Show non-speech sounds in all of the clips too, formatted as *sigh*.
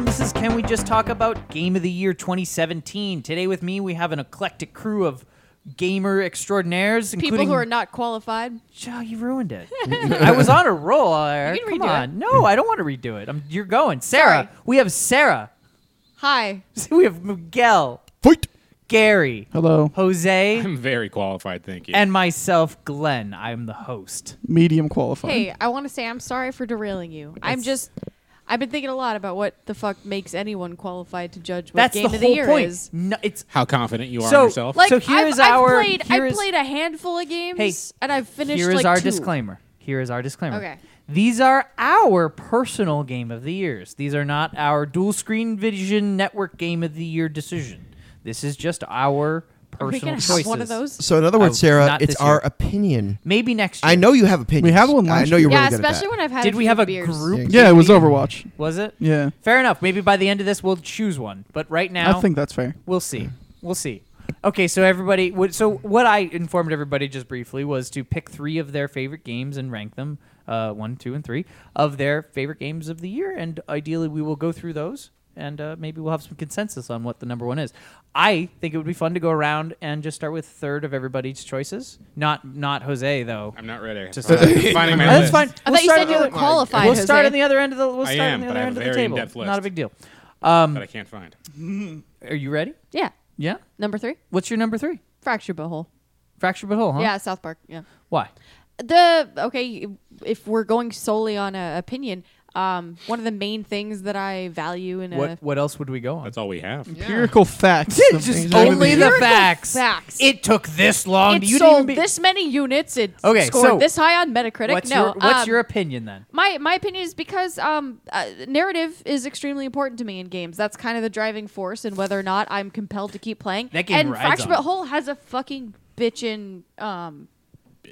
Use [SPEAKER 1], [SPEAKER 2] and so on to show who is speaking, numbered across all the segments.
[SPEAKER 1] This is Can We Just Talk About Game of the Year 2017. Today with me, we have an eclectic crew of gamer extraordinaires,
[SPEAKER 2] People
[SPEAKER 1] including
[SPEAKER 2] who are not qualified.
[SPEAKER 1] *laughs* Joe, you ruined it. I was on a
[SPEAKER 2] *laughs*
[SPEAKER 1] roll. Eric.
[SPEAKER 2] can
[SPEAKER 1] Come
[SPEAKER 2] redo
[SPEAKER 1] on. No, I don't want to redo it. I'm, you're going. Sarah.
[SPEAKER 2] Sorry.
[SPEAKER 1] We have Sarah. *laughs*
[SPEAKER 2] Hi.
[SPEAKER 1] We have Miguel,
[SPEAKER 3] Fight.
[SPEAKER 1] Gary,
[SPEAKER 3] Hello.
[SPEAKER 1] Jose,
[SPEAKER 4] I'm very qualified, thank you.
[SPEAKER 1] and myself, Glenn. I'm the host.
[SPEAKER 3] Medium qualified.
[SPEAKER 2] Hey, I want to say I'm sorry for derailing you. I'm just. I've been thinking a lot about what the fuck makes anyone qualified to judge what
[SPEAKER 1] That's
[SPEAKER 2] game
[SPEAKER 1] the
[SPEAKER 2] of
[SPEAKER 1] whole
[SPEAKER 2] the year
[SPEAKER 1] point.
[SPEAKER 2] is.
[SPEAKER 1] No, it's
[SPEAKER 4] How confident you are
[SPEAKER 1] So,
[SPEAKER 4] in yourself.
[SPEAKER 1] like-
[SPEAKER 2] Like
[SPEAKER 1] So here
[SPEAKER 2] I've,
[SPEAKER 1] is
[SPEAKER 2] I've
[SPEAKER 1] our-
[SPEAKER 2] played,
[SPEAKER 1] here
[SPEAKER 2] I
[SPEAKER 1] is-
[SPEAKER 2] played a handful of games,
[SPEAKER 1] Hey,
[SPEAKER 2] and I've finished
[SPEAKER 1] here is
[SPEAKER 2] like
[SPEAKER 1] our
[SPEAKER 2] two.
[SPEAKER 1] disclaimer. Here is our disclaimer.
[SPEAKER 2] Okay.
[SPEAKER 1] These are our personal game of the years. These are not our dual screen vision network game of the year decision. This is just our
[SPEAKER 2] Are we
[SPEAKER 1] personal
[SPEAKER 2] gonna
[SPEAKER 1] choices.
[SPEAKER 2] have one of those?
[SPEAKER 5] So in other
[SPEAKER 1] Oh,
[SPEAKER 5] words, Sarah,
[SPEAKER 1] not
[SPEAKER 5] it's
[SPEAKER 1] this year.
[SPEAKER 5] our opinion.
[SPEAKER 1] Maybe next year.
[SPEAKER 5] I know you have opinions.
[SPEAKER 3] We had one
[SPEAKER 5] I
[SPEAKER 3] last
[SPEAKER 5] know you're
[SPEAKER 2] yeah,
[SPEAKER 5] really good
[SPEAKER 2] especially
[SPEAKER 5] at
[SPEAKER 2] when I've had.
[SPEAKER 1] Did
[SPEAKER 2] a
[SPEAKER 1] we
[SPEAKER 2] few
[SPEAKER 1] have a
[SPEAKER 2] beers.
[SPEAKER 1] group?
[SPEAKER 3] yeah, it was Overwatch.
[SPEAKER 1] Was it?
[SPEAKER 3] Yeah.
[SPEAKER 1] Fair enough. Maybe by the end of this, we'll choose one. But right now,
[SPEAKER 3] I think that's fair.
[SPEAKER 1] We'll see. We'll see. Okay, so everybody. what- So what I informed everybody just briefly was to pick three of their favorite games and rank them uh, one, two, and three of their favorite games of the year. And ideally, we will go through those, and uh, maybe we'll have some consensus on what the number one is. I think it would be fun to go around and just start with third of everybody's choices. Not not Jose though.
[SPEAKER 4] I'm not ready.
[SPEAKER 1] Just-
[SPEAKER 4] finding my
[SPEAKER 1] Uh, that's
[SPEAKER 4] list.
[SPEAKER 1] fine.
[SPEAKER 2] I
[SPEAKER 1] We'll
[SPEAKER 2] thought you
[SPEAKER 1] start at
[SPEAKER 2] said you
[SPEAKER 1] the
[SPEAKER 2] were
[SPEAKER 1] other-
[SPEAKER 2] qualified.
[SPEAKER 1] We'll
[SPEAKER 2] Jose.
[SPEAKER 1] start on the other end of the. We'll
[SPEAKER 4] I
[SPEAKER 1] start
[SPEAKER 4] am,
[SPEAKER 1] on the
[SPEAKER 4] but
[SPEAKER 1] other
[SPEAKER 4] I have
[SPEAKER 1] end
[SPEAKER 4] a
[SPEAKER 1] of the
[SPEAKER 4] very
[SPEAKER 1] table.
[SPEAKER 4] in-depth
[SPEAKER 1] Not a
[SPEAKER 4] list.
[SPEAKER 1] big deal.
[SPEAKER 4] That I can't find.
[SPEAKER 1] Are you ready?
[SPEAKER 2] Yeah,
[SPEAKER 1] Yeah.
[SPEAKER 2] number three,
[SPEAKER 1] What's your number three?
[SPEAKER 2] fracture butthole.
[SPEAKER 1] Fracture but whole, huh?
[SPEAKER 2] Yeah, South Park. Yeah.
[SPEAKER 1] Why?
[SPEAKER 2] the okay if we're going solely on a opinion um one of the main things that i value in a Um,
[SPEAKER 1] What what else would we go on?
[SPEAKER 4] That's all we have.
[SPEAKER 3] Empirical facts. of
[SPEAKER 1] *laughs*
[SPEAKER 3] things
[SPEAKER 1] Just
[SPEAKER 3] that
[SPEAKER 1] only
[SPEAKER 3] we-
[SPEAKER 1] the
[SPEAKER 2] Empirical
[SPEAKER 1] facts.
[SPEAKER 2] facts.
[SPEAKER 1] It took this long. Um,
[SPEAKER 2] it
[SPEAKER 1] you didn't even
[SPEAKER 2] sold
[SPEAKER 1] be-
[SPEAKER 2] this many units it
[SPEAKER 1] Okay,
[SPEAKER 2] scored
[SPEAKER 1] so
[SPEAKER 2] this high on metacritic
[SPEAKER 1] What's
[SPEAKER 2] no
[SPEAKER 1] your What's
[SPEAKER 2] um,
[SPEAKER 1] your opinion then?
[SPEAKER 2] my my opinion is because um uh, narrative is extremely important to me in games that's kind of the driving force and whether or not i'm compelled to keep playing
[SPEAKER 1] That game
[SPEAKER 2] and
[SPEAKER 1] rides
[SPEAKER 2] fracture
[SPEAKER 1] on
[SPEAKER 2] but
[SPEAKER 1] it.
[SPEAKER 2] whole has a fucking bitchin um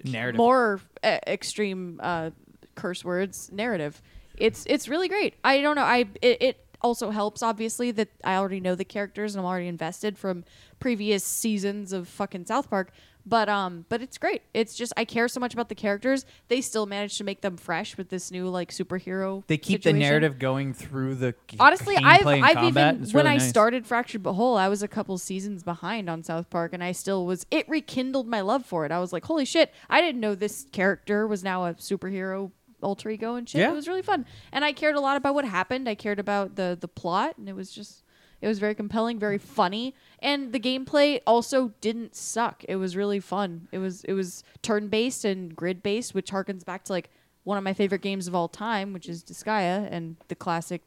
[SPEAKER 1] Narrative.
[SPEAKER 2] more uh, extreme uh, curse words narrative. It's it's really great. I don't know. I it, it also helps obviously that I already know the characters and I'm already invested from previous seasons of fucking South Park. But um, but it's great. It's just I care so much about the characters. They still manage to make them fresh with this new like superhero.
[SPEAKER 1] They keep
[SPEAKER 2] situation.
[SPEAKER 1] the narrative going through the g-
[SPEAKER 2] Honestly,
[SPEAKER 1] game
[SPEAKER 2] I've
[SPEAKER 1] play and
[SPEAKER 2] I've
[SPEAKER 1] combat, and
[SPEAKER 2] even
[SPEAKER 1] it's
[SPEAKER 2] when
[SPEAKER 1] really
[SPEAKER 2] I
[SPEAKER 1] nice.
[SPEAKER 2] started Fractured But Whole, I was a couple seasons behind on South Park, and I still was. It rekindled my love for it. I was like, holy shit! I didn't know this character was now a superhero alter ego and shit.
[SPEAKER 1] Yeah.
[SPEAKER 2] It was really fun, and I cared a lot about what happened. I cared about the the plot, and it was just. It was very compelling, very funny, and the gameplay also didn't suck. It was really fun. It was it was turn based and grid based, which harkens back to like one of my favorite games of all time, which is Disgaea and the classic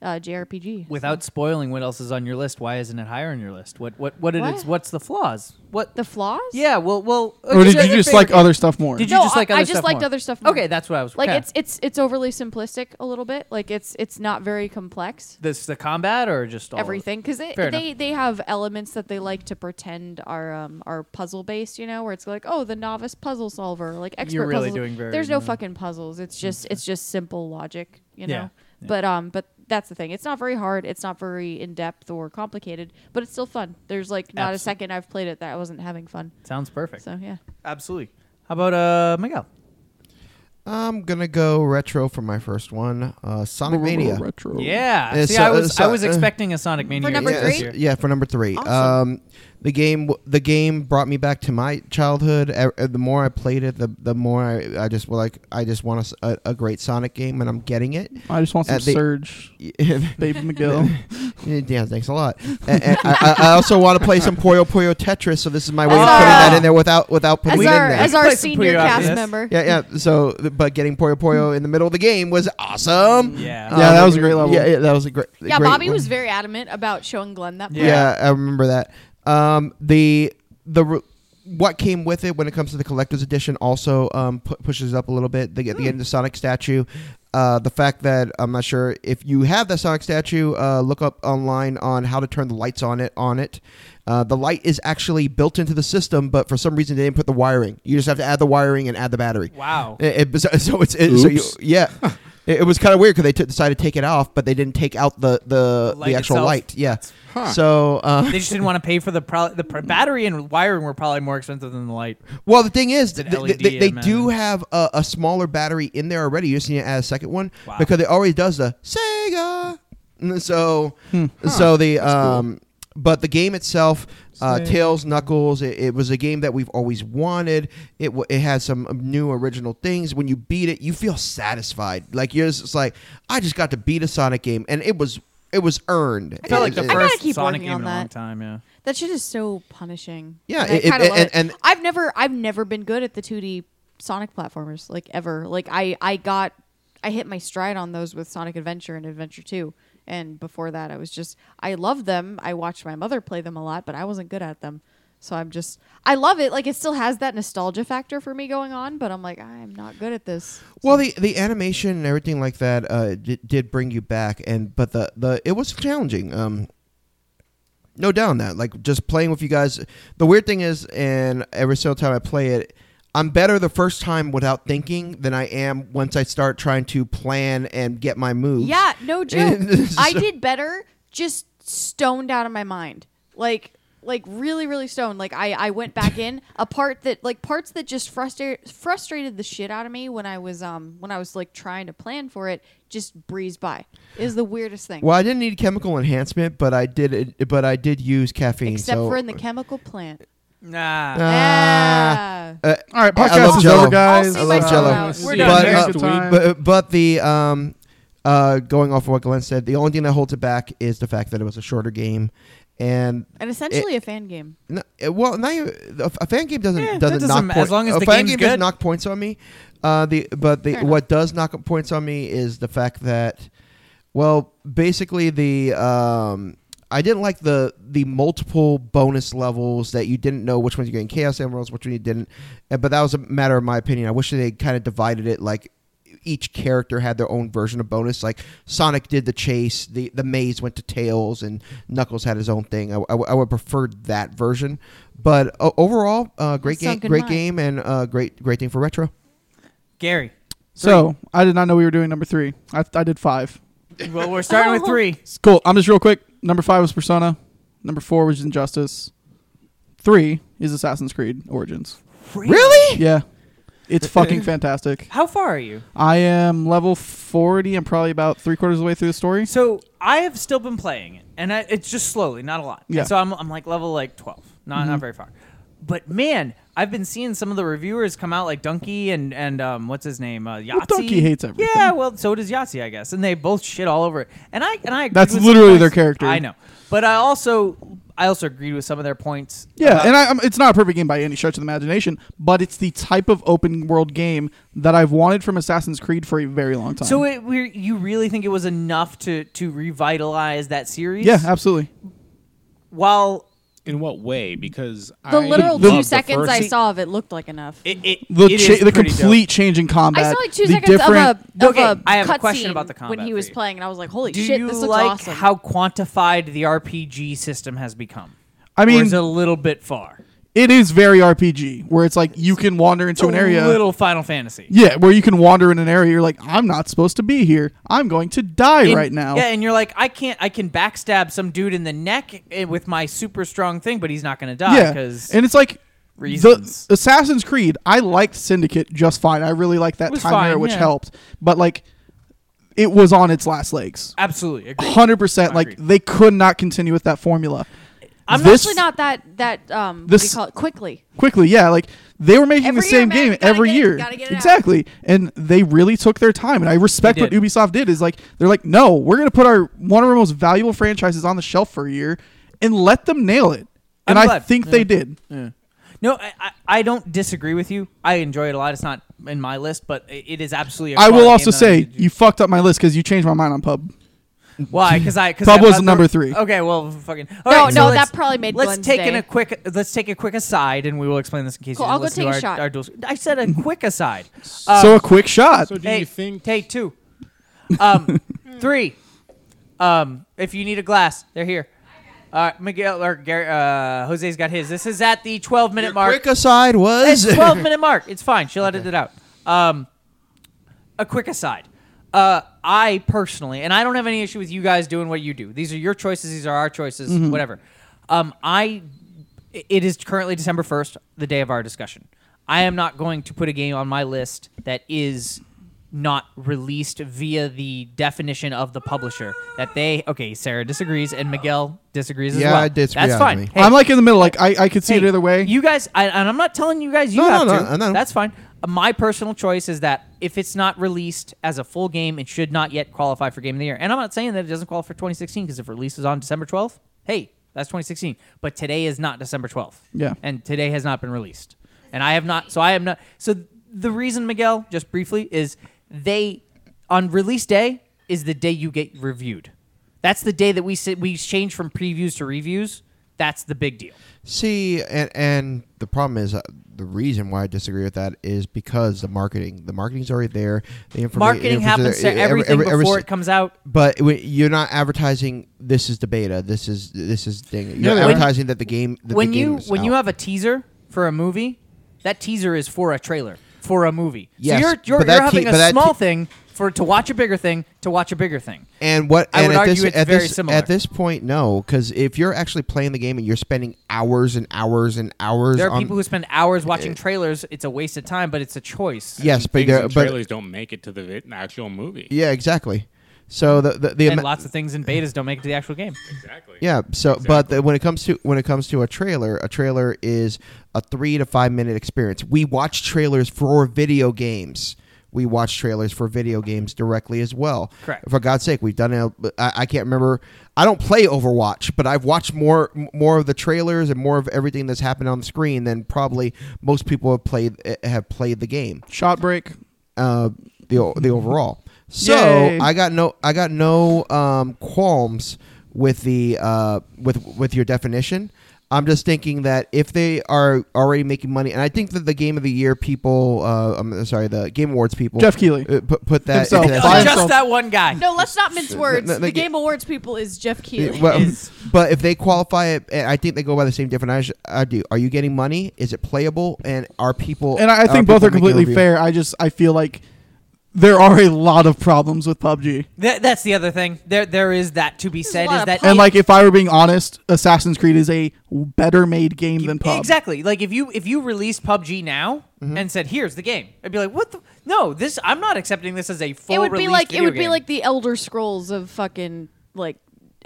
[SPEAKER 2] uh, JRPG.
[SPEAKER 1] Without spoiling, what else is on your list? Why isn't it higher on your list? What what what, it
[SPEAKER 2] What?
[SPEAKER 1] is? What's the flaws? What?
[SPEAKER 2] the flaws?
[SPEAKER 1] yeah. Well, well.
[SPEAKER 3] Or did
[SPEAKER 1] okay,
[SPEAKER 3] you
[SPEAKER 1] your
[SPEAKER 3] just
[SPEAKER 1] favorite
[SPEAKER 3] like
[SPEAKER 1] game.
[SPEAKER 3] other stuff more?
[SPEAKER 1] Did you
[SPEAKER 2] No,
[SPEAKER 1] just like
[SPEAKER 2] I-
[SPEAKER 1] other
[SPEAKER 2] I just
[SPEAKER 1] stuff
[SPEAKER 2] liked
[SPEAKER 1] more?
[SPEAKER 2] other stuff more.
[SPEAKER 1] Okay, that's what I was.
[SPEAKER 2] Like
[SPEAKER 1] yeah.
[SPEAKER 2] it's it's it's overly simplistic a little bit. Like it's it's not very complex.
[SPEAKER 1] this the combat or just all of it?
[SPEAKER 2] Everything because they
[SPEAKER 1] Fair
[SPEAKER 2] they, they have elements that they like to pretend are um are puzzle based. You know where it's like oh the novice puzzle solver like expert.
[SPEAKER 1] really
[SPEAKER 2] puzzle-
[SPEAKER 1] doing very
[SPEAKER 2] There's no
[SPEAKER 1] well.
[SPEAKER 2] fucking puzzles. It's just it's just simple logic. You know.
[SPEAKER 1] Yeah, yeah.
[SPEAKER 2] But um but that's the thing. It's not very hard. It's not very in depth or complicated. But it's still fun. There's like not
[SPEAKER 1] Absolute-
[SPEAKER 2] a second I've played it that I wasn't having fun.
[SPEAKER 1] Sounds perfect.
[SPEAKER 2] So yeah.
[SPEAKER 1] Absolutely. How about uh Miguel?
[SPEAKER 5] at. I'm gonna go retro for my first one. Uh, Sonic Mania.
[SPEAKER 3] Retro.
[SPEAKER 1] Yeah.
[SPEAKER 5] Uh,
[SPEAKER 1] See,
[SPEAKER 5] so-
[SPEAKER 1] I was
[SPEAKER 5] so-
[SPEAKER 1] I was
[SPEAKER 5] uh,
[SPEAKER 1] expecting a Sonic Mania
[SPEAKER 2] number
[SPEAKER 1] this
[SPEAKER 2] three?
[SPEAKER 1] year.
[SPEAKER 5] Yeah, for number three.
[SPEAKER 2] Awesome.
[SPEAKER 5] Um, the game, w- the game brought me back to my childhood. E- e- The more I played it, the the more I, I just well, like I just want a s- a, a great Sonic game, and I'm getting it. *laughs*
[SPEAKER 3] I just want some
[SPEAKER 5] Uh, they-
[SPEAKER 3] Surge, Baby McGill.
[SPEAKER 5] yeah, thanks a lot. And, and I, I I also want to play some Puyo Puyo Tetris, so this is my way of putting
[SPEAKER 2] That's our-
[SPEAKER 5] that in there without without putting
[SPEAKER 2] As
[SPEAKER 5] it
[SPEAKER 2] our
[SPEAKER 5] in there.
[SPEAKER 2] as
[SPEAKER 1] Play
[SPEAKER 2] our
[SPEAKER 1] some
[SPEAKER 2] senior
[SPEAKER 1] Puyo after
[SPEAKER 2] cast
[SPEAKER 1] this.
[SPEAKER 2] member.
[SPEAKER 5] yeah, yeah. So, but getting Puyo Puyo in the middle of the game was awesome. Um,
[SPEAKER 1] Yeah.
[SPEAKER 3] Yeah, that was a great level.
[SPEAKER 5] Yeah, yeah, that was a great.
[SPEAKER 2] Yeah,
[SPEAKER 5] great
[SPEAKER 2] Bobby
[SPEAKER 5] one.
[SPEAKER 2] was very adamant about showing Glenn that.
[SPEAKER 1] Yeah.
[SPEAKER 2] Yeah.
[SPEAKER 5] Yeah, I remember that. Um, the the re- what came with it when it comes to the collector's edition also um, pu- pushes up a little bit. The,
[SPEAKER 3] Hmm.
[SPEAKER 5] the end of Sonic statue. Uh, the fact that I'm not sure if you have that Sonic statue, uh, look up online on how to turn the lights on it. On it, uh, the light is actually built into the system, but for some reason they didn't put the wiring. You just have to add the wiring and add the battery.
[SPEAKER 1] Wow.
[SPEAKER 5] It, it- so, so it's it, so you,
[SPEAKER 4] Oops.
[SPEAKER 5] yeah. It, it was kind of weird because they t- decided to take it off, but they didn't take out the the,
[SPEAKER 1] The
[SPEAKER 5] the,
[SPEAKER 1] light
[SPEAKER 5] actual
[SPEAKER 1] itself?
[SPEAKER 5] light. Yeah.
[SPEAKER 4] Huh.
[SPEAKER 5] So uh,
[SPEAKER 1] They just didn't want to pay for the pro- the pr- battery and wiring were probably more expensive than the light.
[SPEAKER 5] well, the thing is,
[SPEAKER 1] an E
[SPEAKER 5] th- th- they,
[SPEAKER 1] LED
[SPEAKER 5] they
[SPEAKER 1] man.
[SPEAKER 5] do have a, a smaller battery in there already. You just need to add a second one
[SPEAKER 1] Wow.
[SPEAKER 5] because it always does the Sega. So,
[SPEAKER 3] Hmm.
[SPEAKER 5] so the um, but the game itself, uh,
[SPEAKER 3] Snake.
[SPEAKER 5] Tails Knuckles, it, it was a game that we've always wanted. It wa it has some new original things. When you beat it, you feel satisfied. Like you're just like, I just got to beat a Sonic game, and it was it was earned.
[SPEAKER 1] I felt like
[SPEAKER 5] It-
[SPEAKER 1] the
[SPEAKER 5] it-
[SPEAKER 2] gotta
[SPEAKER 1] first
[SPEAKER 2] keep
[SPEAKER 1] Sonic
[SPEAKER 2] working
[SPEAKER 1] game
[SPEAKER 2] on
[SPEAKER 1] in a long
[SPEAKER 2] that.
[SPEAKER 1] time. Yeah.
[SPEAKER 2] That shit is so punishing.
[SPEAKER 5] Yeah,
[SPEAKER 2] and I
[SPEAKER 5] it- it-
[SPEAKER 2] kinda love
[SPEAKER 5] and-
[SPEAKER 2] it.
[SPEAKER 5] and-
[SPEAKER 2] I've never, I've never been good at the 2D Sonic platformers, like ever. Like I, I got, I hit my stride on those with Sonic Adventure and Adventure Two, and before that, I was just, I loved them. I watched my mother play them a lot, but I wasn't good at them. So I'm just, I love it. Like it still has that nostalgia factor for me going on, but I'm like, I'm not good at this.
[SPEAKER 5] Well, the, the animation and everything like that uh, d- did bring you back, and but the, the it was challenging. Um, no doubt on that. Like just playing with you guys. The weird thing is, and every single time I play it, I'm better the first time without thinking than I am once I start trying to plan and get my moves.
[SPEAKER 2] Yeah,
[SPEAKER 5] *laughs*
[SPEAKER 2] no joke.
[SPEAKER 5] So-
[SPEAKER 2] I did better just stoned out of my mind. Like like really really stoned. Like I I went back in a part that like parts that just frustrated frustrated the shit out of me when I was um when I was like trying to plan for it just breezed by. Is the weirdest thing.
[SPEAKER 5] Well, I didn't need chemical enhancement, but I did. It, but I did use caffeine.
[SPEAKER 2] Except
[SPEAKER 5] so-
[SPEAKER 2] for in the chemical plant.
[SPEAKER 1] Nah.
[SPEAKER 2] Ah.
[SPEAKER 5] Uh,
[SPEAKER 3] All right,
[SPEAKER 5] I- I
[SPEAKER 3] podcast
[SPEAKER 5] love
[SPEAKER 3] is
[SPEAKER 5] Jell-O.
[SPEAKER 3] over, guys.
[SPEAKER 2] I'll see I love myself Jell-O. out.
[SPEAKER 1] We're
[SPEAKER 5] done. But,
[SPEAKER 4] uh,
[SPEAKER 3] Good
[SPEAKER 4] but-
[SPEAKER 3] time.
[SPEAKER 5] but but the um uh going off of what Glenn said, the only thing that holds it back is the fact that it was a shorter game, and
[SPEAKER 2] And essentially a fan game.
[SPEAKER 5] no, it- well, now you, a a fan game doesn't
[SPEAKER 1] Yeah, Eh, that
[SPEAKER 5] doesn't
[SPEAKER 1] doesn't
[SPEAKER 5] knock
[SPEAKER 1] ma-
[SPEAKER 5] points.
[SPEAKER 1] as long as
[SPEAKER 5] a
[SPEAKER 1] the
[SPEAKER 5] fan
[SPEAKER 1] game's
[SPEAKER 5] game doesn't
[SPEAKER 1] good.
[SPEAKER 5] knock points on me. Uh, the but the
[SPEAKER 2] Fair enough.
[SPEAKER 5] what does knock points on me is the fact that, well, basically the um. I didn't like the the multiple bonus levels that you didn't know which ones you're getting Chaos Emeralds, which one you didn't. Uh, But that was a matter of my opinion. I wish they kind of divided it like each character had their own version of bonus. Like Sonic did the chase, the the maze went to Tails, and Knuckles had his own thing. I, I, would- I would prefer that version. But uh, overall, uh, great game,
[SPEAKER 2] Sunken
[SPEAKER 5] great
[SPEAKER 2] Mine.
[SPEAKER 5] game, and uh, great great thing for retro.
[SPEAKER 1] Gary.
[SPEAKER 3] So I did not know we were doing number three. I, I did five.
[SPEAKER 1] Well, we're starting with three.
[SPEAKER 3] It's cool. I'm just real quick. Number five was Persona. Number four was Injustice. Three is Assassin's Creed Origins.
[SPEAKER 5] Really?
[SPEAKER 3] Yeah, it's fucking fantastic.
[SPEAKER 1] How far are you?
[SPEAKER 3] I am level 40. I'm probably about three quarters of the way through the story.
[SPEAKER 1] So I have still been playing it, and I, it's just slowly, not a lot. And
[SPEAKER 3] Yeah. Mm-hmm.
[SPEAKER 1] so I'm, I'm like level like 12, not not very far. But man, I've been seeing some of the reviewers come out like Donkey and and um, what's his name, uh, Yahtzee.
[SPEAKER 3] Donkey hates everything.
[SPEAKER 1] Yeah, well, so does Yahtzee, I guess, and they both shit all over it. And I and I agreed
[SPEAKER 3] That's
[SPEAKER 1] with some
[SPEAKER 3] literally their
[SPEAKER 1] points.
[SPEAKER 3] character.
[SPEAKER 1] I know, but I also I also agreed with some of their points.
[SPEAKER 3] Yeah,
[SPEAKER 1] about-
[SPEAKER 3] and I, um, it's not a perfect game by any stretch of the imagination, but it's the type of open world game that I've wanted from Assassin's Creed for a very long time.
[SPEAKER 1] so it, we you really think it was enough to to revitalize that series?
[SPEAKER 3] yeah, absolutely.
[SPEAKER 1] While
[SPEAKER 4] In what way? Because
[SPEAKER 2] The
[SPEAKER 4] I
[SPEAKER 2] literal
[SPEAKER 4] love
[SPEAKER 2] two
[SPEAKER 4] the
[SPEAKER 2] seconds
[SPEAKER 4] first-
[SPEAKER 2] I saw of it looked like enough.
[SPEAKER 1] it, it
[SPEAKER 3] The
[SPEAKER 1] it
[SPEAKER 3] cha-
[SPEAKER 1] is
[SPEAKER 3] the
[SPEAKER 1] pretty dope.
[SPEAKER 3] complete change in combat.
[SPEAKER 2] I saw like two
[SPEAKER 3] the
[SPEAKER 2] seconds of a,
[SPEAKER 3] different-
[SPEAKER 2] of
[SPEAKER 1] Okay,
[SPEAKER 2] a
[SPEAKER 1] I have a question
[SPEAKER 2] cutscene
[SPEAKER 1] about the combat
[SPEAKER 2] when he was
[SPEAKER 1] for you.
[SPEAKER 2] playing, and I was like, "Holy
[SPEAKER 1] Do
[SPEAKER 2] shit,
[SPEAKER 1] you
[SPEAKER 2] this looks
[SPEAKER 1] like
[SPEAKER 2] awesome!"
[SPEAKER 1] how quantified the RPG system has become?
[SPEAKER 3] I
[SPEAKER 1] or
[SPEAKER 3] mean,
[SPEAKER 1] is it a little bit far?
[SPEAKER 3] it is very RPG, where it's like you can wander into an
[SPEAKER 1] a
[SPEAKER 3] area.
[SPEAKER 1] little Final Fantasy
[SPEAKER 3] yeah, where you can wander in an area. You're like, I'm not supposed to be here. I'm going to die
[SPEAKER 1] And-
[SPEAKER 3] right now.
[SPEAKER 1] Yeah, and you're like, I can't. I can backstab some dude in the neck eh, with my super strong thing, but he's not going to die
[SPEAKER 3] yeah.
[SPEAKER 1] because
[SPEAKER 3] and it's like
[SPEAKER 1] reasons.
[SPEAKER 3] The Assassin's Creed, I liked Syndicate just fine. I really liked that
[SPEAKER 1] was
[SPEAKER 3] time
[SPEAKER 1] fine,
[SPEAKER 3] there, which
[SPEAKER 1] yeah.
[SPEAKER 3] helped. But like, it was on its last legs.
[SPEAKER 1] absolutely. Agree.
[SPEAKER 3] hundred percent. Like
[SPEAKER 1] Agreed.
[SPEAKER 3] they could not continue with that formula.
[SPEAKER 2] I'm
[SPEAKER 3] This-
[SPEAKER 2] actually not that that um what
[SPEAKER 3] this-
[SPEAKER 2] do you call it quickly.
[SPEAKER 3] Quickly, yeah. Like they were making
[SPEAKER 2] Every
[SPEAKER 3] the
[SPEAKER 2] year,
[SPEAKER 3] same
[SPEAKER 2] man,
[SPEAKER 3] game
[SPEAKER 2] gotta
[SPEAKER 3] every
[SPEAKER 2] get it,
[SPEAKER 3] year,
[SPEAKER 2] gotta get it out.
[SPEAKER 3] exactly. And they really took their time, and I respect
[SPEAKER 1] They
[SPEAKER 3] what
[SPEAKER 1] did.
[SPEAKER 3] Ubisoft did. Is like they're like, no, we're gonna put our one of our most valuable franchises on the shelf for a year and let them nail it. And
[SPEAKER 1] I'm
[SPEAKER 3] I
[SPEAKER 1] glad.
[SPEAKER 3] think
[SPEAKER 1] Yeah.
[SPEAKER 3] they did.
[SPEAKER 1] No, I, I, I don't disagree with you. I enjoy it a lot. It's not in my list, but it it is absolutely. a
[SPEAKER 3] I will
[SPEAKER 1] quality
[SPEAKER 3] also
[SPEAKER 1] game that I
[SPEAKER 3] say
[SPEAKER 1] need to uh, do.
[SPEAKER 3] you fucked up my list because you changed my mind on Pub.
[SPEAKER 1] Why? Because I because
[SPEAKER 3] Pub was number three.
[SPEAKER 1] Okay, well, fucking. all
[SPEAKER 2] No,
[SPEAKER 1] right,
[SPEAKER 2] no,
[SPEAKER 1] so let's-
[SPEAKER 2] that probably made
[SPEAKER 1] Let's
[SPEAKER 2] Glenn's
[SPEAKER 1] take
[SPEAKER 2] day.
[SPEAKER 1] in a quick. Let's take a quick aside, and we will explain this in case
[SPEAKER 2] Cool,
[SPEAKER 1] you didn't
[SPEAKER 2] I'll go
[SPEAKER 1] listen to
[SPEAKER 2] take a
[SPEAKER 1] our,
[SPEAKER 2] shot.
[SPEAKER 1] our dual- I said
[SPEAKER 2] *laughs*
[SPEAKER 1] a quick aside. Um,
[SPEAKER 3] so a quick shot.
[SPEAKER 4] So do
[SPEAKER 1] hey,
[SPEAKER 4] you think?
[SPEAKER 1] Take two.
[SPEAKER 2] *laughs*
[SPEAKER 1] Um, three. Um, if you need a glass, they're here. Uh, Miguel or Gary, uh, Jose's got his. This is at the 12 minute mark.
[SPEAKER 5] Quick aside
[SPEAKER 1] *laughs*
[SPEAKER 5] was
[SPEAKER 1] It's 12 minute mark. It's fine. She'll edit it out. Um, a quick aside. Uh, I personally, and I don't have any issue with you guys doing what you do. These are your choices. These are our choices.
[SPEAKER 5] Mm-hmm.
[SPEAKER 1] Whatever. Um, I. It is currently December first, the day of our discussion. I am not going to put a game on my list that is not released via the definition of the publisher. That they okay, Sarah disagrees and Miguel disagrees
[SPEAKER 5] Yeah,
[SPEAKER 1] as well.
[SPEAKER 5] I disagree
[SPEAKER 1] That's
[SPEAKER 5] on
[SPEAKER 1] fine.
[SPEAKER 5] me.
[SPEAKER 1] Hey,
[SPEAKER 3] I'm like in the middle. Like I, I could see it
[SPEAKER 1] hey,
[SPEAKER 3] either way.
[SPEAKER 1] You guys, I, and I'm not telling you guys you
[SPEAKER 5] No, no,
[SPEAKER 1] have
[SPEAKER 5] no,
[SPEAKER 1] to.
[SPEAKER 5] I know.
[SPEAKER 1] That's fine. Uh, My personal choice is that if it's not released as a full game, it should not yet qualify for Game of the Year. And I'm not saying that it doesn't qualify for 2016 because if it releases on December 12th, hey, that's 2016. But today is not December 12th.
[SPEAKER 3] Yeah.
[SPEAKER 1] And today has not been released. And I have not. So I am not. So the reason, Miguel, just briefly, is they on release day is the day you get reviewed. That's the day that we sit, we change from previews to reviews. That's the big deal.
[SPEAKER 5] See, and and the problem is uh, the reason why I disagree with that is because the marketing, the marketing's already there. The informa-
[SPEAKER 1] marketing
[SPEAKER 5] information-
[SPEAKER 1] happens to
[SPEAKER 5] every-
[SPEAKER 1] everything
[SPEAKER 5] every- every-
[SPEAKER 1] before it comes out.
[SPEAKER 5] But w- you're not advertising. This is the beta. This is this is thing. You're
[SPEAKER 3] they are.
[SPEAKER 5] advertising that the game. That
[SPEAKER 1] When
[SPEAKER 5] the game
[SPEAKER 1] you
[SPEAKER 5] is
[SPEAKER 1] when you
[SPEAKER 5] out.
[SPEAKER 1] have a teaser for a movie, that teaser is for a trailer for a movie.
[SPEAKER 5] Yes,
[SPEAKER 1] so you're you're,
[SPEAKER 5] but
[SPEAKER 1] you're
[SPEAKER 5] that
[SPEAKER 1] having
[SPEAKER 5] te- but
[SPEAKER 1] a
[SPEAKER 5] that
[SPEAKER 1] small
[SPEAKER 5] te-
[SPEAKER 1] thing for to watch a bigger thing to watch a bigger thing.
[SPEAKER 5] And what
[SPEAKER 1] I
[SPEAKER 5] and
[SPEAKER 1] would
[SPEAKER 5] at
[SPEAKER 1] argue
[SPEAKER 5] this,
[SPEAKER 1] it's
[SPEAKER 5] at
[SPEAKER 1] very
[SPEAKER 5] this,
[SPEAKER 1] similar.
[SPEAKER 5] At this point, no, because if you're actually playing the game and you're spending hours and hours and hours,
[SPEAKER 1] There are
[SPEAKER 5] on, uh,
[SPEAKER 1] people who spend hours watching trailers. It's a waste of time, but it's a choice.
[SPEAKER 5] yes, but
[SPEAKER 4] Things
[SPEAKER 5] there-
[SPEAKER 4] in
[SPEAKER 5] but
[SPEAKER 4] trailers don't make it to the vi- actual movie.
[SPEAKER 5] yeah, exactly. So the the, the
[SPEAKER 1] And
[SPEAKER 5] ama-
[SPEAKER 1] lots of things in betas don't make it to the actual game.
[SPEAKER 4] Exactly.
[SPEAKER 5] Yeah. So, but the, when it comes to when it comes to a trailer, a trailer is a three to five minute experience. We watch trailers for video games. We watch trailers for video games directly as well.
[SPEAKER 1] Correct.
[SPEAKER 5] For God's sake, we've done it. I, I can't remember. I don't play Overwatch, but I've watched more more of the trailers and more of everything that's happened on the screen than probably most people have played eh, have played the game
[SPEAKER 3] Shot break.
[SPEAKER 5] uh, the o- the overall. So
[SPEAKER 3] Yay.
[SPEAKER 5] I got no I got no um, qualms with the uh, with with your definition. I'm just thinking that if they are already making money, and I think that the game of the year people, uh, I'm sorry, the Game Awards people,
[SPEAKER 3] Jeff Keighley.
[SPEAKER 5] uh, put, put that.
[SPEAKER 3] Himself.
[SPEAKER 5] into that
[SPEAKER 3] By
[SPEAKER 1] Oh,
[SPEAKER 5] sentence.
[SPEAKER 1] just
[SPEAKER 3] himself.
[SPEAKER 1] that one guy.
[SPEAKER 2] No, let's not mince words.
[SPEAKER 5] no,
[SPEAKER 2] the
[SPEAKER 5] they-
[SPEAKER 2] Game Awards people is Jeff Keighley.
[SPEAKER 5] Well, um,
[SPEAKER 1] is-
[SPEAKER 5] but if they qualify it, and I think they go by the same definition I do. Are you getting money? Is it playable? And are people?
[SPEAKER 3] And I, I think both
[SPEAKER 5] Uh, people
[SPEAKER 3] are
[SPEAKER 5] making a
[SPEAKER 3] completely
[SPEAKER 5] review?
[SPEAKER 3] fair. I just I feel like there are a lot of problems with PUBG.
[SPEAKER 1] Th- that's the other thing. There, there is that to be
[SPEAKER 2] There's a
[SPEAKER 1] said.
[SPEAKER 2] lot
[SPEAKER 1] Is
[SPEAKER 2] of
[SPEAKER 1] that
[SPEAKER 2] pop-
[SPEAKER 3] And like if I were being honest, Assassin's Creed is a better made game than PUBG.
[SPEAKER 1] Exactly. Like if you if you released PUBG now and said, "Here's the game," I'd be like, "What? the No, this. I'm not accepting this as a full."
[SPEAKER 2] it would be
[SPEAKER 1] release
[SPEAKER 2] like it
[SPEAKER 1] video
[SPEAKER 2] would be
[SPEAKER 1] game."
[SPEAKER 2] like the Elder Scrolls of fucking like.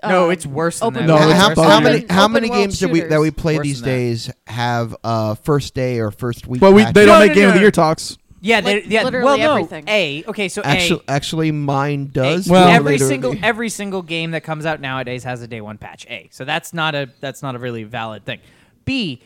[SPEAKER 1] No,
[SPEAKER 2] um,
[SPEAKER 1] it's worse than that.
[SPEAKER 2] open
[SPEAKER 3] No,
[SPEAKER 5] how,
[SPEAKER 3] Oh, it's
[SPEAKER 5] how-
[SPEAKER 3] worse
[SPEAKER 5] how
[SPEAKER 3] than
[SPEAKER 5] many
[SPEAKER 2] that.
[SPEAKER 5] how
[SPEAKER 2] Open
[SPEAKER 5] many
[SPEAKER 2] world
[SPEAKER 5] games that we that
[SPEAKER 2] shooters.
[SPEAKER 5] we play
[SPEAKER 1] Worse
[SPEAKER 5] these
[SPEAKER 1] than that.
[SPEAKER 5] days have uh, first day or first week?
[SPEAKER 3] But we
[SPEAKER 5] patches?
[SPEAKER 3] they
[SPEAKER 1] No,
[SPEAKER 3] don't make
[SPEAKER 1] no,
[SPEAKER 3] game
[SPEAKER 1] no,
[SPEAKER 3] of the
[SPEAKER 1] no.
[SPEAKER 3] year talks.
[SPEAKER 1] Yeah, they,
[SPEAKER 2] Like,
[SPEAKER 1] yeah.
[SPEAKER 2] literally
[SPEAKER 1] well, no.
[SPEAKER 2] everything.
[SPEAKER 1] A okay, so
[SPEAKER 5] Actually,
[SPEAKER 1] a,
[SPEAKER 5] actually, mine
[SPEAKER 1] a
[SPEAKER 5] does.
[SPEAKER 3] Well-
[SPEAKER 1] every
[SPEAKER 5] later in
[SPEAKER 1] single
[SPEAKER 5] the-
[SPEAKER 1] every single game that comes out nowadays has a day one patch. A so that's not a that's not a really valid thing. B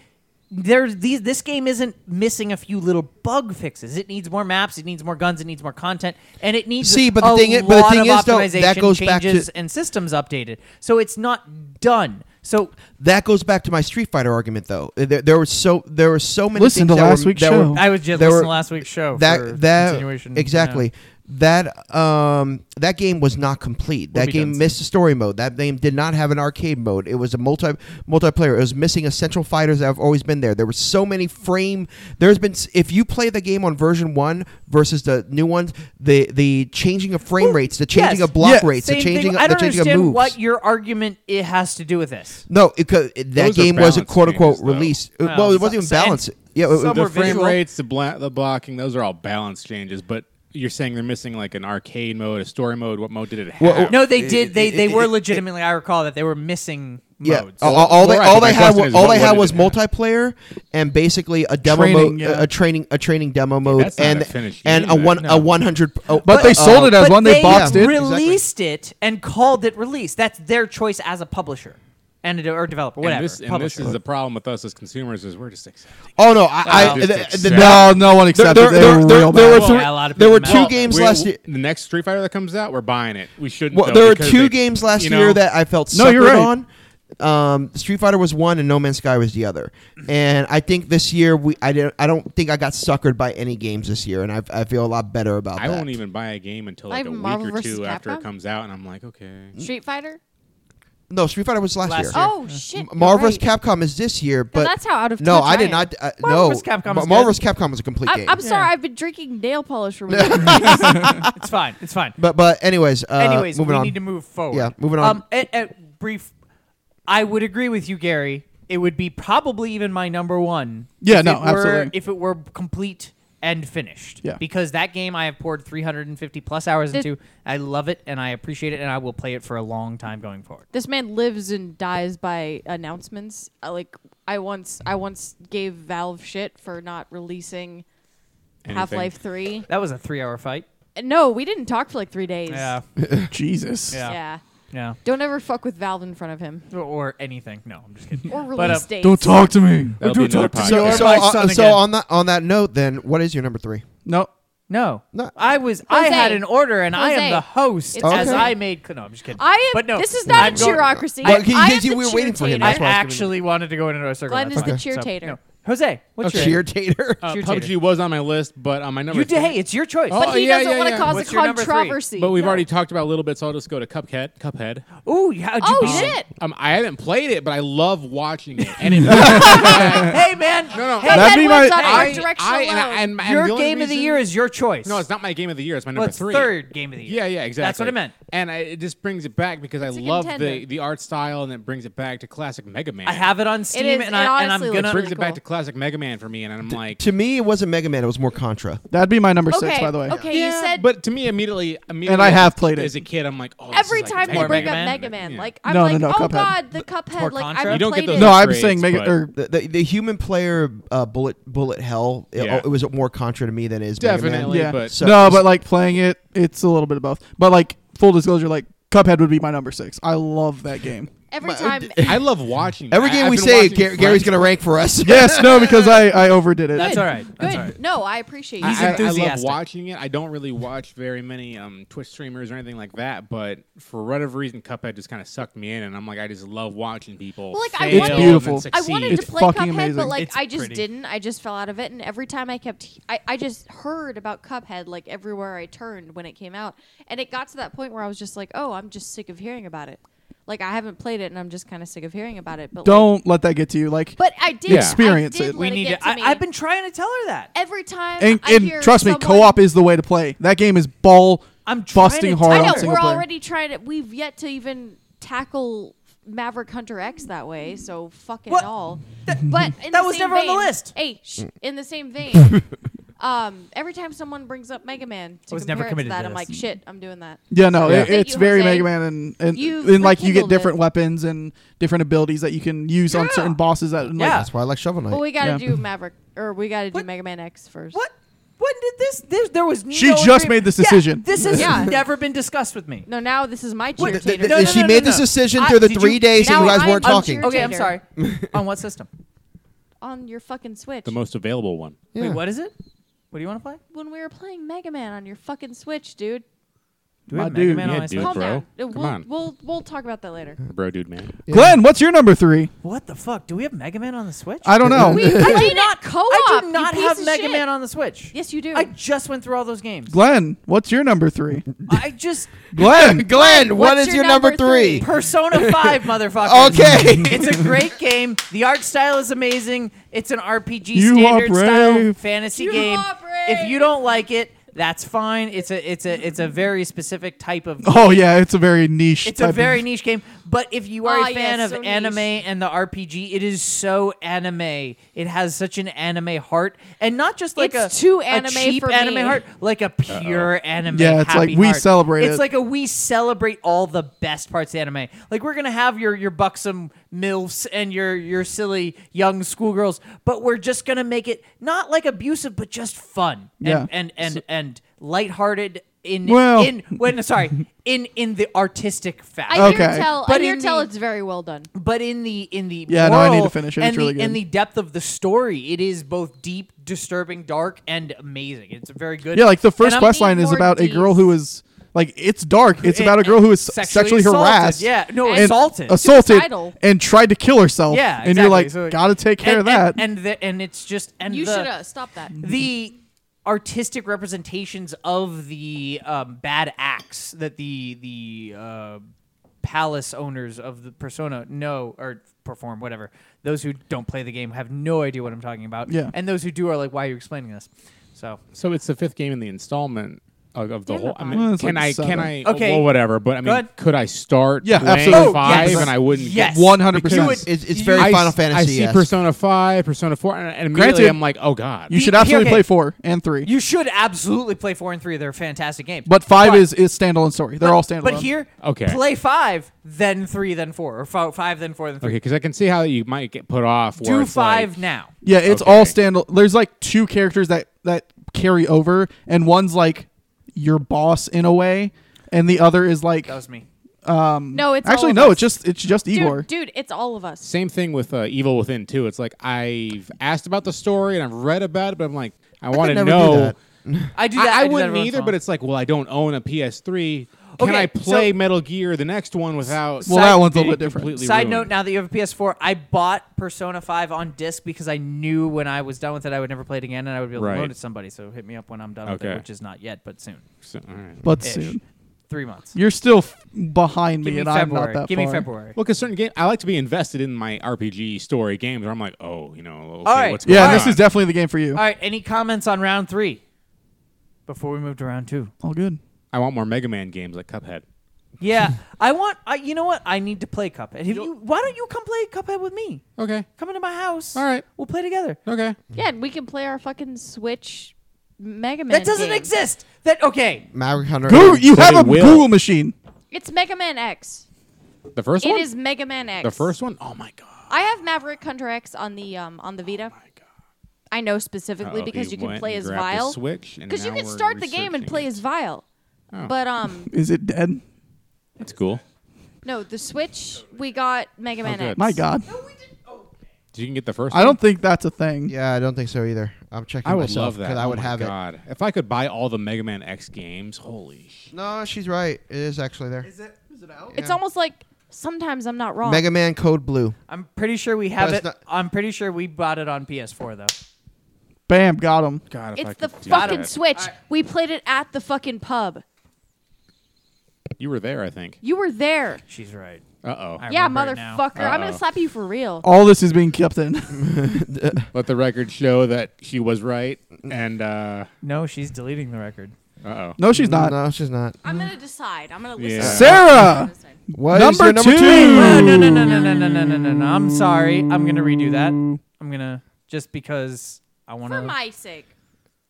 [SPEAKER 1] there's these this game isn't missing a few little bug fixes. It needs more maps. It needs more guns. It needs more content, and it needs
[SPEAKER 5] See, but the
[SPEAKER 1] a
[SPEAKER 5] thing i- but the
[SPEAKER 1] lot
[SPEAKER 5] thing
[SPEAKER 1] of
[SPEAKER 5] is, though,
[SPEAKER 1] optimization
[SPEAKER 5] that goes back to-
[SPEAKER 1] changes and systems updated. So it's not done. So
[SPEAKER 5] that goes back to my Street Fighter argument, though. There, there were so there were so many.
[SPEAKER 3] Listen
[SPEAKER 5] things
[SPEAKER 3] to
[SPEAKER 5] that
[SPEAKER 3] last
[SPEAKER 5] were,
[SPEAKER 3] week's
[SPEAKER 5] that
[SPEAKER 3] show.
[SPEAKER 5] Were,
[SPEAKER 1] I was just
[SPEAKER 5] there
[SPEAKER 1] listening
[SPEAKER 5] were-
[SPEAKER 1] to last week's show. Oh, for
[SPEAKER 5] that that
[SPEAKER 1] continuation,
[SPEAKER 5] exactly that um that game was not complete that
[SPEAKER 1] be
[SPEAKER 5] game
[SPEAKER 1] done
[SPEAKER 5] missed a story mode that game did not have an arcade mode it was a multi multiplayer it was missing essential fighters that have always been there there were so many frame there's been s- if you play the game on version 1 versus the new ones the the changing of frame
[SPEAKER 1] Well,
[SPEAKER 5] rates the changing
[SPEAKER 1] yes.
[SPEAKER 5] of block
[SPEAKER 3] Yeah.
[SPEAKER 5] rates the
[SPEAKER 1] Same
[SPEAKER 5] changing
[SPEAKER 1] thing.
[SPEAKER 5] of
[SPEAKER 1] I
[SPEAKER 5] the
[SPEAKER 1] don't
[SPEAKER 5] changing of
[SPEAKER 1] understand
[SPEAKER 5] moves
[SPEAKER 1] what your argument it has to do with this.
[SPEAKER 5] no it, co- it- that
[SPEAKER 4] Those are
[SPEAKER 5] game
[SPEAKER 4] balanced
[SPEAKER 5] wasn't quote unquote
[SPEAKER 4] games, though.
[SPEAKER 5] released
[SPEAKER 1] Well,
[SPEAKER 5] well it
[SPEAKER 1] so-
[SPEAKER 5] wasn't even
[SPEAKER 1] so- and
[SPEAKER 5] balanced yeah it-
[SPEAKER 1] some
[SPEAKER 5] it-
[SPEAKER 1] were
[SPEAKER 4] the frame
[SPEAKER 1] visual.
[SPEAKER 4] rates, the, bla- the blocking, those are all balance changes. But you're saying they're missing like an arcade mode, a story mode. What mode did it have?
[SPEAKER 5] Well, uh,
[SPEAKER 1] No, they did. They they
[SPEAKER 5] it-
[SPEAKER 1] were
[SPEAKER 5] it-
[SPEAKER 1] legitimately. I recall that they were missing
[SPEAKER 5] Yeah,
[SPEAKER 1] modes.
[SPEAKER 3] Oh,
[SPEAKER 5] all, all- all they
[SPEAKER 4] Right,
[SPEAKER 5] all
[SPEAKER 4] but my
[SPEAKER 5] they had
[SPEAKER 4] question
[SPEAKER 5] was,
[SPEAKER 4] is,
[SPEAKER 5] all
[SPEAKER 4] what
[SPEAKER 5] they
[SPEAKER 4] would
[SPEAKER 5] had
[SPEAKER 4] it
[SPEAKER 5] was
[SPEAKER 4] be?
[SPEAKER 5] multiplayer and basically a demo
[SPEAKER 3] Training,
[SPEAKER 5] mode,
[SPEAKER 3] yeah.
[SPEAKER 5] a, a training a training demo mode,
[SPEAKER 4] that's not
[SPEAKER 5] and
[SPEAKER 4] a finished
[SPEAKER 5] and
[SPEAKER 4] game,
[SPEAKER 5] a
[SPEAKER 4] then.
[SPEAKER 5] one
[SPEAKER 1] No.
[SPEAKER 5] a one hundred. oh, uh,
[SPEAKER 3] But, they sold it as
[SPEAKER 1] but
[SPEAKER 3] one. They,
[SPEAKER 1] they
[SPEAKER 3] boxed it.
[SPEAKER 5] exactly.
[SPEAKER 1] released it and called it release. That's their choice as a publisher and a, or developer, whatever.
[SPEAKER 4] And this, and this
[SPEAKER 1] publisher.
[SPEAKER 4] is the problem with us as consumers is we're just accepting.
[SPEAKER 5] Oh no! I, I
[SPEAKER 4] Wow.
[SPEAKER 5] the, the,
[SPEAKER 4] There-
[SPEAKER 3] No, no one accepted.
[SPEAKER 5] there-
[SPEAKER 3] they
[SPEAKER 5] there-
[SPEAKER 3] were
[SPEAKER 5] there-
[SPEAKER 3] real
[SPEAKER 5] there
[SPEAKER 3] bad.
[SPEAKER 5] were
[SPEAKER 1] Well,
[SPEAKER 5] three-
[SPEAKER 1] yeah, a lot of
[SPEAKER 5] there were
[SPEAKER 1] people
[SPEAKER 5] two
[SPEAKER 1] mad.
[SPEAKER 5] games
[SPEAKER 4] We're-
[SPEAKER 5] last year.
[SPEAKER 4] The next Street Fighter that comes out, we're buying it. We shouldn't.
[SPEAKER 5] Well,
[SPEAKER 4] though,
[SPEAKER 5] there were
[SPEAKER 4] because
[SPEAKER 5] two
[SPEAKER 4] they-
[SPEAKER 5] games last
[SPEAKER 4] you know,
[SPEAKER 5] year that I felt
[SPEAKER 3] No,
[SPEAKER 5] suckered
[SPEAKER 3] you're right.
[SPEAKER 5] on. Um, Street Fighter was one, and No Man's Sky was the other. And I think this year we I didn't I don't think I got suckered by any games this year, and I, I feel a lot better about
[SPEAKER 4] I
[SPEAKER 5] that.
[SPEAKER 4] won't even buy a game until like
[SPEAKER 2] Like
[SPEAKER 4] a week
[SPEAKER 2] Marvel
[SPEAKER 4] or
[SPEAKER 2] versus
[SPEAKER 4] two after
[SPEAKER 2] Capcom?
[SPEAKER 4] it comes out, and I'm like, okay.
[SPEAKER 2] Street Fighter.
[SPEAKER 5] No, Street Fighter was last,
[SPEAKER 1] Last
[SPEAKER 5] year.
[SPEAKER 1] year.
[SPEAKER 2] Oh shit! you're
[SPEAKER 5] Marvel vs.
[SPEAKER 2] right.
[SPEAKER 5] Capcom is this year, but
[SPEAKER 2] that's how out of
[SPEAKER 5] no,
[SPEAKER 2] touch
[SPEAKER 5] I
[SPEAKER 2] I
[SPEAKER 5] did
[SPEAKER 2] am.
[SPEAKER 5] not. Uh,
[SPEAKER 1] Marvel
[SPEAKER 5] no,
[SPEAKER 1] vs. Capcom
[SPEAKER 5] Ma-
[SPEAKER 1] is
[SPEAKER 5] Marvel vs. Capcom is a complete
[SPEAKER 2] I'm,
[SPEAKER 5] game.
[SPEAKER 2] I'm sorry.
[SPEAKER 1] Yeah.
[SPEAKER 2] I've been drinking nail polish
[SPEAKER 5] *laughs*
[SPEAKER 2] remover.
[SPEAKER 1] it's fine. It's
[SPEAKER 3] *laughs*
[SPEAKER 1] fine.
[SPEAKER 5] but but anyways, uh,
[SPEAKER 1] Anyways,
[SPEAKER 5] moving
[SPEAKER 1] we
[SPEAKER 5] on.
[SPEAKER 1] need to move forward.
[SPEAKER 5] Yeah, moving on.
[SPEAKER 1] Um, a- a brief. I would agree with you, Gary. It would be probably even my number one.
[SPEAKER 3] Yeah,
[SPEAKER 1] if
[SPEAKER 3] no,
[SPEAKER 1] it were-
[SPEAKER 3] absolutely.
[SPEAKER 1] If it were complete and finished.
[SPEAKER 3] Yeah.
[SPEAKER 1] Because that game I have poured 350 plus hours
[SPEAKER 2] Did-
[SPEAKER 1] into. I love it and I appreciate it and I will play it for a long time going forward.
[SPEAKER 2] *laughs* this man lives and dies by announcements. Uh, like I once, I once gave Valve shit for not releasing
[SPEAKER 4] Anything.
[SPEAKER 2] Half Life Three.
[SPEAKER 1] That was a three hour fight.
[SPEAKER 2] No, we didn't talk for like three days.
[SPEAKER 1] Yeah.
[SPEAKER 3] Jesus.
[SPEAKER 1] Yeah.
[SPEAKER 2] Yeah.
[SPEAKER 1] Yeah.
[SPEAKER 2] Don't ever fuck with Valve in front of him
[SPEAKER 1] Or, or anything. No, I'm just kidding.
[SPEAKER 2] or release
[SPEAKER 1] But, uh,
[SPEAKER 2] dates.
[SPEAKER 3] Don't talk to me.
[SPEAKER 4] That'll be
[SPEAKER 3] Don't
[SPEAKER 4] another
[SPEAKER 3] talk to me.
[SPEAKER 4] podcast.
[SPEAKER 5] So,
[SPEAKER 1] You're
[SPEAKER 5] so,
[SPEAKER 1] my
[SPEAKER 5] uh,
[SPEAKER 1] son
[SPEAKER 5] so
[SPEAKER 1] again.
[SPEAKER 5] on that on that note, then what is your number three?
[SPEAKER 3] No.
[SPEAKER 1] No.
[SPEAKER 5] No.
[SPEAKER 1] I was I
[SPEAKER 2] Jose.
[SPEAKER 1] had an order and I am
[SPEAKER 2] Jose.
[SPEAKER 1] the host
[SPEAKER 2] It's
[SPEAKER 1] as
[SPEAKER 5] Okay.
[SPEAKER 1] I made no, I'm just kidding.
[SPEAKER 2] I am.
[SPEAKER 1] but no,
[SPEAKER 2] this is not
[SPEAKER 1] I'm
[SPEAKER 2] a
[SPEAKER 1] going-
[SPEAKER 2] bureaucracy.
[SPEAKER 5] Well,
[SPEAKER 2] I,
[SPEAKER 5] he-
[SPEAKER 2] I am
[SPEAKER 5] he's-
[SPEAKER 2] the
[SPEAKER 5] we were
[SPEAKER 2] cheer
[SPEAKER 5] waiting for him.
[SPEAKER 1] I
[SPEAKER 5] That's why
[SPEAKER 2] tater.
[SPEAKER 5] I was
[SPEAKER 1] actually wanted to go into a circle.
[SPEAKER 2] Glenn
[SPEAKER 1] that's
[SPEAKER 2] is the
[SPEAKER 1] why.
[SPEAKER 2] cheer tater.
[SPEAKER 1] no. Jose, what's your
[SPEAKER 5] Cheer tater.
[SPEAKER 4] Uh,
[SPEAKER 1] Cheer
[SPEAKER 4] PUBG
[SPEAKER 1] tater.
[SPEAKER 4] was on my list, but um, on my number.
[SPEAKER 1] You
[SPEAKER 4] three-
[SPEAKER 1] hey, it's your choice.
[SPEAKER 4] Oh,
[SPEAKER 2] But he
[SPEAKER 4] yeah,
[SPEAKER 2] doesn't
[SPEAKER 4] yeah,
[SPEAKER 2] want to
[SPEAKER 4] yeah.
[SPEAKER 2] cause
[SPEAKER 1] What's
[SPEAKER 2] a
[SPEAKER 1] your number three?
[SPEAKER 2] controversy.
[SPEAKER 4] But we've
[SPEAKER 2] No.
[SPEAKER 4] already talked about it a little bit, so I'll just go to Cuphead. Cuphead.
[SPEAKER 1] Ooh, how'd you
[SPEAKER 2] Oh,
[SPEAKER 1] beat
[SPEAKER 2] shit.
[SPEAKER 1] it?
[SPEAKER 4] Um, I haven't played it, but I love watching it.
[SPEAKER 1] *laughs*
[SPEAKER 4] And it,
[SPEAKER 1] Hey man,
[SPEAKER 4] no.
[SPEAKER 1] Hey,
[SPEAKER 3] That'd be my-
[SPEAKER 2] on
[SPEAKER 4] I,
[SPEAKER 2] our direction
[SPEAKER 4] I, and,
[SPEAKER 2] alone.
[SPEAKER 4] I- and, and
[SPEAKER 1] your
[SPEAKER 4] the only
[SPEAKER 1] game of the
[SPEAKER 4] reason-
[SPEAKER 1] year is your choice.
[SPEAKER 4] No, it's not my game of the year. It's my number
[SPEAKER 1] Well, it's
[SPEAKER 4] three.
[SPEAKER 1] third game of the year.
[SPEAKER 4] Yeah, yeah, exactly.
[SPEAKER 1] That's what I meant.
[SPEAKER 4] And I, it just brings it back because
[SPEAKER 2] It's
[SPEAKER 4] I
[SPEAKER 2] a
[SPEAKER 4] love the,
[SPEAKER 2] contender.
[SPEAKER 4] the art style, and it brings it back to classic Mega Man.
[SPEAKER 1] I have it on Steam,
[SPEAKER 2] is-
[SPEAKER 1] and,
[SPEAKER 2] it
[SPEAKER 1] I, and I'm
[SPEAKER 2] honestly
[SPEAKER 1] gonna.
[SPEAKER 2] looks
[SPEAKER 4] brings
[SPEAKER 2] really
[SPEAKER 4] it back
[SPEAKER 2] cool.
[SPEAKER 4] to classic Mega Man for me, and I'm like,
[SPEAKER 5] To me, it wasn't Mega Man. It was more Contra.
[SPEAKER 3] That'd be my number six,
[SPEAKER 2] Okay,
[SPEAKER 3] by the way.
[SPEAKER 2] Okay, you
[SPEAKER 4] Yeah,
[SPEAKER 2] said
[SPEAKER 4] but to me immediately, immediately,
[SPEAKER 3] I have played it.
[SPEAKER 4] as a kid. I'm like, oh, this
[SPEAKER 2] every
[SPEAKER 4] is like
[SPEAKER 2] time
[SPEAKER 1] Mega
[SPEAKER 2] they bring
[SPEAKER 1] Man.
[SPEAKER 2] up Mega Man,
[SPEAKER 4] Yeah.
[SPEAKER 2] like I'm
[SPEAKER 3] No, no,
[SPEAKER 2] like,
[SPEAKER 3] no,
[SPEAKER 2] oh
[SPEAKER 3] Cuphead.
[SPEAKER 2] god, the Cuphead.
[SPEAKER 1] Contra?
[SPEAKER 2] Like I haven't
[SPEAKER 1] You
[SPEAKER 4] don't get
[SPEAKER 2] played
[SPEAKER 4] those
[SPEAKER 2] it.
[SPEAKER 3] No, I'm
[SPEAKER 4] Upgrades,
[SPEAKER 3] saying Mega.
[SPEAKER 4] but-
[SPEAKER 3] Or,
[SPEAKER 5] The, the, the human player uh, bullet bullet hell. It,
[SPEAKER 4] Yeah.
[SPEAKER 5] it was more Contra to me than it is Mega Man.
[SPEAKER 4] Definitely,
[SPEAKER 3] yeah.
[SPEAKER 4] but
[SPEAKER 5] So-
[SPEAKER 3] no, but like playing it, it's a little bit of both. But like full disclosure, like Cuphead would be my number six. I love
[SPEAKER 2] *laughs*
[SPEAKER 3] that game.
[SPEAKER 2] Every time
[SPEAKER 4] *laughs* I love watching. it.
[SPEAKER 5] *laughs* Every
[SPEAKER 4] I-
[SPEAKER 5] game
[SPEAKER 4] I've
[SPEAKER 5] we
[SPEAKER 4] been
[SPEAKER 5] say,
[SPEAKER 4] watching
[SPEAKER 5] Gar-
[SPEAKER 4] French-
[SPEAKER 5] Gary's gonna rank for us. *laughs*
[SPEAKER 3] Yes, no, because I I overdid it.
[SPEAKER 1] That's all right. That's all right.
[SPEAKER 2] good. No, I appreciate
[SPEAKER 4] I-
[SPEAKER 1] He's
[SPEAKER 4] I,
[SPEAKER 2] you.
[SPEAKER 4] I love
[SPEAKER 1] enthusiastic.
[SPEAKER 4] watching it. I don't really watch very many um, Twitch streamers or anything like that, but for whatever reason, Cuphead just kind of sucked me in, and I'm like, I just love watching people.
[SPEAKER 2] Well, like, I
[SPEAKER 4] fail
[SPEAKER 2] wanted-
[SPEAKER 4] and
[SPEAKER 3] beautiful.
[SPEAKER 4] succeed.
[SPEAKER 2] I wanted to
[SPEAKER 3] It's
[SPEAKER 2] play
[SPEAKER 3] fucking
[SPEAKER 2] Cuphead,
[SPEAKER 3] amazing.
[SPEAKER 2] but like
[SPEAKER 1] It's
[SPEAKER 2] I just
[SPEAKER 1] pretty.
[SPEAKER 2] didn't. I just fell out of it, and every time I kept, I, I just heard about Cuphead like everywhere I turned when it came out, and it got to that point where I was just like, oh, I'm just sick of hearing about it. Like I haven't played it, and I'm just kind of sick of hearing about it. But like-
[SPEAKER 3] Don't let that get to you. Like,
[SPEAKER 2] but I did
[SPEAKER 4] Yeah.
[SPEAKER 3] Experience
[SPEAKER 2] I did
[SPEAKER 3] it.
[SPEAKER 2] let
[SPEAKER 1] We need
[SPEAKER 2] get
[SPEAKER 1] to. I,
[SPEAKER 2] me.
[SPEAKER 1] I've been trying to tell her that.
[SPEAKER 2] every time.
[SPEAKER 3] and,
[SPEAKER 2] I
[SPEAKER 3] and
[SPEAKER 2] hear
[SPEAKER 3] trust me,
[SPEAKER 2] someone-
[SPEAKER 3] co-op is the way to play. That game is ball
[SPEAKER 1] I'm trying
[SPEAKER 3] busting
[SPEAKER 1] to-
[SPEAKER 3] hard
[SPEAKER 2] I
[SPEAKER 1] on
[SPEAKER 2] know
[SPEAKER 3] on single
[SPEAKER 2] we're
[SPEAKER 3] player.
[SPEAKER 2] already trying to. We've yet to even tackle Maverick Hunter X that way. So fucking
[SPEAKER 1] What?
[SPEAKER 2] all. but in
[SPEAKER 1] *laughs* that
[SPEAKER 2] the
[SPEAKER 1] was
[SPEAKER 2] same
[SPEAKER 1] never on the
[SPEAKER 2] vein-
[SPEAKER 1] list.
[SPEAKER 2] Hey, shh, in the same
[SPEAKER 3] *laughs*
[SPEAKER 2] vein. Um, every time someone brings up Mega Man to
[SPEAKER 1] I was
[SPEAKER 2] compare
[SPEAKER 1] never
[SPEAKER 2] it
[SPEAKER 1] committed
[SPEAKER 2] to that,
[SPEAKER 1] to
[SPEAKER 2] I'm
[SPEAKER 1] this.
[SPEAKER 2] like, shit, I'm doing that.
[SPEAKER 3] Yeah, no,
[SPEAKER 4] Yeah.
[SPEAKER 3] It,
[SPEAKER 2] Thank
[SPEAKER 3] it's
[SPEAKER 2] you,
[SPEAKER 3] very
[SPEAKER 2] Jose.
[SPEAKER 3] Mega Man, and and,
[SPEAKER 2] You've
[SPEAKER 3] and like you get
[SPEAKER 2] rekindled it.
[SPEAKER 3] different weapons and different abilities that you can use on
[SPEAKER 1] Yeah.
[SPEAKER 3] certain bosses. That and, like,
[SPEAKER 1] Yeah.
[SPEAKER 5] That's why I like Shovel Knight.
[SPEAKER 2] But we gotta
[SPEAKER 3] Yeah.
[SPEAKER 2] do Maverick, or we gotta do
[SPEAKER 1] What?
[SPEAKER 2] Mega Man X first.
[SPEAKER 1] What? When did this? This there was.
[SPEAKER 3] She
[SPEAKER 1] no
[SPEAKER 3] just
[SPEAKER 1] agreement.
[SPEAKER 3] made this
[SPEAKER 1] Yeah,
[SPEAKER 3] decision.
[SPEAKER 1] this has
[SPEAKER 2] Yeah.
[SPEAKER 1] never been discussed with me.
[SPEAKER 2] No, now this is my cheer
[SPEAKER 1] What?
[SPEAKER 5] Th-
[SPEAKER 2] tater.
[SPEAKER 5] th-
[SPEAKER 1] No, no,
[SPEAKER 5] she
[SPEAKER 1] no,
[SPEAKER 5] made
[SPEAKER 1] no,
[SPEAKER 5] this
[SPEAKER 1] no.
[SPEAKER 5] decision
[SPEAKER 1] I-
[SPEAKER 5] through the
[SPEAKER 1] did
[SPEAKER 5] three
[SPEAKER 1] you-
[SPEAKER 5] days that
[SPEAKER 2] Now
[SPEAKER 5] you guys
[SPEAKER 2] I'm
[SPEAKER 5] weren't
[SPEAKER 2] on
[SPEAKER 5] talking.
[SPEAKER 2] cheer-
[SPEAKER 1] Okay, I'm
[SPEAKER 2] Cheerleader.
[SPEAKER 1] sorry. on what
[SPEAKER 4] *laughs*
[SPEAKER 1] system?
[SPEAKER 2] on your fucking Switch.
[SPEAKER 4] the most available one.
[SPEAKER 1] Wait,
[SPEAKER 5] Yeah.
[SPEAKER 1] what is it? What do you want to play?
[SPEAKER 2] when we were playing Mega Man on your fucking Switch, dude.
[SPEAKER 1] Do we
[SPEAKER 3] My
[SPEAKER 1] have Mega
[SPEAKER 3] dude.
[SPEAKER 1] Man
[SPEAKER 4] Yeah,
[SPEAKER 1] on my
[SPEAKER 4] dude.
[SPEAKER 1] system?
[SPEAKER 2] Calm
[SPEAKER 4] bro.
[SPEAKER 2] down. Uh,
[SPEAKER 4] Come
[SPEAKER 2] we'll,
[SPEAKER 4] on.
[SPEAKER 2] we'll we'll talk about that later.
[SPEAKER 4] Bro, dude, man.
[SPEAKER 3] Glenn, what's your number three?
[SPEAKER 1] What the fuck? Do we have Mega Man on the Switch?
[SPEAKER 3] I don't know.
[SPEAKER 2] We *laughs* I do not
[SPEAKER 1] I
[SPEAKER 2] co-op.
[SPEAKER 1] do
[SPEAKER 2] you
[SPEAKER 1] not
[SPEAKER 2] piece
[SPEAKER 1] have
[SPEAKER 2] of
[SPEAKER 1] Mega
[SPEAKER 2] shit.
[SPEAKER 1] Man on the Switch.
[SPEAKER 2] Yes, you do.
[SPEAKER 1] I just went through all those games.
[SPEAKER 3] Glenn, what's your number three?
[SPEAKER 1] *laughs* I just *laughs*
[SPEAKER 5] Glenn, *laughs* Glenn, what
[SPEAKER 2] What's
[SPEAKER 5] is
[SPEAKER 2] your
[SPEAKER 5] your number
[SPEAKER 2] number three?
[SPEAKER 3] *laughs*
[SPEAKER 5] three?
[SPEAKER 1] Persona 5, motherfucker.
[SPEAKER 5] Okay.
[SPEAKER 1] It's a great game. The art style is amazing. It's an RPG
[SPEAKER 3] You
[SPEAKER 1] standard
[SPEAKER 3] are
[SPEAKER 1] style
[SPEAKER 3] brave.
[SPEAKER 1] fantasy
[SPEAKER 2] You
[SPEAKER 1] game.
[SPEAKER 2] are brave.
[SPEAKER 1] If you don't like it, that's fine. It's a it's a it's a very specific type of
[SPEAKER 3] Oh yeah, it's a very niche.
[SPEAKER 1] It's
[SPEAKER 3] type
[SPEAKER 1] a
[SPEAKER 3] of-
[SPEAKER 1] very niche game, but if you are
[SPEAKER 2] Ah,
[SPEAKER 1] a
[SPEAKER 2] yes,
[SPEAKER 1] fan
[SPEAKER 2] so
[SPEAKER 1] of
[SPEAKER 2] niche.
[SPEAKER 1] anime and the RPG, it is so anime. It has such an anime heart, and not just like
[SPEAKER 2] It's
[SPEAKER 1] a
[SPEAKER 2] too
[SPEAKER 1] a
[SPEAKER 2] anime
[SPEAKER 1] cheap
[SPEAKER 2] for
[SPEAKER 1] anime
[SPEAKER 2] me.
[SPEAKER 1] heart, like a pure anime.
[SPEAKER 3] Yeah, it's
[SPEAKER 1] happy
[SPEAKER 3] like we
[SPEAKER 1] heart.
[SPEAKER 3] celebrate
[SPEAKER 1] It's
[SPEAKER 3] it.
[SPEAKER 1] like a we celebrate all the best parts of anime. Like we're gonna have your your buxom milfs and your your silly young schoolgirls, but we're just gonna make it not like abusive, but just fun.
[SPEAKER 3] Yeah.
[SPEAKER 1] and and and, and lighthearted. In,
[SPEAKER 3] Well-
[SPEAKER 1] in when sorry in in the artistic fact
[SPEAKER 2] I
[SPEAKER 3] Okay.
[SPEAKER 2] hear tell.
[SPEAKER 1] But
[SPEAKER 2] I hear
[SPEAKER 1] in
[SPEAKER 2] tell.
[SPEAKER 1] the-
[SPEAKER 2] it's very well done.
[SPEAKER 1] but in the in the
[SPEAKER 3] Yeah, no, I need
[SPEAKER 1] moral
[SPEAKER 3] to finish it. It's
[SPEAKER 1] and
[SPEAKER 3] really
[SPEAKER 1] the, and
[SPEAKER 3] good.
[SPEAKER 1] the depth of the story it is both deep disturbing dark and amazing it's very good
[SPEAKER 3] Yeah, like the
[SPEAKER 1] And
[SPEAKER 3] first
[SPEAKER 1] I'm
[SPEAKER 3] quest line
[SPEAKER 2] needing
[SPEAKER 3] is
[SPEAKER 2] more
[SPEAKER 3] about a
[SPEAKER 2] Ds.
[SPEAKER 3] girl who is like it's dark. It's about a girl who is sexually,
[SPEAKER 1] assaulted.
[SPEAKER 3] harassed.
[SPEAKER 1] yeah no
[SPEAKER 2] And-
[SPEAKER 1] assaulted
[SPEAKER 3] assaulted,
[SPEAKER 2] Suicidal.
[SPEAKER 3] and tried to kill herself.
[SPEAKER 1] yeah
[SPEAKER 3] and you're
[SPEAKER 1] exactly. So-
[SPEAKER 3] like, gotta take care
[SPEAKER 1] and-
[SPEAKER 3] of that.
[SPEAKER 1] and and, the, and it's just and
[SPEAKER 2] You
[SPEAKER 1] the, Mm-hmm.
[SPEAKER 2] should have stopped that.
[SPEAKER 1] the artistic representations of the um, bad acts that the the uh, palace owners of the persona know or perform whatever those who don't play the game have no idea what i'm talking about
[SPEAKER 3] Yeah.
[SPEAKER 1] and those who do are like why are you explaining this so
[SPEAKER 4] So it's the fifth game in the installment of, of the
[SPEAKER 2] Stand
[SPEAKER 4] whole.
[SPEAKER 2] up
[SPEAKER 4] I
[SPEAKER 2] on
[SPEAKER 4] mean,
[SPEAKER 3] it. Well, it's
[SPEAKER 4] can
[SPEAKER 3] like
[SPEAKER 4] I?
[SPEAKER 3] seven.
[SPEAKER 4] Can I?
[SPEAKER 1] Okay.
[SPEAKER 4] Well, whatever. But I mean,
[SPEAKER 1] ahead.
[SPEAKER 4] could I start?
[SPEAKER 3] Yeah,
[SPEAKER 4] playing
[SPEAKER 3] absolutely.
[SPEAKER 1] Oh,
[SPEAKER 4] Five,
[SPEAKER 1] yes.
[SPEAKER 4] and I wouldn't. get-
[SPEAKER 1] Yes.
[SPEAKER 3] One hundred
[SPEAKER 1] You
[SPEAKER 3] percent.
[SPEAKER 1] would-
[SPEAKER 5] It's, it's
[SPEAKER 1] You-
[SPEAKER 5] very
[SPEAKER 4] I,
[SPEAKER 5] Final
[SPEAKER 4] s- I
[SPEAKER 5] Fantasy.
[SPEAKER 4] see Persona Five, Persona Four, and, and immediately
[SPEAKER 3] Granted-
[SPEAKER 4] I'm like, oh god.
[SPEAKER 3] You should
[SPEAKER 1] Here,
[SPEAKER 3] absolutely
[SPEAKER 1] okay.
[SPEAKER 3] play four and three,
[SPEAKER 1] You should absolutely play four and three. They're fantastic games.
[SPEAKER 3] but five is is standalone story. They're all standalone.
[SPEAKER 1] But here,
[SPEAKER 4] Okay.
[SPEAKER 1] play five, then three, then four, or fi- five, then four, then three.
[SPEAKER 4] okay, because I can see how you might get put off. where
[SPEAKER 1] Do
[SPEAKER 4] it's like-
[SPEAKER 1] five now.
[SPEAKER 3] yeah, it's
[SPEAKER 4] Okay.
[SPEAKER 3] all standalone. There's like two characters that that carry over, and one's like your boss in a way, and the other is like
[SPEAKER 1] That was me.
[SPEAKER 3] um.
[SPEAKER 2] No, it's all
[SPEAKER 3] actually
[SPEAKER 2] of
[SPEAKER 3] no.
[SPEAKER 2] us.
[SPEAKER 3] It's just it's just Igor.
[SPEAKER 2] Dude, dude, it's all of us.
[SPEAKER 4] Same thing with uh, Evil Within too. It's like I've asked about the story and I've read about it, but I'm like, I, want to
[SPEAKER 5] never do
[SPEAKER 4] know.
[SPEAKER 5] that.
[SPEAKER 1] I do
[SPEAKER 4] I-
[SPEAKER 1] that.
[SPEAKER 4] I,
[SPEAKER 1] do that
[SPEAKER 4] wouldn't
[SPEAKER 1] every once in a
[SPEAKER 4] either,
[SPEAKER 1] while.
[SPEAKER 4] but it's like, well, I don't own a PS3. Can
[SPEAKER 1] Okay,
[SPEAKER 4] I play
[SPEAKER 1] so-
[SPEAKER 4] Metal Gear the next one without?
[SPEAKER 3] Well, that one's a little bit different.
[SPEAKER 1] Side note: Now that you have a PS4, I bought Persona 5 on disc because I knew when I was done with it, I would never play it again, and I would be able
[SPEAKER 4] Right.
[SPEAKER 1] to loan it to somebody. So hit me up when I'm done with it,
[SPEAKER 4] Okay.
[SPEAKER 1] which is not yet, but soon.
[SPEAKER 3] but
[SPEAKER 1] Ish.
[SPEAKER 3] soon
[SPEAKER 1] Three months.
[SPEAKER 3] you're still f- behind me,
[SPEAKER 1] Give me
[SPEAKER 3] and I'm not
[SPEAKER 1] February.
[SPEAKER 3] that
[SPEAKER 1] Give
[SPEAKER 3] far.
[SPEAKER 1] me February.
[SPEAKER 4] Well, because certain game, I like to be invested in my RPG story games. Where I'm like, oh, you know, okay,
[SPEAKER 1] All right.
[SPEAKER 4] what's going
[SPEAKER 3] Yeah,
[SPEAKER 4] on?
[SPEAKER 3] this is definitely the game for you.
[SPEAKER 1] All right. Any comments on round three? Before we move to round two.
[SPEAKER 3] All good.
[SPEAKER 4] I want more Mega Man games like Cuphead.
[SPEAKER 1] Yeah,
[SPEAKER 4] *laughs*
[SPEAKER 1] I want. I, you know what? I need to play Cuphead. Have you, why don't you come play Cuphead with me?
[SPEAKER 4] Okay,
[SPEAKER 1] Come into my house.
[SPEAKER 4] All right.
[SPEAKER 1] We'll play together.
[SPEAKER 4] okay.
[SPEAKER 1] Mm.
[SPEAKER 2] Yeah, and we can play our fucking Switch Mega Man.
[SPEAKER 1] That doesn't
[SPEAKER 2] game.
[SPEAKER 1] exist. That okay.
[SPEAKER 5] Maverick Hunter.
[SPEAKER 3] Google, you
[SPEAKER 4] But
[SPEAKER 3] have
[SPEAKER 4] it
[SPEAKER 3] a
[SPEAKER 4] will.
[SPEAKER 3] Google machine.
[SPEAKER 2] It's Mega Man X.
[SPEAKER 4] The first
[SPEAKER 2] It
[SPEAKER 4] one.
[SPEAKER 2] is Mega Man X.
[SPEAKER 4] the first one. Oh my god.
[SPEAKER 2] I have Maverick Hunter X on the um on the Vita.
[SPEAKER 4] Oh My God.
[SPEAKER 2] I know specifically
[SPEAKER 4] Uh-oh,
[SPEAKER 2] because
[SPEAKER 4] he
[SPEAKER 2] you can
[SPEAKER 4] went
[SPEAKER 2] play
[SPEAKER 4] and
[SPEAKER 2] as
[SPEAKER 4] grabbed the
[SPEAKER 2] Vile.
[SPEAKER 4] Switch, and
[SPEAKER 2] Because you
[SPEAKER 4] now
[SPEAKER 2] can
[SPEAKER 4] we're
[SPEAKER 2] start the game and
[SPEAKER 4] researching
[SPEAKER 2] play
[SPEAKER 4] it.
[SPEAKER 2] as Vile.
[SPEAKER 4] Oh.
[SPEAKER 2] But
[SPEAKER 4] *laughs*
[SPEAKER 2] um
[SPEAKER 3] Is it dead?
[SPEAKER 4] That's cool.
[SPEAKER 2] no, the Switch we got Mega Man
[SPEAKER 4] Oh, good.
[SPEAKER 2] X.
[SPEAKER 3] My God,
[SPEAKER 4] So you can get the first.
[SPEAKER 3] I don't think that's a thing.
[SPEAKER 5] Yeah, I don't think so either. I'm checking.
[SPEAKER 4] I would
[SPEAKER 5] myself,
[SPEAKER 4] love that.
[SPEAKER 5] 'cause I
[SPEAKER 4] Oh
[SPEAKER 5] would
[SPEAKER 4] my
[SPEAKER 5] have
[SPEAKER 4] God. If I could buy all the Mega Man X games, holy sh-
[SPEAKER 5] it. No, she's right. It is actually there.
[SPEAKER 3] Is it? Is it out?
[SPEAKER 2] It's
[SPEAKER 5] Yeah.
[SPEAKER 2] almost like sometimes I'm not wrong.
[SPEAKER 5] Mega Man Code Blue.
[SPEAKER 1] I'm pretty sure we have
[SPEAKER 5] But
[SPEAKER 1] it.
[SPEAKER 5] it's not-
[SPEAKER 1] I'm pretty sure we bought it on PS4 though.
[SPEAKER 3] Bam, got him.
[SPEAKER 4] God, if I
[SPEAKER 2] it's the
[SPEAKER 4] could do that.
[SPEAKER 2] fucking Switch. We played it at the fucking pub.
[SPEAKER 4] You were there, I think.
[SPEAKER 2] You were there.
[SPEAKER 1] She's right.
[SPEAKER 4] Uh oh.
[SPEAKER 1] I
[SPEAKER 2] yeah,
[SPEAKER 1] remember it now.
[SPEAKER 2] motherfucker. I'm gonna
[SPEAKER 4] Uh-oh.
[SPEAKER 2] slap you for real.
[SPEAKER 3] All this is being kept in. *laughs*
[SPEAKER 4] Let the record show that she was right. And uh
[SPEAKER 1] No, she's deleting the record.
[SPEAKER 4] oh.
[SPEAKER 3] No, she's
[SPEAKER 1] *laughs*
[SPEAKER 3] not.
[SPEAKER 5] No, she's not.
[SPEAKER 2] I'm gonna decide. I'm gonna listen.
[SPEAKER 4] Yeah.
[SPEAKER 3] Sarah!
[SPEAKER 5] What
[SPEAKER 3] Number
[SPEAKER 5] is your number
[SPEAKER 3] two!
[SPEAKER 1] No, no, no, no, no, no, no, no, no, no, no. I'm sorry. I'm gonna redo that. I'm gonna just because I want
[SPEAKER 2] For
[SPEAKER 1] to.
[SPEAKER 2] my sake.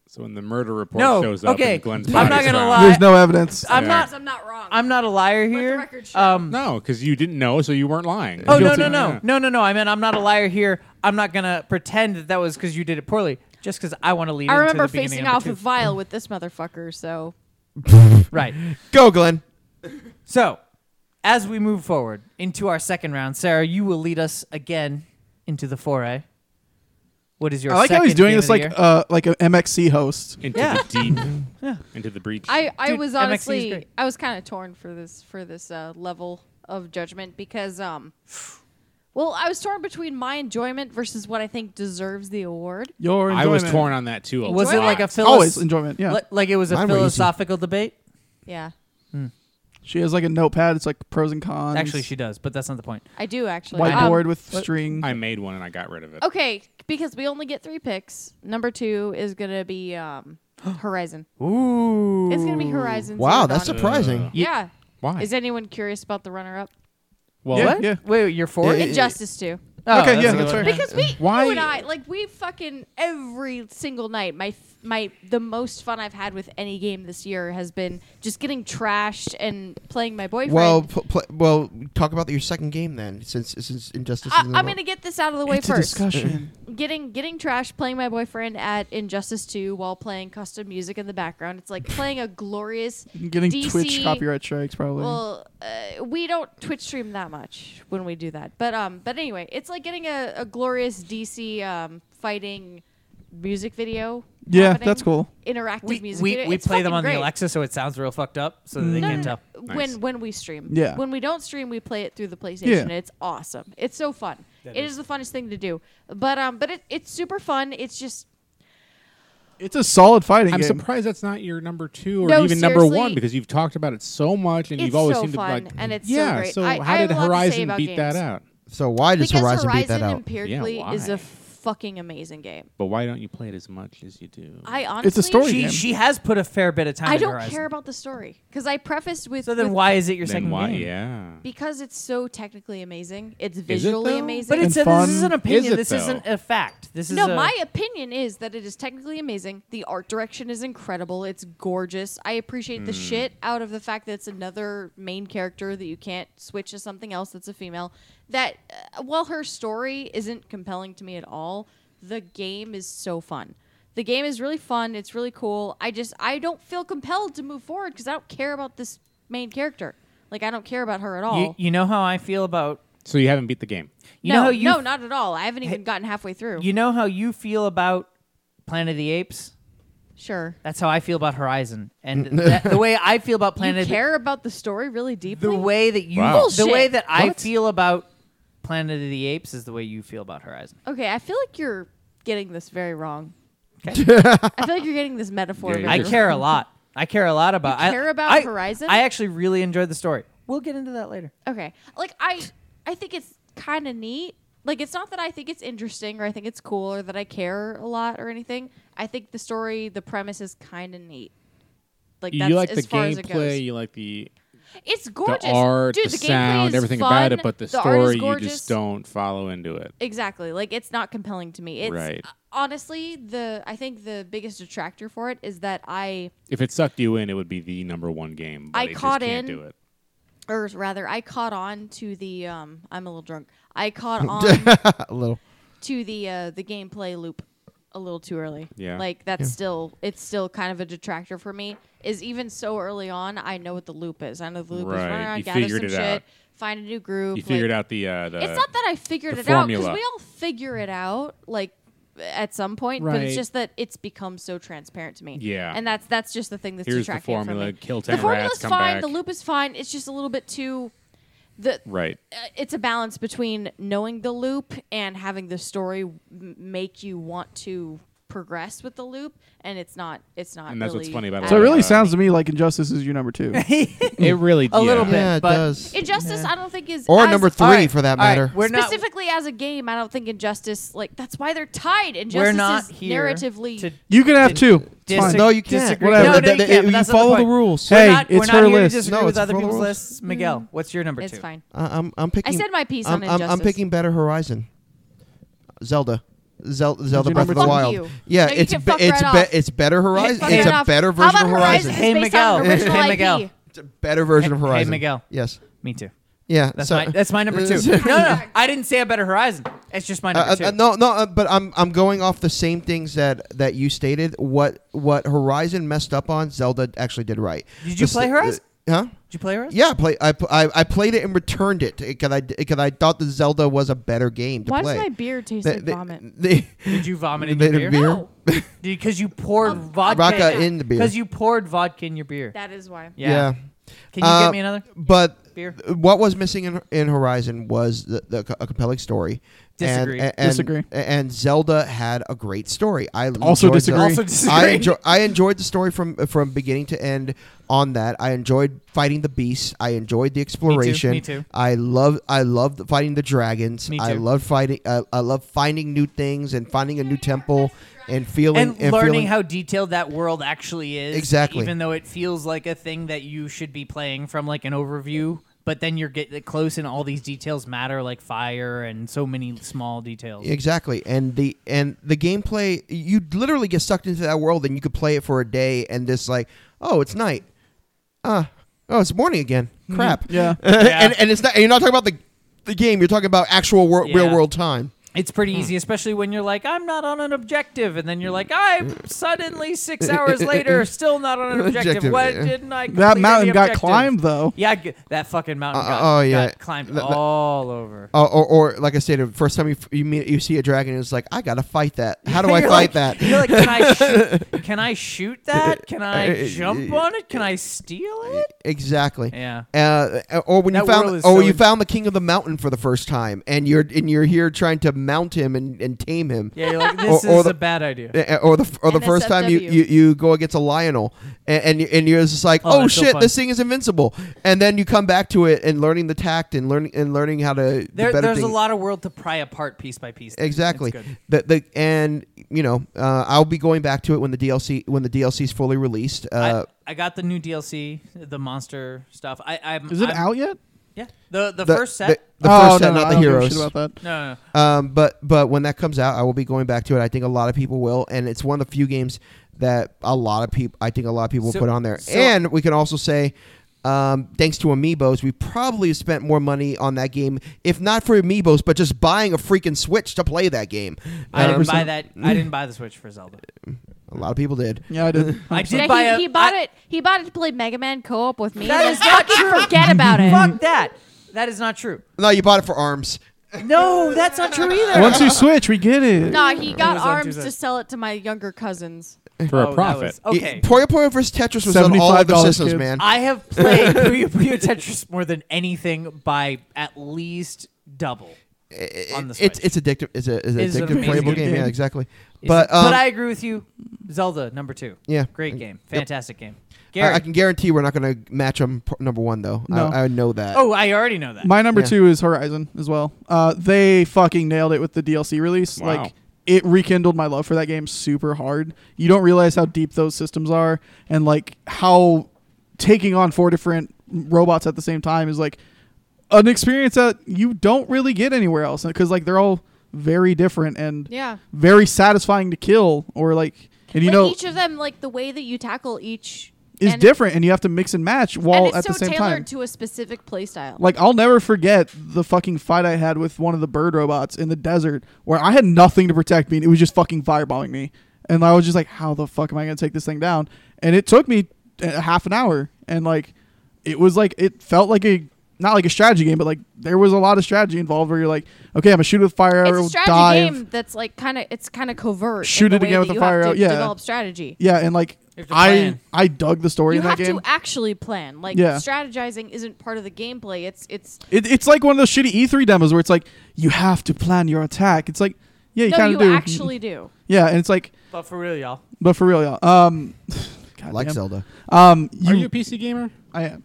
[SPEAKER 4] So when the murder report
[SPEAKER 1] No,
[SPEAKER 4] shows up,
[SPEAKER 1] okay.
[SPEAKER 4] in Glenn's
[SPEAKER 1] I'm
[SPEAKER 4] body's
[SPEAKER 1] not gonna
[SPEAKER 4] found-
[SPEAKER 1] lie.
[SPEAKER 3] There's no evidence.
[SPEAKER 1] I'm
[SPEAKER 4] Yeah.
[SPEAKER 1] not.
[SPEAKER 2] I'm not wrong.
[SPEAKER 1] I'm not a liar
[SPEAKER 2] the
[SPEAKER 1] here.
[SPEAKER 2] record show.
[SPEAKER 1] Um.
[SPEAKER 4] No, because you didn't know, so you weren't lying.
[SPEAKER 1] Oh no
[SPEAKER 3] Guilty.
[SPEAKER 1] no no no no no! I meant I'm not a liar here. I'm not gonna pretend that that was because you did it poorly. Just because I want to lead.
[SPEAKER 2] I
[SPEAKER 1] into
[SPEAKER 2] remember
[SPEAKER 1] the beginning
[SPEAKER 2] facing
[SPEAKER 1] of number
[SPEAKER 2] off
[SPEAKER 1] two.
[SPEAKER 2] with Vile with this motherfucker, so *laughs*
[SPEAKER 1] Right.
[SPEAKER 5] Go, Glenn.
[SPEAKER 1] So, as we move forward into our second round, Sarah, you will lead us again into the foray. What is your?
[SPEAKER 3] I like how he's
[SPEAKER 1] second
[SPEAKER 3] doing
[SPEAKER 1] game
[SPEAKER 3] this
[SPEAKER 1] of the
[SPEAKER 3] like
[SPEAKER 1] year?
[SPEAKER 3] uh like an MXC host.
[SPEAKER 4] Into
[SPEAKER 1] Yeah.
[SPEAKER 4] the deep.
[SPEAKER 2] *laughs*
[SPEAKER 4] Into the breach.
[SPEAKER 2] I, I
[SPEAKER 1] Dude,
[SPEAKER 2] was
[SPEAKER 1] MXC is
[SPEAKER 2] honestly
[SPEAKER 1] great.
[SPEAKER 2] I was kind of torn for this for this uh, level of judgment because um well I was torn between my enjoyment versus what I think deserves the award.
[SPEAKER 3] Your
[SPEAKER 4] I was torn on that too. A
[SPEAKER 1] was it
[SPEAKER 4] lot.
[SPEAKER 1] like a philo-
[SPEAKER 3] Always enjoyment. Yeah,
[SPEAKER 1] li- like it was a
[SPEAKER 5] Mine were easy.
[SPEAKER 1] philosophical debate?
[SPEAKER 2] Yeah,
[SPEAKER 3] she has like a notepad. It's like pros and cons.
[SPEAKER 1] Actually, she does, but that's not the point.
[SPEAKER 2] I do actually. Um,
[SPEAKER 3] whiteboard with string.
[SPEAKER 4] I made one and I got rid of it.
[SPEAKER 2] okay, because we only get three picks. Number two is gonna be um Horizon.
[SPEAKER 1] Ooh,
[SPEAKER 2] It's gonna be Horizon. Zero
[SPEAKER 5] Wow, that's
[SPEAKER 2] Dawn.
[SPEAKER 3] Uh,
[SPEAKER 5] surprising.
[SPEAKER 2] Yeah.
[SPEAKER 4] Why?
[SPEAKER 2] Is anyone curious about the runner up?
[SPEAKER 4] well,
[SPEAKER 3] Yeah.
[SPEAKER 1] What? Wait, wait, you're for it?
[SPEAKER 5] Uh,
[SPEAKER 2] Injustice two.
[SPEAKER 1] Oh,
[SPEAKER 3] okay, yeah,
[SPEAKER 1] a good
[SPEAKER 3] that's
[SPEAKER 1] one.
[SPEAKER 3] fair.
[SPEAKER 2] Because we,
[SPEAKER 4] Why-
[SPEAKER 2] you and I, like we fucking every single night. My my the most fun I've had with any game this year has been just getting trashed and playing my boyfriend.
[SPEAKER 5] Well, pl- pl- well, talk about your second game then, since since Injustice.
[SPEAKER 2] I,
[SPEAKER 5] is in the
[SPEAKER 2] I'm
[SPEAKER 5] vote.
[SPEAKER 2] gonna get this out of the way
[SPEAKER 3] it's a
[SPEAKER 2] first.
[SPEAKER 3] discussion.
[SPEAKER 2] Getting getting trashed, playing my boyfriend at Injustice Two while playing custom music in the background. It's like playing a glorious.
[SPEAKER 3] *laughs* Getting
[SPEAKER 2] DC
[SPEAKER 3] Twitch copyright strikes probably.
[SPEAKER 2] Well, uh, we don't Twitch stream that much when we do that, but um, but anyway, it's like getting a, a glorious DC um fighting music video.
[SPEAKER 3] yeah,
[SPEAKER 2] happening.
[SPEAKER 3] that's cool.
[SPEAKER 2] interactive
[SPEAKER 1] We,
[SPEAKER 2] music.
[SPEAKER 1] we,
[SPEAKER 2] video.
[SPEAKER 1] we
[SPEAKER 2] It's
[SPEAKER 1] play them
[SPEAKER 2] fucking
[SPEAKER 1] on
[SPEAKER 2] great.
[SPEAKER 1] the Alexa, so it sounds real fucked up, so
[SPEAKER 3] Mm.
[SPEAKER 1] that they
[SPEAKER 2] No, no,
[SPEAKER 1] can't
[SPEAKER 2] no,
[SPEAKER 1] tell.
[SPEAKER 2] no.
[SPEAKER 4] Nice.
[SPEAKER 2] When when we stream,
[SPEAKER 3] Yeah.
[SPEAKER 2] When we don't stream, we play it through the PlayStation.
[SPEAKER 3] Yeah.
[SPEAKER 2] and It's awesome. It's so fun.
[SPEAKER 1] That
[SPEAKER 2] it is. the funnest thing to do. But um, but it, it's super fun. It's just
[SPEAKER 3] It's a solid fighting
[SPEAKER 4] I'm
[SPEAKER 3] game.
[SPEAKER 4] surprised that's not your number two or
[SPEAKER 2] No,
[SPEAKER 4] even number
[SPEAKER 2] seriously.
[SPEAKER 4] one because you've talked about it so much and
[SPEAKER 2] it's
[SPEAKER 4] you've always
[SPEAKER 2] so
[SPEAKER 4] seemed to be
[SPEAKER 2] fun
[SPEAKER 4] like,
[SPEAKER 2] and it's so
[SPEAKER 4] yeah.
[SPEAKER 2] great.
[SPEAKER 4] So,
[SPEAKER 2] I,
[SPEAKER 4] how
[SPEAKER 2] I have
[SPEAKER 4] did
[SPEAKER 2] a lot to say
[SPEAKER 4] Horizon
[SPEAKER 2] about
[SPEAKER 4] beat that
[SPEAKER 2] games.
[SPEAKER 4] out?
[SPEAKER 5] So why does
[SPEAKER 2] Because
[SPEAKER 5] Horizon, beat that out?
[SPEAKER 2] empirically
[SPEAKER 4] Yeah,
[SPEAKER 2] is
[SPEAKER 4] why?
[SPEAKER 2] a fucking amazing game.
[SPEAKER 4] But why don't you play it as much as you do?
[SPEAKER 2] I honestly,
[SPEAKER 3] It's a story
[SPEAKER 1] She
[SPEAKER 3] game.
[SPEAKER 1] she has put a fair bit of time.
[SPEAKER 2] I
[SPEAKER 1] in
[SPEAKER 2] don't
[SPEAKER 1] Horizon.
[SPEAKER 2] care about the story because I prefaced with
[SPEAKER 1] So then,
[SPEAKER 2] with-
[SPEAKER 1] why is it your
[SPEAKER 4] then
[SPEAKER 1] second
[SPEAKER 4] why?
[SPEAKER 1] game?
[SPEAKER 4] Yeah.
[SPEAKER 2] Because it's so technically amazing. It's visually
[SPEAKER 4] though?
[SPEAKER 2] amazing.
[SPEAKER 1] But it's a,
[SPEAKER 3] fun.
[SPEAKER 1] this is an opinion.
[SPEAKER 4] Is it,
[SPEAKER 1] this isn't
[SPEAKER 4] though?
[SPEAKER 1] a fact. This is
[SPEAKER 2] no,
[SPEAKER 1] a-
[SPEAKER 2] my opinion is that it is technically amazing. The art direction is incredible. It's gorgeous. I appreciate
[SPEAKER 1] Hmm.
[SPEAKER 2] the shit out of the fact that it's another main character that you can't switch to something else that's a female. That uh, while her story isn't compelling to me at all, the game is so fun. The game is really fun. It's really cool. I just I don't feel compelled to move forward because I don't care about this main character. Like I don't care about her at all.
[SPEAKER 1] You, you know how I feel about
[SPEAKER 4] So you haven't beat the game.
[SPEAKER 1] you
[SPEAKER 2] Oh. no,
[SPEAKER 1] know how you
[SPEAKER 2] no, not at all. I haven't even gotten halfway through.
[SPEAKER 1] you know how you feel about Planet of the Apes.
[SPEAKER 2] sure.
[SPEAKER 1] That's how I feel about Horizon, and
[SPEAKER 4] *laughs*
[SPEAKER 1] that, the way I feel about
[SPEAKER 2] You
[SPEAKER 1] Planet of
[SPEAKER 2] care about the story really
[SPEAKER 1] the,
[SPEAKER 2] deeply.
[SPEAKER 1] the way that you
[SPEAKER 4] Wow.
[SPEAKER 1] the way that I
[SPEAKER 4] What?
[SPEAKER 1] feel about Planet of the Apes is the way you feel about Horizon.
[SPEAKER 2] Okay, I feel like you're getting this very wrong.
[SPEAKER 1] 'Kay.
[SPEAKER 2] *laughs* I feel like you're getting this metaphor.
[SPEAKER 4] Yeah, you're
[SPEAKER 1] I
[SPEAKER 2] very
[SPEAKER 4] just-
[SPEAKER 1] care a lot. I care a lot about.
[SPEAKER 2] You
[SPEAKER 1] I-
[SPEAKER 2] care about
[SPEAKER 1] I-
[SPEAKER 2] Horizon?
[SPEAKER 1] I actually really enjoyed the story. We'll get into that later. *laughs*
[SPEAKER 2] wrong. Okay, like I, I think it's kind of neat. Like it's not that I think it's interesting or I think it's cool or that I care a lot or anything. I think the story, the premise is kind of neat. Like that's
[SPEAKER 4] you like
[SPEAKER 2] as
[SPEAKER 4] the
[SPEAKER 2] far as it
[SPEAKER 4] gameplay.
[SPEAKER 2] goes.
[SPEAKER 4] You like the
[SPEAKER 2] It's gorgeous.
[SPEAKER 4] the art,
[SPEAKER 2] Dude, the,
[SPEAKER 4] the,
[SPEAKER 2] gameplay
[SPEAKER 4] sound,
[SPEAKER 2] is
[SPEAKER 4] everything
[SPEAKER 2] fun.
[SPEAKER 4] about it, but the,
[SPEAKER 2] art is
[SPEAKER 4] story you
[SPEAKER 2] gorgeous.
[SPEAKER 4] just don't follow into it.
[SPEAKER 2] Exactly. Like it's not compelling to me. It's
[SPEAKER 4] Right.
[SPEAKER 2] honestly the I think the biggest detractor for it is that I
[SPEAKER 4] If it sucked you in, it would be the number one game. But
[SPEAKER 2] I
[SPEAKER 4] it just
[SPEAKER 2] caught
[SPEAKER 4] can't
[SPEAKER 2] in.
[SPEAKER 4] do it.
[SPEAKER 2] or rather I caught on to the um I'm a little drunk. I
[SPEAKER 4] *laughs*
[SPEAKER 2] caught on
[SPEAKER 5] a little.
[SPEAKER 2] to the uh the gameplay loop a little too early.
[SPEAKER 4] Yeah.
[SPEAKER 2] Like that's still it's still kind of a detractor for me. Is even so early on I know what the loop is. I know the loop is
[SPEAKER 4] Right.
[SPEAKER 2] run around,
[SPEAKER 4] You
[SPEAKER 2] gather some
[SPEAKER 4] figured it
[SPEAKER 2] shit,
[SPEAKER 4] out.
[SPEAKER 2] find a new group.
[SPEAKER 4] You
[SPEAKER 2] like-
[SPEAKER 4] figured out the uh, the.
[SPEAKER 2] it's not that I figured
[SPEAKER 4] the
[SPEAKER 2] it out because
[SPEAKER 4] formula.
[SPEAKER 2] we all figure it out like at some point, but
[SPEAKER 4] Right.
[SPEAKER 2] it's just that it's become so transparent to me.
[SPEAKER 4] Yeah.
[SPEAKER 2] and that's that's just the thing that's
[SPEAKER 4] Here's the
[SPEAKER 2] detracting it from
[SPEAKER 4] formula,
[SPEAKER 2] me.
[SPEAKER 4] kill
[SPEAKER 2] the
[SPEAKER 4] 10
[SPEAKER 2] formula's
[SPEAKER 4] rats, come
[SPEAKER 2] fine.
[SPEAKER 4] back.
[SPEAKER 2] The loop is fine. It's just a little bit too. The
[SPEAKER 4] right.
[SPEAKER 2] uh, it's a balance between knowing the loop and having the story m- make you want to progress with the loop, and it's not. It's not.
[SPEAKER 4] And that's what's
[SPEAKER 2] really
[SPEAKER 4] funny about it.
[SPEAKER 3] So it really
[SPEAKER 4] Uh,
[SPEAKER 3] sounds to me like Injustice is your number two.
[SPEAKER 4] It really
[SPEAKER 1] A little bit.
[SPEAKER 5] Yeah, it
[SPEAKER 1] but-
[SPEAKER 5] does.
[SPEAKER 2] Injustice. I don't think is
[SPEAKER 5] Or
[SPEAKER 2] as-
[SPEAKER 5] number three,
[SPEAKER 1] All right,
[SPEAKER 5] for that
[SPEAKER 1] all right,
[SPEAKER 5] matter.
[SPEAKER 1] we're not
[SPEAKER 2] specifically as a game, I don't think Injustice like that's why they're tied. Injustice
[SPEAKER 1] we're not
[SPEAKER 2] is
[SPEAKER 1] here
[SPEAKER 2] narratively
[SPEAKER 1] to
[SPEAKER 3] You can have two. It's
[SPEAKER 1] disagree.
[SPEAKER 3] fine.
[SPEAKER 5] No, you can't.
[SPEAKER 1] Disagree.
[SPEAKER 3] Whatever.
[SPEAKER 1] No, no, you
[SPEAKER 5] Th- th-
[SPEAKER 1] can't, but
[SPEAKER 5] you
[SPEAKER 1] that's not
[SPEAKER 5] follow the
[SPEAKER 1] point.
[SPEAKER 5] rules.
[SPEAKER 1] We're
[SPEAKER 3] Hey,
[SPEAKER 1] not,
[SPEAKER 3] it's
[SPEAKER 1] we're not
[SPEAKER 3] her
[SPEAKER 1] here
[SPEAKER 3] list.
[SPEAKER 1] to disagree
[SPEAKER 5] No,
[SPEAKER 1] with
[SPEAKER 5] it's
[SPEAKER 1] other
[SPEAKER 5] her
[SPEAKER 1] people's
[SPEAKER 5] rules.
[SPEAKER 1] lists.
[SPEAKER 5] Mm-hmm.
[SPEAKER 1] Miguel, what's your number
[SPEAKER 2] it's
[SPEAKER 1] two?
[SPEAKER 2] fine.
[SPEAKER 5] I- I'm, I'm picking.
[SPEAKER 2] said my piece
[SPEAKER 5] I'm,
[SPEAKER 2] on
[SPEAKER 5] I'm, I'm
[SPEAKER 2] Injustice.
[SPEAKER 5] picking better Horizon. Zelda. Zel- Zelda
[SPEAKER 3] your
[SPEAKER 5] Breath
[SPEAKER 3] number
[SPEAKER 5] of the
[SPEAKER 3] two?
[SPEAKER 5] Wild.
[SPEAKER 2] Fuck you.
[SPEAKER 5] Yeah,
[SPEAKER 2] No, you
[SPEAKER 5] it's
[SPEAKER 2] can
[SPEAKER 5] be-
[SPEAKER 2] fuck
[SPEAKER 5] it's
[SPEAKER 2] right
[SPEAKER 5] be-
[SPEAKER 2] off.
[SPEAKER 5] it's better Horizon.
[SPEAKER 2] Fuck
[SPEAKER 5] it's
[SPEAKER 2] right
[SPEAKER 5] a
[SPEAKER 2] off.
[SPEAKER 5] better
[SPEAKER 2] How
[SPEAKER 5] version
[SPEAKER 2] about
[SPEAKER 5] of
[SPEAKER 2] Horizon?
[SPEAKER 5] Horizon.
[SPEAKER 1] Hey,
[SPEAKER 2] It's based on an
[SPEAKER 1] Miguel.
[SPEAKER 2] original
[SPEAKER 1] Hey,
[SPEAKER 2] IP.
[SPEAKER 1] Miguel.
[SPEAKER 5] It's a better version of
[SPEAKER 1] Hey,
[SPEAKER 5] Horizon.
[SPEAKER 1] Miguel.
[SPEAKER 5] Yes.
[SPEAKER 1] Me too.
[SPEAKER 5] Yeah.
[SPEAKER 1] That's
[SPEAKER 5] so-
[SPEAKER 1] my that's my
[SPEAKER 5] *laughs*
[SPEAKER 1] number two.
[SPEAKER 5] Uh,
[SPEAKER 1] no, no, I didn't say a better Horizon. It's just my number
[SPEAKER 5] uh,
[SPEAKER 1] two.
[SPEAKER 5] uh, no, no, uh, but I'm I'm going off the same things that that you stated. What what Horizon messed up on, Zelda actually did right.
[SPEAKER 1] Did you
[SPEAKER 5] The
[SPEAKER 1] play
[SPEAKER 5] st-
[SPEAKER 1] Horizon?
[SPEAKER 5] uh, huh?
[SPEAKER 1] Did you play Horizon?
[SPEAKER 5] Yeah, I play. I, pl- I, I played it and returned it because I because I thought the Zelda was a better game to
[SPEAKER 2] Why
[SPEAKER 5] play.
[SPEAKER 2] does my beer taste
[SPEAKER 5] They-
[SPEAKER 2] like
[SPEAKER 5] they-
[SPEAKER 2] vomit?
[SPEAKER 5] *laughs*
[SPEAKER 2] Oh,
[SPEAKER 5] they-
[SPEAKER 1] Did you vomit in
[SPEAKER 5] They
[SPEAKER 1] your
[SPEAKER 5] did
[SPEAKER 1] beer?
[SPEAKER 5] beer?
[SPEAKER 2] No,
[SPEAKER 1] Because you poured vodka
[SPEAKER 5] Vodka in the beer.
[SPEAKER 1] Because you poured vodka in your beer.
[SPEAKER 2] that is why.
[SPEAKER 1] yeah. Can you
[SPEAKER 5] Uh,
[SPEAKER 1] get me another?
[SPEAKER 5] But
[SPEAKER 1] Beer.
[SPEAKER 5] what was missing in, in Horizon was the, the, co- a compelling story. And-
[SPEAKER 1] Disagree.
[SPEAKER 5] And, and,
[SPEAKER 3] Disagree.
[SPEAKER 5] And Zelda had a great story. I
[SPEAKER 3] Also
[SPEAKER 5] enjoyed
[SPEAKER 3] disagree.
[SPEAKER 5] The,
[SPEAKER 1] Also disagree.
[SPEAKER 5] I, enjoy, I enjoyed the story from from beginning to end. On that, I enjoyed fighting the beasts. I enjoyed the exploration.
[SPEAKER 1] me too.
[SPEAKER 5] I love I loved fighting the dragons.
[SPEAKER 1] Me
[SPEAKER 5] I
[SPEAKER 1] too.
[SPEAKER 5] loved fighting. I, I love finding new things and finding a new temple and feeling
[SPEAKER 1] and, learning
[SPEAKER 5] feeling,
[SPEAKER 1] how detailed that world actually is.
[SPEAKER 5] Exactly.
[SPEAKER 1] Even though it feels like a thing that you should be playing from like an overview, but then you're getting close and all these details matter, like fire and so many small details.
[SPEAKER 5] Exactly, and the and the gameplay you literally get sucked into that world, and you could play it for a day, and just like, oh, it's night, ah, oh, it's morning again,
[SPEAKER 1] Mm-hmm.
[SPEAKER 5] crap,
[SPEAKER 3] *laughs* Yeah.
[SPEAKER 5] and and it's not, and you're not talking about the the game, you're talking about actual wor-
[SPEAKER 1] Yeah.
[SPEAKER 5] real world time.
[SPEAKER 1] It's pretty
[SPEAKER 5] hmm.
[SPEAKER 1] easy, especially when you're like, I'm not on an objective, and then you're like, I'm suddenly six
[SPEAKER 5] *laughs*
[SPEAKER 1] hours later still not on an objective.
[SPEAKER 5] Objective,
[SPEAKER 1] Why
[SPEAKER 5] yeah.
[SPEAKER 1] didn't I? complete
[SPEAKER 3] That
[SPEAKER 1] any
[SPEAKER 3] mountain got
[SPEAKER 1] objectives?"
[SPEAKER 3] climbed though.
[SPEAKER 1] Yeah, g- that fucking mountain.
[SPEAKER 5] Uh,
[SPEAKER 1] got,
[SPEAKER 5] oh, yeah.
[SPEAKER 1] got climbed
[SPEAKER 5] Th- th-
[SPEAKER 1] all over.
[SPEAKER 5] Uh, or, or like I stated, first time you f- you meet you see a dragon, it's like I gotta fight that.
[SPEAKER 1] *laughs*
[SPEAKER 5] How do Oh, I
[SPEAKER 1] You're
[SPEAKER 5] fight
[SPEAKER 1] like-
[SPEAKER 5] that?
[SPEAKER 1] You're like, can
[SPEAKER 5] *laughs*
[SPEAKER 1] I shoot? Can I shoot that? Can I
[SPEAKER 5] Uh,
[SPEAKER 1] jump
[SPEAKER 5] uh,
[SPEAKER 1] on it? Can I steal it?
[SPEAKER 5] Exactly.
[SPEAKER 1] Yeah.
[SPEAKER 5] Uh, or when
[SPEAKER 1] That
[SPEAKER 5] you found,
[SPEAKER 1] world
[SPEAKER 5] or
[SPEAKER 1] is so
[SPEAKER 5] you
[SPEAKER 1] in-
[SPEAKER 5] found the king of the mountain for the first time, and you're and you're here trying to mount him and, and tame him.
[SPEAKER 1] Yeah, you're like this
[SPEAKER 5] Or- or
[SPEAKER 1] is
[SPEAKER 5] the-
[SPEAKER 1] a bad idea.
[SPEAKER 5] Eh, eh, Or the or the first time you, you,
[SPEAKER 2] NSFW.
[SPEAKER 5] you go against a Lionel and and, you- and you're just like
[SPEAKER 1] Oh,
[SPEAKER 5] oh,
[SPEAKER 1] that's so
[SPEAKER 5] shit
[SPEAKER 1] fun.
[SPEAKER 5] this thing is invincible and then you come back to it and learning the tact and learning and learning how to
[SPEAKER 1] There,
[SPEAKER 5] the better
[SPEAKER 1] there's a
[SPEAKER 5] thing-
[SPEAKER 1] lot of world to pry apart piece by piece. there. It's
[SPEAKER 5] Exactly.
[SPEAKER 1] good.
[SPEAKER 5] The, the and you know uh, I'll be going back to it when the DLC when the DLC is fully released. Uh,
[SPEAKER 1] I, I got the new DLC, the monster stuff. I, I'm,
[SPEAKER 3] Is it
[SPEAKER 1] I'm-
[SPEAKER 3] out yet?
[SPEAKER 1] Yeah, the the,
[SPEAKER 5] the-
[SPEAKER 1] first set.
[SPEAKER 5] the, the
[SPEAKER 3] oh,
[SPEAKER 5] first set,
[SPEAKER 3] no,
[SPEAKER 5] not
[SPEAKER 3] I
[SPEAKER 5] the
[SPEAKER 3] don't give a
[SPEAKER 5] heroes.
[SPEAKER 3] Shit about that.
[SPEAKER 1] no, no, no.
[SPEAKER 5] Um, but but when that comes out, I will be going back to it. I think a lot of people will, and it's one of the few games that a lot of people, I think a lot of people
[SPEAKER 1] So-
[SPEAKER 5] put on there.
[SPEAKER 1] so-
[SPEAKER 5] and we can also say, um, thanks to Amiibos, we probably spent more money on that game, if not for Amiibos, but just buying a freaking Switch to play that game.
[SPEAKER 1] I didn't buy
[SPEAKER 3] 100%.
[SPEAKER 1] that. I didn't buy the Switch for Zelda.
[SPEAKER 5] A lot of people did.
[SPEAKER 3] Yeah, I did.
[SPEAKER 1] I
[SPEAKER 2] Yeah,
[SPEAKER 1] did buy
[SPEAKER 2] he,
[SPEAKER 1] a.
[SPEAKER 2] he bought
[SPEAKER 1] I-
[SPEAKER 2] it. He bought it to play Mega Man co-op with
[SPEAKER 1] *laughs*
[SPEAKER 2] me.
[SPEAKER 1] That is not true.
[SPEAKER 2] Forget about it.
[SPEAKER 1] Fuck that. That is not true.
[SPEAKER 5] No, you bought it for Arms.
[SPEAKER 1] No, that's not true either.
[SPEAKER 3] Once you switch, we get it.
[SPEAKER 2] Nah, he got
[SPEAKER 1] was on
[SPEAKER 2] arms
[SPEAKER 1] Tuesday.
[SPEAKER 2] to sell it to my younger cousins.
[SPEAKER 4] for
[SPEAKER 1] Oh,
[SPEAKER 4] a
[SPEAKER 1] that
[SPEAKER 4] profit.
[SPEAKER 1] was- okay.
[SPEAKER 5] It- Puyo Puyo vs Tetris was on all of the
[SPEAKER 3] $75
[SPEAKER 5] systems,
[SPEAKER 3] kids.
[SPEAKER 5] *laughs* man.
[SPEAKER 1] I have played Puyo Puyo Tetris more than anything by at least double. on the Switch.
[SPEAKER 5] it's it's addictive. It's a it's an
[SPEAKER 1] It's an
[SPEAKER 5] addictive
[SPEAKER 1] amazing
[SPEAKER 5] playable game.
[SPEAKER 3] game.
[SPEAKER 5] Yeah, exactly.
[SPEAKER 1] Is
[SPEAKER 5] But
[SPEAKER 1] it-
[SPEAKER 5] um,
[SPEAKER 1] but I agree with you. Zelda number two.
[SPEAKER 5] Yeah.
[SPEAKER 1] great
[SPEAKER 5] Yep.
[SPEAKER 1] game, fantastic game.
[SPEAKER 5] I,
[SPEAKER 1] Gary.
[SPEAKER 5] I can guarantee we're not going to match them number one though.
[SPEAKER 3] No.
[SPEAKER 5] I, I know that.
[SPEAKER 1] oh, I already know that.
[SPEAKER 3] My number
[SPEAKER 5] Yeah.
[SPEAKER 3] two is Horizon as well. Uh, they fucking nailed it with the DLC release.
[SPEAKER 4] Wow.
[SPEAKER 3] Like it rekindled my love for that game super hard. You don't realize how deep those systems are, and like how taking on four different robots at the same time is like an experience that you don't really get anywhere else because like they're all very different and
[SPEAKER 2] Yeah.
[SPEAKER 3] very satisfying to kill or like and you
[SPEAKER 2] like
[SPEAKER 3] know
[SPEAKER 2] each of them, like the way that you tackle each
[SPEAKER 3] is
[SPEAKER 2] and-
[SPEAKER 3] different and you have to mix and match
[SPEAKER 2] and
[SPEAKER 3] while
[SPEAKER 2] it's
[SPEAKER 3] at
[SPEAKER 2] so
[SPEAKER 3] the same
[SPEAKER 2] tailored
[SPEAKER 3] time
[SPEAKER 2] to a specific playstyle.
[SPEAKER 3] Like I'll never forget the fucking fight I had with one of the bird robots in the desert where I had nothing to protect me and it was just fucking fireballing me. And I was just like, how the fuck am I going to take this thing down? And it took me a half an hour and like it was like it felt like a not like a strategy game, but like there was a lot of strategy involved where you're like, okay, I'm gonna shoot with fire
[SPEAKER 2] it's
[SPEAKER 3] arrow,
[SPEAKER 2] a strategy
[SPEAKER 3] dive,
[SPEAKER 2] game that's like kind of it's kind of covert. in
[SPEAKER 3] Shoot
[SPEAKER 2] the
[SPEAKER 3] it
[SPEAKER 2] way
[SPEAKER 3] again with
[SPEAKER 2] that
[SPEAKER 3] the
[SPEAKER 2] you
[SPEAKER 3] fire
[SPEAKER 2] Have
[SPEAKER 3] out,
[SPEAKER 2] to
[SPEAKER 3] yeah.
[SPEAKER 2] develop strategy.
[SPEAKER 3] yeah, and like
[SPEAKER 1] You have to
[SPEAKER 3] I
[SPEAKER 1] plan.
[SPEAKER 3] I dug the story
[SPEAKER 2] You
[SPEAKER 3] in that
[SPEAKER 2] have
[SPEAKER 3] game.
[SPEAKER 2] to actually plan. Like
[SPEAKER 3] Yeah.
[SPEAKER 2] strategizing isn't part of the gameplay. It's it's
[SPEAKER 3] It, it's like one of those shitty E3 demos where it's like you have to plan your attack. It's like yeah, you
[SPEAKER 2] no,
[SPEAKER 3] kind
[SPEAKER 2] you
[SPEAKER 3] of do.
[SPEAKER 2] actually do.
[SPEAKER 3] yeah, and it's like
[SPEAKER 1] But for real, y'all.
[SPEAKER 3] But for real, y'all. Um, *sighs*
[SPEAKER 5] I
[SPEAKER 3] God
[SPEAKER 5] like
[SPEAKER 3] damn.
[SPEAKER 5] Zelda.
[SPEAKER 3] Um,
[SPEAKER 4] Are
[SPEAKER 3] you,
[SPEAKER 4] you a PC gamer?
[SPEAKER 3] I am.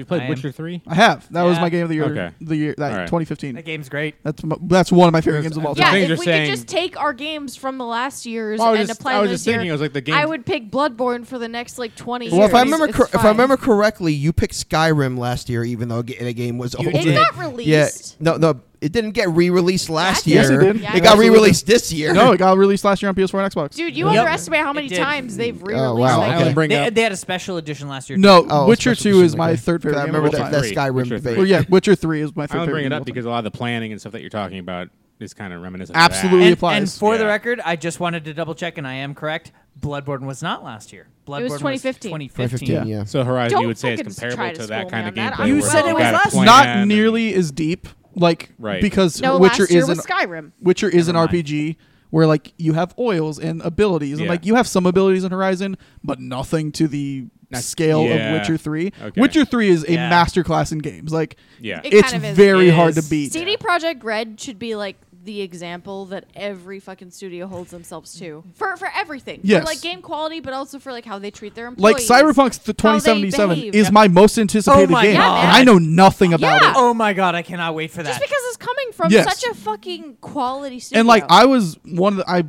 [SPEAKER 1] Oh,
[SPEAKER 4] you
[SPEAKER 1] I
[SPEAKER 4] played
[SPEAKER 1] am.
[SPEAKER 4] Witcher Three?
[SPEAKER 3] I have. That was
[SPEAKER 1] Yeah.
[SPEAKER 3] my game of the year.
[SPEAKER 4] Okay.
[SPEAKER 3] The year that
[SPEAKER 4] All right.
[SPEAKER 1] That
[SPEAKER 3] 2015.
[SPEAKER 1] game's great.
[SPEAKER 3] That's my, that's one of my favorite
[SPEAKER 4] There's-
[SPEAKER 3] games of all
[SPEAKER 4] The
[SPEAKER 2] Yeah,
[SPEAKER 3] time.
[SPEAKER 4] things
[SPEAKER 2] if we
[SPEAKER 4] you're saying-
[SPEAKER 2] could just take our games from the last years
[SPEAKER 4] Well, I was
[SPEAKER 2] and
[SPEAKER 4] just-
[SPEAKER 2] apply
[SPEAKER 4] I was
[SPEAKER 2] them
[SPEAKER 4] just
[SPEAKER 2] this year,
[SPEAKER 4] thinking, I was like, the
[SPEAKER 2] I
[SPEAKER 4] game-
[SPEAKER 2] would pick Bloodborne for the next like twenty
[SPEAKER 5] Well,
[SPEAKER 2] years.
[SPEAKER 5] if I remember
[SPEAKER 2] It's
[SPEAKER 5] cor- if I
[SPEAKER 2] fine.
[SPEAKER 5] remember correctly, you picked Skyrim last year, even though ga- the game was
[SPEAKER 1] You
[SPEAKER 5] old.
[SPEAKER 1] did.
[SPEAKER 2] it got
[SPEAKER 5] Yeah,
[SPEAKER 2] released.
[SPEAKER 5] no, no, it didn't get re-released last
[SPEAKER 2] Yes,
[SPEAKER 3] it
[SPEAKER 5] year.
[SPEAKER 3] did.
[SPEAKER 2] Yeah,
[SPEAKER 5] It
[SPEAKER 2] it
[SPEAKER 5] got
[SPEAKER 3] did.
[SPEAKER 5] re-released this year.
[SPEAKER 3] No, it got released last year on PS4 and Xbox.
[SPEAKER 2] Dude, you
[SPEAKER 1] Yep.
[SPEAKER 2] understand underestimate how
[SPEAKER 1] It
[SPEAKER 2] many
[SPEAKER 1] did.
[SPEAKER 2] times they've re-released
[SPEAKER 5] wow,
[SPEAKER 2] that
[SPEAKER 5] okay.
[SPEAKER 4] I
[SPEAKER 2] game.
[SPEAKER 4] would bring
[SPEAKER 1] They,
[SPEAKER 4] up.
[SPEAKER 1] they had a special edition last year.
[SPEAKER 3] no,
[SPEAKER 5] *laughs* Oh,
[SPEAKER 3] Witcher
[SPEAKER 5] Special
[SPEAKER 3] 2 is
[SPEAKER 5] Edition,
[SPEAKER 3] my
[SPEAKER 5] okay.
[SPEAKER 3] third favorite
[SPEAKER 5] I
[SPEAKER 3] game
[SPEAKER 5] remember
[SPEAKER 3] of all
[SPEAKER 5] that,
[SPEAKER 3] time.
[SPEAKER 5] that
[SPEAKER 4] Three.
[SPEAKER 5] Skyrim
[SPEAKER 4] Witcher
[SPEAKER 5] debate.
[SPEAKER 4] three.
[SPEAKER 3] Well, yeah, Witcher 3 is my
[SPEAKER 4] I
[SPEAKER 3] favorite.
[SPEAKER 4] only bring
[SPEAKER 3] game
[SPEAKER 4] it
[SPEAKER 3] of all
[SPEAKER 4] up
[SPEAKER 3] time.
[SPEAKER 4] because a lot of the planning and stuff that you're talking about is kind of reminiscent.
[SPEAKER 3] Absolutely.
[SPEAKER 4] Of
[SPEAKER 3] really
[SPEAKER 1] and,
[SPEAKER 3] applies.
[SPEAKER 1] and for the
[SPEAKER 4] Yeah.
[SPEAKER 1] record, I just wanted to double check, and I am correct. Bloodborne was not last year. Bloodborne
[SPEAKER 2] 2015.
[SPEAKER 1] 2015.
[SPEAKER 3] Yeah.
[SPEAKER 5] yeah.
[SPEAKER 4] that. So Horizon,
[SPEAKER 2] Don't
[SPEAKER 4] you would say it's
[SPEAKER 2] fucking try
[SPEAKER 4] comparable
[SPEAKER 2] to
[SPEAKER 4] to
[SPEAKER 2] school
[SPEAKER 4] that kind
[SPEAKER 2] me
[SPEAKER 4] of
[SPEAKER 2] on that.
[SPEAKER 4] gameplay.
[SPEAKER 2] I
[SPEAKER 1] You
[SPEAKER 4] where
[SPEAKER 1] said
[SPEAKER 4] you
[SPEAKER 1] it was
[SPEAKER 4] gotta
[SPEAKER 1] last-
[SPEAKER 4] plan
[SPEAKER 3] Not
[SPEAKER 4] and-
[SPEAKER 3] nearly as deep, like
[SPEAKER 4] Right.
[SPEAKER 3] because
[SPEAKER 2] No,
[SPEAKER 3] Witcher
[SPEAKER 2] last year
[SPEAKER 3] is an
[SPEAKER 2] was Skyrim.
[SPEAKER 3] Witcher is an
[SPEAKER 1] Never mind.
[SPEAKER 3] RPG where like you have oils and abilities, and
[SPEAKER 4] Yeah.
[SPEAKER 3] like you have some abilities in Horizon, but nothing to the
[SPEAKER 4] Not-
[SPEAKER 3] scale
[SPEAKER 4] yeah.
[SPEAKER 3] of Witcher Three.
[SPEAKER 4] Okay.
[SPEAKER 3] Witcher Three is a
[SPEAKER 1] Yeah.
[SPEAKER 3] masterclass in games. Like
[SPEAKER 4] Yeah.
[SPEAKER 2] It
[SPEAKER 3] it's
[SPEAKER 2] kind of is.
[SPEAKER 3] very
[SPEAKER 1] It
[SPEAKER 3] hard to
[SPEAKER 1] is.
[SPEAKER 3] beat.
[SPEAKER 2] CD Projekt Red should be like the example that every fucking studio holds themselves to for for everything.
[SPEAKER 3] Yes.
[SPEAKER 2] For like game quality, but also for like how they treat their
[SPEAKER 3] like
[SPEAKER 2] employees.
[SPEAKER 3] Cyberpunk's the
[SPEAKER 2] how they
[SPEAKER 3] 2077
[SPEAKER 2] behave.
[SPEAKER 3] is my most anticipated
[SPEAKER 1] Oh my
[SPEAKER 3] game,
[SPEAKER 2] God.
[SPEAKER 3] and I know nothing about
[SPEAKER 2] Yeah.
[SPEAKER 3] it.
[SPEAKER 1] Oh my god, I cannot wait for that.
[SPEAKER 2] Just because it's coming from
[SPEAKER 3] Yes.
[SPEAKER 2] such a fucking quality studio.
[SPEAKER 3] And like I was one of the I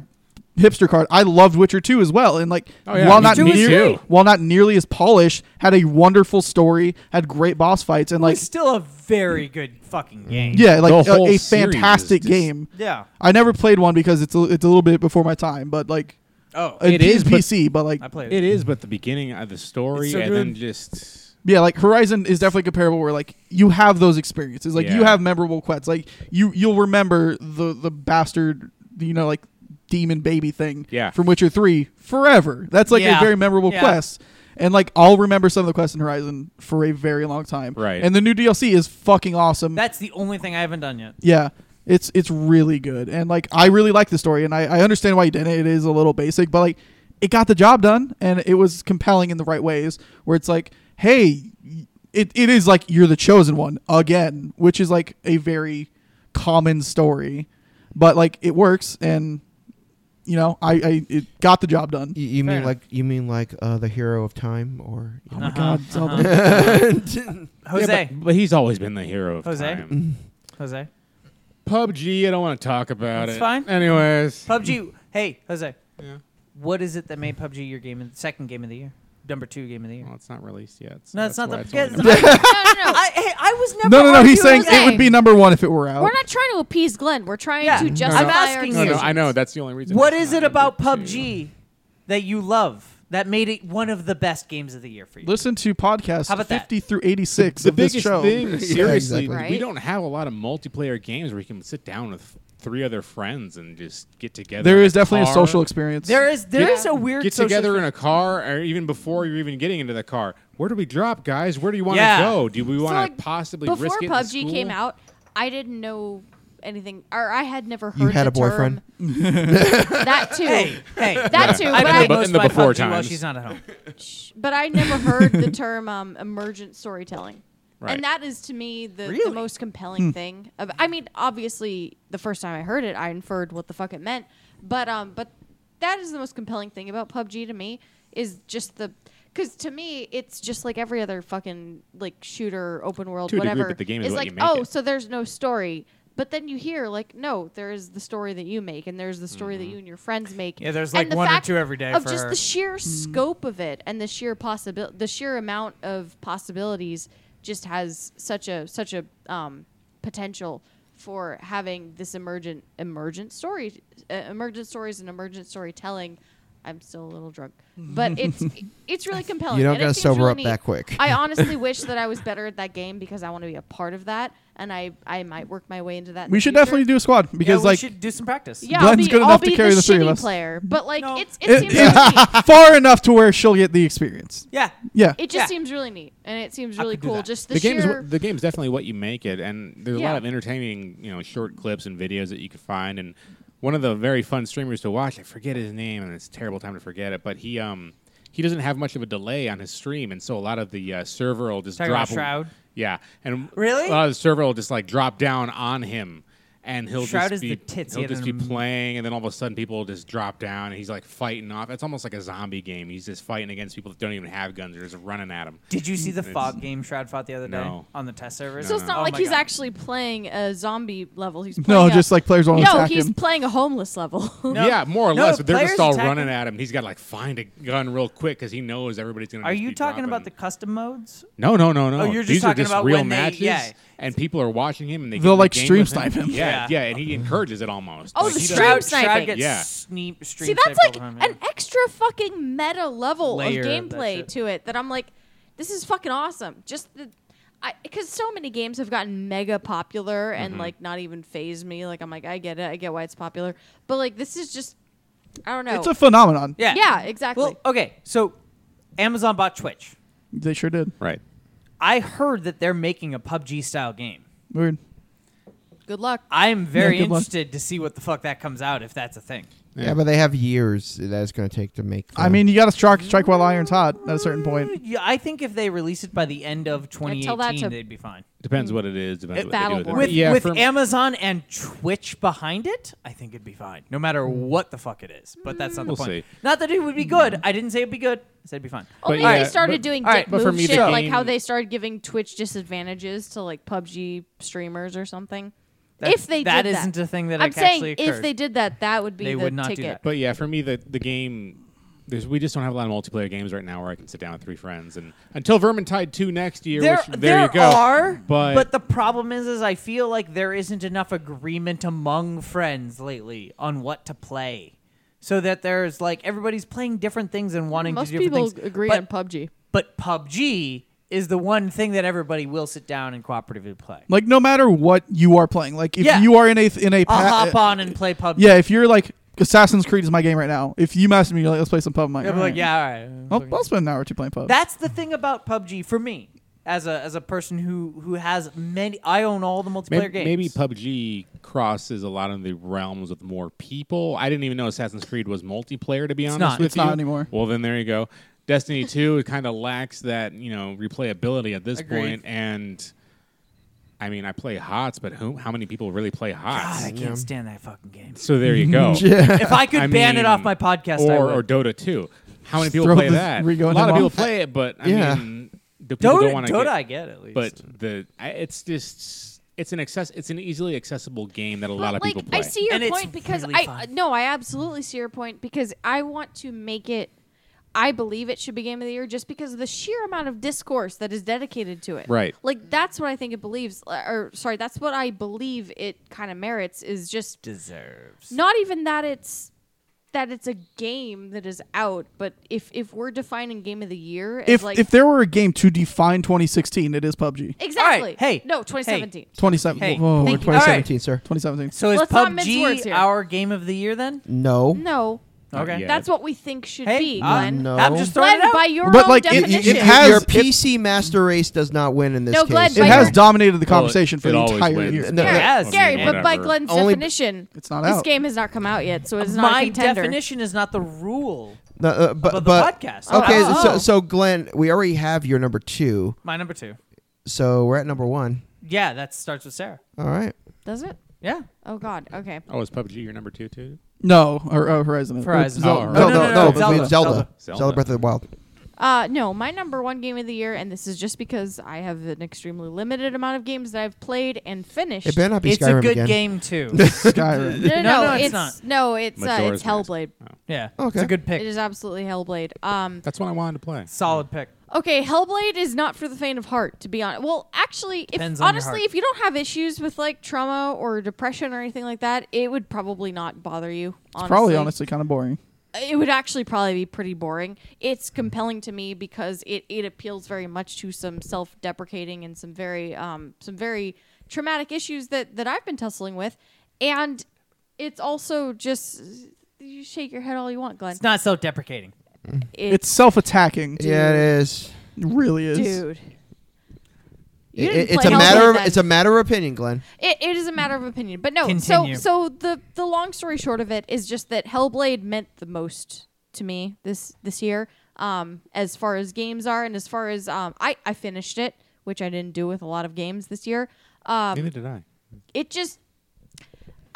[SPEAKER 3] hipster card. I loved Witcher 2 as well, and like
[SPEAKER 4] Oh, yeah,
[SPEAKER 3] while
[SPEAKER 4] me
[SPEAKER 3] not
[SPEAKER 4] too, me
[SPEAKER 3] near,
[SPEAKER 4] too.
[SPEAKER 3] while not nearly as polished, had a wonderful story, had great boss fights, and like
[SPEAKER 1] it's still a very good fucking game.
[SPEAKER 3] yeah, like
[SPEAKER 4] The whole
[SPEAKER 3] a, a
[SPEAKER 4] series
[SPEAKER 3] fantastic
[SPEAKER 4] is just-
[SPEAKER 3] game.
[SPEAKER 1] Yeah.
[SPEAKER 3] I never played one because it's a, it's a little bit before my time, but like
[SPEAKER 1] Oh,
[SPEAKER 3] it
[SPEAKER 4] It
[SPEAKER 3] is
[SPEAKER 4] is, but-
[SPEAKER 3] PC, but like
[SPEAKER 1] I played it.
[SPEAKER 4] It is, but the beginning of the story
[SPEAKER 1] It's so
[SPEAKER 4] and
[SPEAKER 1] good.
[SPEAKER 4] then just
[SPEAKER 3] yeah, like Horizon is definitely comparable where like you have those experiences, like you
[SPEAKER 4] Yeah.
[SPEAKER 3] have memorable quests, like you you'll remember the the bastard, you know, like demon baby thing
[SPEAKER 4] Yeah.
[SPEAKER 3] from Witcher Three forever. That's like a
[SPEAKER 1] Yeah.
[SPEAKER 3] very memorable
[SPEAKER 1] Yeah.
[SPEAKER 3] quest. And like I'll remember some of the quests in Horizon for a very long time.
[SPEAKER 4] Right.
[SPEAKER 3] And the new DLC is fucking awesome.
[SPEAKER 1] That's the only thing I haven't done yet.
[SPEAKER 3] Yeah. It's it's really good. And like I really like the story and I, I understand why you did it. It is a little basic, but like it got the job done and it was compelling in the right ways where it's like, hey, it, it is like you're the chosen one again, which is like a very common story. but like it works, and you know, I, I it got the job done.
[SPEAKER 5] You, you mean
[SPEAKER 1] enough.
[SPEAKER 5] like you mean like uh, the hero of time, or you
[SPEAKER 3] Oh
[SPEAKER 5] know?
[SPEAKER 3] my
[SPEAKER 1] Uh-huh,
[SPEAKER 3] god! it's all-
[SPEAKER 1] Jose,
[SPEAKER 4] Yeah, but, but he's always been the hero of
[SPEAKER 1] Jose?
[SPEAKER 4] time.
[SPEAKER 1] Jose,
[SPEAKER 4] PUBG, I don't want to talk about
[SPEAKER 1] That's
[SPEAKER 4] it.
[SPEAKER 1] fine.
[SPEAKER 4] Anyways.
[SPEAKER 1] PUBG. Hey, Jose,
[SPEAKER 4] Yeah.
[SPEAKER 1] what is it that made PUBG your game, of the second game of the year, number two game of the year?
[SPEAKER 4] Well, it's not released yet. so
[SPEAKER 1] no, it's
[SPEAKER 4] that's
[SPEAKER 1] not the.
[SPEAKER 4] why it's
[SPEAKER 1] yeah,
[SPEAKER 4] only
[SPEAKER 1] it's- I,
[SPEAKER 2] no, no,
[SPEAKER 3] *laughs*
[SPEAKER 2] no.
[SPEAKER 1] I, hey, I
[SPEAKER 4] *laughs*
[SPEAKER 1] was never.
[SPEAKER 3] no, no, no. He's saying
[SPEAKER 1] arguing
[SPEAKER 3] it would be number one if it were out.
[SPEAKER 2] We're not trying to appease Glenn. We're trying
[SPEAKER 1] Yeah.
[SPEAKER 2] to
[SPEAKER 1] No, no.
[SPEAKER 2] justify
[SPEAKER 1] I'm asking
[SPEAKER 4] No,
[SPEAKER 2] our
[SPEAKER 1] you.
[SPEAKER 4] no,
[SPEAKER 1] Yes.
[SPEAKER 4] I know. That's the only reason.
[SPEAKER 1] What
[SPEAKER 4] it's
[SPEAKER 1] is
[SPEAKER 4] not
[SPEAKER 1] it about
[SPEAKER 4] number two.
[SPEAKER 1] PUBG that you love that made it one of the best games of the year for you?
[SPEAKER 3] Listen to podcast
[SPEAKER 1] How about that?
[SPEAKER 3] 50 through 86
[SPEAKER 4] The
[SPEAKER 3] of this
[SPEAKER 4] biggest
[SPEAKER 3] show.
[SPEAKER 4] *laughs* thing, seriously,
[SPEAKER 5] exactly.
[SPEAKER 2] Right?
[SPEAKER 4] we don't have a lot of multiplayer games where you can sit down with three other friends and just get together.
[SPEAKER 3] There
[SPEAKER 4] in
[SPEAKER 3] is definitely a
[SPEAKER 4] car.
[SPEAKER 3] social experience.
[SPEAKER 1] There is there
[SPEAKER 4] Get-
[SPEAKER 1] is a weird
[SPEAKER 4] get
[SPEAKER 1] social
[SPEAKER 4] together in a car, or even before you're even getting into the car. Where do we drop, guys? Where do you want to
[SPEAKER 1] Yeah.
[SPEAKER 4] go? Do we want to
[SPEAKER 2] like,
[SPEAKER 4] possibly
[SPEAKER 2] before
[SPEAKER 4] risk it? in
[SPEAKER 2] PUBG
[SPEAKER 4] school?
[SPEAKER 2] came out, I didn't know anything, or I had never heard.
[SPEAKER 5] You had
[SPEAKER 2] the
[SPEAKER 5] a boyfriend?
[SPEAKER 2] term. *laughs* that
[SPEAKER 1] *laughs*
[SPEAKER 2] too,
[SPEAKER 1] hey,
[SPEAKER 4] *laughs*
[SPEAKER 1] hey,
[SPEAKER 2] that too.
[SPEAKER 1] I
[SPEAKER 2] But
[SPEAKER 4] In
[SPEAKER 1] play most
[SPEAKER 2] I,
[SPEAKER 4] the bu- in the
[SPEAKER 1] of my
[SPEAKER 4] before
[SPEAKER 1] PUBG while
[SPEAKER 4] times.
[SPEAKER 1] she's not at home.
[SPEAKER 2] but I never heard
[SPEAKER 4] *laughs*
[SPEAKER 2] the term um, emergent storytelling.
[SPEAKER 4] Right. Hmm.
[SPEAKER 2] And that is to me the, the
[SPEAKER 1] Really?
[SPEAKER 2] most compelling thing. Of, I mean, obviously, the first time I heard it, I inferred what the fuck it meant. But um, but that is the most compelling thing about PUBG to me is just the because to me it's just like every other fucking like shooter open world
[SPEAKER 4] To a degree,
[SPEAKER 2] whatever.
[SPEAKER 4] but the game is
[SPEAKER 2] it's
[SPEAKER 4] what
[SPEAKER 2] like
[SPEAKER 4] you make
[SPEAKER 2] oh,
[SPEAKER 4] it.
[SPEAKER 2] so there's no story. But then you hear like no, there is the story that you make, and there's the story
[SPEAKER 4] Mm-hmm.
[SPEAKER 2] that you and your friends make.
[SPEAKER 1] Yeah, there's,
[SPEAKER 2] And
[SPEAKER 1] like,
[SPEAKER 2] the
[SPEAKER 1] one or
[SPEAKER 2] fact
[SPEAKER 1] two every day
[SPEAKER 2] of
[SPEAKER 1] for
[SPEAKER 2] just
[SPEAKER 1] her.
[SPEAKER 2] the
[SPEAKER 3] Hmm.
[SPEAKER 2] sheer scope of it and the sheer possibility the sheer amount of possibilities just has such a such a um, potential for having this emergent emergent story uh, emergent stories and emergent storytelling i'm still a little drunk
[SPEAKER 3] *laughs*
[SPEAKER 2] but it's it's really compelling
[SPEAKER 5] You don't
[SPEAKER 2] and it
[SPEAKER 5] gotta
[SPEAKER 2] seems
[SPEAKER 5] sober
[SPEAKER 2] really
[SPEAKER 5] up
[SPEAKER 2] neat.
[SPEAKER 5] that quick.
[SPEAKER 2] i honestly wish that i was better at that game because i want to be a part of that and i i might work my way into that in
[SPEAKER 3] we
[SPEAKER 2] the
[SPEAKER 3] should
[SPEAKER 2] future.
[SPEAKER 3] definitely do a squad
[SPEAKER 1] Yeah,
[SPEAKER 3] because
[SPEAKER 1] we
[SPEAKER 3] like
[SPEAKER 1] should do some practice.
[SPEAKER 2] yeah
[SPEAKER 3] Glenn's
[SPEAKER 2] I'll be,
[SPEAKER 3] good
[SPEAKER 2] I'll
[SPEAKER 3] enough to
[SPEAKER 2] be
[SPEAKER 3] carry
[SPEAKER 2] the,
[SPEAKER 3] the three of
[SPEAKER 2] shitty
[SPEAKER 3] us.
[SPEAKER 2] player but like
[SPEAKER 1] No.
[SPEAKER 2] it's it,
[SPEAKER 3] It- *laughs*
[SPEAKER 2] seems
[SPEAKER 3] it-
[SPEAKER 2] really neat.
[SPEAKER 3] far enough to where she'll get the experience.
[SPEAKER 1] yeah.
[SPEAKER 3] Yeah.
[SPEAKER 2] It just
[SPEAKER 1] Yeah.
[SPEAKER 2] seems really neat, and it seems
[SPEAKER 1] I
[SPEAKER 2] really
[SPEAKER 1] could do
[SPEAKER 2] cool.
[SPEAKER 1] that.
[SPEAKER 2] Just the,
[SPEAKER 4] The game's
[SPEAKER 2] sheer.
[SPEAKER 4] wh- the game's definitely what you make it, and there's a
[SPEAKER 2] Yeah.
[SPEAKER 4] lot of entertaining, you know, short clips and videos that you could find. And one of the very fun streamers to watch, I forget his name, and it's a terrible time to forget it, but he um he doesn't have much of a delay on his stream, and so a lot of the uh, server will just
[SPEAKER 1] Talking
[SPEAKER 4] drop.
[SPEAKER 1] about Shroud?
[SPEAKER 4] Yeah, and
[SPEAKER 1] Really?
[SPEAKER 4] a lot of the server will just like drop down on him. And he'll
[SPEAKER 1] Shroud
[SPEAKER 4] just
[SPEAKER 1] is
[SPEAKER 4] be
[SPEAKER 1] the tits. He had
[SPEAKER 4] he'll just be
[SPEAKER 1] an-
[SPEAKER 4] playing, and then all of a sudden people will just drop down, and he's like fighting off. It's almost like a zombie game. He's just fighting against people that don't even have guns; they're just running at him.
[SPEAKER 1] Did you see the
[SPEAKER 4] It's-
[SPEAKER 1] fog game Shroud fought the other day
[SPEAKER 4] No.
[SPEAKER 1] on the test servers?
[SPEAKER 2] so it's not
[SPEAKER 1] Oh
[SPEAKER 2] like
[SPEAKER 1] my
[SPEAKER 2] he's
[SPEAKER 1] God.
[SPEAKER 2] actually playing a zombie level. He's
[SPEAKER 3] No,
[SPEAKER 2] playing a-
[SPEAKER 3] just like players won't
[SPEAKER 2] no,
[SPEAKER 3] attack
[SPEAKER 2] he's
[SPEAKER 3] him.
[SPEAKER 2] playing a homeless level. *laughs*
[SPEAKER 1] No.
[SPEAKER 4] Yeah, more or
[SPEAKER 1] No,
[SPEAKER 4] less. But they're just
[SPEAKER 1] players
[SPEAKER 4] all
[SPEAKER 1] attack
[SPEAKER 4] running
[SPEAKER 1] him.
[SPEAKER 4] at him. He's got to like find a gun real quick because he knows everybody's gonna.
[SPEAKER 1] Are
[SPEAKER 4] just
[SPEAKER 1] you
[SPEAKER 4] be
[SPEAKER 1] talking about the
[SPEAKER 4] dropping.
[SPEAKER 1] custom modes?
[SPEAKER 4] No, no, no, no.
[SPEAKER 1] Oh, you're just
[SPEAKER 4] These
[SPEAKER 1] talking
[SPEAKER 4] are just
[SPEAKER 1] about
[SPEAKER 4] real
[SPEAKER 1] when they-
[SPEAKER 4] matches,
[SPEAKER 1] yeah.
[SPEAKER 4] and people are watching him, and they
[SPEAKER 3] They'll,
[SPEAKER 4] get in the
[SPEAKER 3] like,
[SPEAKER 4] game
[SPEAKER 3] stream
[SPEAKER 4] with
[SPEAKER 3] snipe him.
[SPEAKER 4] Yeah,
[SPEAKER 1] Yeah.
[SPEAKER 4] yeah, and he encourages it almost.
[SPEAKER 2] Oh,
[SPEAKER 4] Like,
[SPEAKER 2] the
[SPEAKER 4] he
[SPEAKER 2] stream
[SPEAKER 4] doesn't-
[SPEAKER 1] Shroud, Shroud
[SPEAKER 2] sniping.
[SPEAKER 1] gets
[SPEAKER 4] Yeah.
[SPEAKER 1] sneep, stream
[SPEAKER 2] See, that's
[SPEAKER 1] sniped all
[SPEAKER 2] like
[SPEAKER 1] the time, yeah.
[SPEAKER 2] an extra fucking meta level
[SPEAKER 1] Layer of
[SPEAKER 2] of
[SPEAKER 1] that
[SPEAKER 2] gameplay
[SPEAKER 1] shit.
[SPEAKER 2] to it that I'm like, this is fucking awesome. Just the. Because so many games have gotten mega popular and
[SPEAKER 1] Mm-hmm.
[SPEAKER 2] like not even phase me. Like I'm like I get it, I get why it's popular, but like this is just I don't know.
[SPEAKER 3] It's a phenomenon.
[SPEAKER 1] Yeah.
[SPEAKER 2] e- yeah, exactly.
[SPEAKER 1] Well, okay. So Amazon bought Twitch.
[SPEAKER 3] They sure did.
[SPEAKER 4] Right.
[SPEAKER 1] I heard that they're making a PUBG style game.
[SPEAKER 3] Weird.
[SPEAKER 2] Good luck.
[SPEAKER 1] I am very
[SPEAKER 3] Yeah, good luck.
[SPEAKER 1] interested to see what the fuck that comes out if that's a thing.
[SPEAKER 5] Yeah, but they have years that it's going to take to make.
[SPEAKER 3] I
[SPEAKER 5] them.
[SPEAKER 3] mean, you got to strike strike while iron's hot at a certain point.
[SPEAKER 1] Yeah, I think if they release it by the end of 2018,
[SPEAKER 2] Until that's a-
[SPEAKER 1] they'd be fine.
[SPEAKER 4] Depends what it is. Depends
[SPEAKER 2] It-
[SPEAKER 4] what they do with it.
[SPEAKER 2] Battleborn.
[SPEAKER 1] With,
[SPEAKER 4] yeah,
[SPEAKER 1] with
[SPEAKER 4] for-
[SPEAKER 1] Amazon and Twitch behind it, I think it'd be fine, no matter what the fuck it is. But that's not
[SPEAKER 4] We'll
[SPEAKER 1] the point.
[SPEAKER 4] see.
[SPEAKER 1] Not that it would be good. I didn't say it'd be good. I said it'd be fine.
[SPEAKER 2] Only
[SPEAKER 4] But
[SPEAKER 2] if
[SPEAKER 4] yeah,
[SPEAKER 2] they started
[SPEAKER 4] but-
[SPEAKER 2] doing
[SPEAKER 1] all right,
[SPEAKER 2] dick
[SPEAKER 4] but for
[SPEAKER 2] move
[SPEAKER 4] me, the
[SPEAKER 2] shit, like
[SPEAKER 4] game-
[SPEAKER 2] how they started giving Twitch disadvantages to like PUBG streamers or something.
[SPEAKER 1] That-
[SPEAKER 2] if they
[SPEAKER 1] that
[SPEAKER 2] did
[SPEAKER 1] isn't a thing that
[SPEAKER 2] I'm
[SPEAKER 1] ac-
[SPEAKER 2] saying
[SPEAKER 1] actually
[SPEAKER 2] if
[SPEAKER 1] occurred.
[SPEAKER 2] they did that, that would be
[SPEAKER 1] They
[SPEAKER 2] the
[SPEAKER 1] would not do
[SPEAKER 2] ticket.
[SPEAKER 1] that.
[SPEAKER 4] But yeah, for me, the the game. There's, we just don't have a lot of multiplayer games right now where I can sit down with three friends and until Vermintide two next year.
[SPEAKER 1] There,
[SPEAKER 4] which, there, you go.
[SPEAKER 1] are,
[SPEAKER 4] but,
[SPEAKER 1] the problem is, is I feel like there isn't enough agreement among friends lately on what to play, so that there's like everybody's playing different things and wanting
[SPEAKER 2] Most
[SPEAKER 1] to do different
[SPEAKER 2] people
[SPEAKER 1] things.
[SPEAKER 2] agree
[SPEAKER 1] but,
[SPEAKER 2] on PUBG.
[SPEAKER 1] but PUBG is the one thing that everybody will sit down and cooperatively play.
[SPEAKER 3] Like no matter what you are playing, like if
[SPEAKER 1] Yeah.
[SPEAKER 3] you are in a in a
[SPEAKER 1] I'll
[SPEAKER 3] pa-
[SPEAKER 4] uh,
[SPEAKER 1] hop on and play PUBG.
[SPEAKER 3] yeah, if you're like Assassin's Creed is my game right now. If you message me, you're like, let's play some pub. I'm like,
[SPEAKER 1] They'll be
[SPEAKER 3] "All
[SPEAKER 1] like,
[SPEAKER 3] right."
[SPEAKER 1] yeah, all right.
[SPEAKER 3] I'll, I'll spend an hour or two playing pub.
[SPEAKER 1] That's the thing about PUBG for me, as a as a person who who has many. I own all the multiplayer
[SPEAKER 4] Maybe,
[SPEAKER 1] games.
[SPEAKER 4] maybe PUBG crosses a lot of the realms with more people. I didn't even know Assassin's Creed was multiplayer. To be honest
[SPEAKER 1] not.
[SPEAKER 4] with
[SPEAKER 3] It's
[SPEAKER 4] you,
[SPEAKER 3] not anymore.
[SPEAKER 4] Well, then there you go. Destiny Two it kind of lacks that you know replayability at this
[SPEAKER 1] Agreed.
[SPEAKER 4] point, and I mean, I play HOTS, but who, how many people really play HOTS?
[SPEAKER 1] God, I
[SPEAKER 5] Yeah.
[SPEAKER 1] can't stand that fucking game.
[SPEAKER 4] So there you
[SPEAKER 3] *laughs*
[SPEAKER 4] go.
[SPEAKER 1] If I could
[SPEAKER 4] I
[SPEAKER 1] ban it off
[SPEAKER 4] mean,
[SPEAKER 1] my podcast, I
[SPEAKER 4] or,
[SPEAKER 1] would.
[SPEAKER 4] or Dota 2. How many
[SPEAKER 3] Just
[SPEAKER 4] people
[SPEAKER 3] throw
[SPEAKER 4] play
[SPEAKER 3] the
[SPEAKER 4] that? A
[SPEAKER 3] Rigo and
[SPEAKER 4] lot of
[SPEAKER 3] him
[SPEAKER 4] people
[SPEAKER 3] off.
[SPEAKER 4] play it, but I
[SPEAKER 5] Yeah.
[SPEAKER 4] mean, the people don't
[SPEAKER 1] Dota,
[SPEAKER 4] want
[SPEAKER 1] Dota,
[SPEAKER 4] to
[SPEAKER 1] I
[SPEAKER 4] get.
[SPEAKER 1] get at least.
[SPEAKER 4] But the I- it's just it's an access it's an easily accessible game that a lot of
[SPEAKER 2] like,
[SPEAKER 4] people play.
[SPEAKER 2] I see your
[SPEAKER 1] And it's
[SPEAKER 2] point because
[SPEAKER 1] really
[SPEAKER 2] I
[SPEAKER 1] fun.
[SPEAKER 2] no, I absolutely see your point because I want to make it. I believe it should be game of the year just because of the sheer amount of discourse that is dedicated to it.
[SPEAKER 4] Right.
[SPEAKER 2] Like that's what I think it believes, or sorry, that's what I believe it kind of merits is just
[SPEAKER 1] deserves.
[SPEAKER 2] not even that it's that it's a game that is out, but if if we're defining game of the year as
[SPEAKER 3] If
[SPEAKER 2] like
[SPEAKER 3] if there were a game to define 2016, it is PUBG.
[SPEAKER 2] exactly
[SPEAKER 1] All right, hey,
[SPEAKER 2] no
[SPEAKER 1] hey.
[SPEAKER 2] 2017
[SPEAKER 3] 27.
[SPEAKER 1] Hey,
[SPEAKER 3] whoa,
[SPEAKER 2] thank
[SPEAKER 5] We're
[SPEAKER 2] you.
[SPEAKER 5] 2017, sir.
[SPEAKER 3] 2017.
[SPEAKER 1] So is
[SPEAKER 2] Let's not mince words
[SPEAKER 1] PUBG
[SPEAKER 2] here.
[SPEAKER 1] our game of the year then?
[SPEAKER 5] No.
[SPEAKER 2] no
[SPEAKER 4] Not
[SPEAKER 1] Okay.
[SPEAKER 4] yet.
[SPEAKER 2] that's what we think should
[SPEAKER 1] Hey,
[SPEAKER 2] be
[SPEAKER 1] I-
[SPEAKER 2] Glenn
[SPEAKER 5] No.
[SPEAKER 1] I'm just throwing
[SPEAKER 2] Glenn
[SPEAKER 1] it out.
[SPEAKER 2] by your
[SPEAKER 3] But,
[SPEAKER 2] own
[SPEAKER 3] like, it-
[SPEAKER 2] definition
[SPEAKER 3] it has-
[SPEAKER 5] your
[SPEAKER 3] it-
[SPEAKER 5] PC Master Race does not win in this
[SPEAKER 2] No,
[SPEAKER 5] case.
[SPEAKER 2] Glenn,
[SPEAKER 3] It
[SPEAKER 2] by
[SPEAKER 3] has
[SPEAKER 2] your-
[SPEAKER 3] dominated the
[SPEAKER 4] Well,
[SPEAKER 3] conversation for
[SPEAKER 4] it
[SPEAKER 3] the
[SPEAKER 4] always
[SPEAKER 5] entire
[SPEAKER 4] wins.
[SPEAKER 5] year.
[SPEAKER 4] It
[SPEAKER 5] No,
[SPEAKER 2] Gary,
[SPEAKER 1] Yes.
[SPEAKER 2] Gary, but by
[SPEAKER 4] Whatever.
[SPEAKER 2] Glenn's
[SPEAKER 5] Only-
[SPEAKER 2] definition
[SPEAKER 3] It's not
[SPEAKER 2] this
[SPEAKER 3] out.
[SPEAKER 2] game has not come out yet so it's not a
[SPEAKER 1] My
[SPEAKER 2] contender
[SPEAKER 1] definition is not the rule.
[SPEAKER 5] No, uh, but,
[SPEAKER 1] Above the
[SPEAKER 5] but-
[SPEAKER 1] podcast.
[SPEAKER 5] Okay,
[SPEAKER 2] Oh.
[SPEAKER 5] so so Glenn, we already have your number two,
[SPEAKER 1] My number two.
[SPEAKER 5] so we're at number one.
[SPEAKER 1] Yeah, that starts with Sarah.
[SPEAKER 5] All right.
[SPEAKER 2] does it
[SPEAKER 1] Yeah.
[SPEAKER 2] oh god okay
[SPEAKER 4] Oh, is PUBG your number two too?
[SPEAKER 3] No, or, or Horizon.
[SPEAKER 1] Horizon.
[SPEAKER 3] Zelda.
[SPEAKER 4] Oh,
[SPEAKER 5] No,
[SPEAKER 4] No,
[SPEAKER 5] no,
[SPEAKER 4] no,
[SPEAKER 5] no,
[SPEAKER 4] no, no,
[SPEAKER 5] I mean
[SPEAKER 1] Zelda.
[SPEAKER 5] Zelda. Zelda.
[SPEAKER 1] Zelda.
[SPEAKER 4] Zelda.
[SPEAKER 5] Breath of the Wild.
[SPEAKER 2] Uh, no, my number one game of the year, and this is just because I have an extremely limited amount of games that I've played and finished.
[SPEAKER 5] It better not be
[SPEAKER 1] it's
[SPEAKER 5] Skyrim
[SPEAKER 1] a good
[SPEAKER 5] again. *laughs*
[SPEAKER 1] game
[SPEAKER 3] *laughs*
[SPEAKER 1] too.
[SPEAKER 3] Skyrim.
[SPEAKER 2] *laughs* no, no,
[SPEAKER 1] No,
[SPEAKER 2] no,
[SPEAKER 1] it's
[SPEAKER 2] it's
[SPEAKER 1] not.
[SPEAKER 2] no, it's uh,
[SPEAKER 4] Majora's
[SPEAKER 2] it's
[SPEAKER 4] Mask.
[SPEAKER 2] Hellblade.
[SPEAKER 1] yeah. It's
[SPEAKER 5] Okay.
[SPEAKER 1] a good
[SPEAKER 2] It
[SPEAKER 1] pick.
[SPEAKER 2] is absolutely Hellblade. Um,
[SPEAKER 4] That's what I wanted to play.
[SPEAKER 1] Solid pick.
[SPEAKER 2] okay, Hellblade is not for the faint of heart, to be honest. Well, actually, if
[SPEAKER 1] Depends on your
[SPEAKER 2] honestly,
[SPEAKER 1] heart.
[SPEAKER 2] if you don't have issues with like trauma or depression or anything like that, it would probably not bother you. Honestly.
[SPEAKER 3] Probably honestly kind of boring.
[SPEAKER 2] it would actually probably be pretty boring. It's compelling to me because it, it appeals very much to some self deprecating and some very um some very traumatic issues that that I've been tussling with, and it's also just you shake your head all you want, Glenn.
[SPEAKER 1] It's not self-deprecating.
[SPEAKER 3] It's self-attacking. It
[SPEAKER 5] Yeah, it is.
[SPEAKER 3] really is.
[SPEAKER 2] dude. You
[SPEAKER 5] It-
[SPEAKER 2] didn't
[SPEAKER 5] it's
[SPEAKER 2] play
[SPEAKER 5] a matter.
[SPEAKER 2] Hellblade
[SPEAKER 5] Of,
[SPEAKER 2] then.
[SPEAKER 5] it's a matter of opinion, Glenn.
[SPEAKER 2] It, it is a matter of opinion, but no.
[SPEAKER 1] Continue.
[SPEAKER 2] So so the the long story short of it is just that Hellblade meant the most to me this this year, um, as far as games are, and as far as um, I I finished it, which I didn't do with a lot of games this year. Um,
[SPEAKER 4] Neither did I.
[SPEAKER 2] it just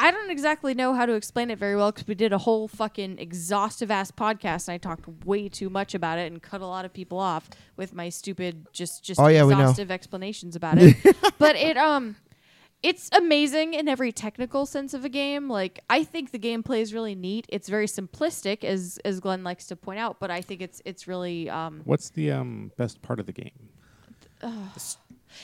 [SPEAKER 2] I don't exactly know how to explain it very well because we did a whole fucking exhaustive ass podcast and I talked way too much about it and cut a lot of people off with my stupid just just
[SPEAKER 5] Oh, yeah, we know.
[SPEAKER 2] exhaustive explanations about
[SPEAKER 5] *laughs*
[SPEAKER 2] it. but it um it's amazing in every technical sense of a game. Like I think the gameplay is really neat. It's very simplistic as as Glenn likes to point out, but I think it's it's really um
[SPEAKER 4] What's the um, best part of the game?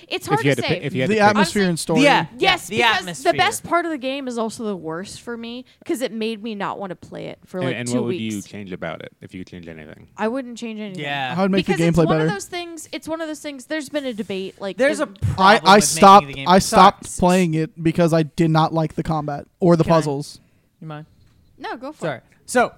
[SPEAKER 2] it's hard
[SPEAKER 4] if you had
[SPEAKER 2] to
[SPEAKER 4] to,
[SPEAKER 2] say.
[SPEAKER 4] pick, if you had
[SPEAKER 3] The
[SPEAKER 4] to pick,
[SPEAKER 3] atmosphere
[SPEAKER 2] Honestly,
[SPEAKER 3] and story.
[SPEAKER 1] Yeah.
[SPEAKER 2] Yes,
[SPEAKER 1] the
[SPEAKER 2] because
[SPEAKER 1] atmosphere.
[SPEAKER 2] the best part of the game is also the worst for me because it made me not want to play it for
[SPEAKER 4] and,
[SPEAKER 2] like
[SPEAKER 4] and
[SPEAKER 2] two
[SPEAKER 4] what would
[SPEAKER 2] weeks.
[SPEAKER 4] you change about it if you could change anything?
[SPEAKER 2] I wouldn't change anything.
[SPEAKER 1] Yeah.
[SPEAKER 3] How would make
[SPEAKER 2] because
[SPEAKER 3] the
[SPEAKER 2] it's
[SPEAKER 3] gameplay
[SPEAKER 2] one
[SPEAKER 3] better?
[SPEAKER 2] of those things. It's one of those things. There's been a debate. Like
[SPEAKER 1] There's a
[SPEAKER 2] in-
[SPEAKER 1] problem
[SPEAKER 3] I, I
[SPEAKER 1] with
[SPEAKER 3] stopped.
[SPEAKER 1] making the game
[SPEAKER 3] I stopped
[SPEAKER 1] sucks.
[SPEAKER 3] playing it because I did not like the combat or the
[SPEAKER 1] Can I-
[SPEAKER 3] puzzles.
[SPEAKER 1] You mind?
[SPEAKER 2] no. Go for
[SPEAKER 1] Sorry.
[SPEAKER 2] it.
[SPEAKER 1] So,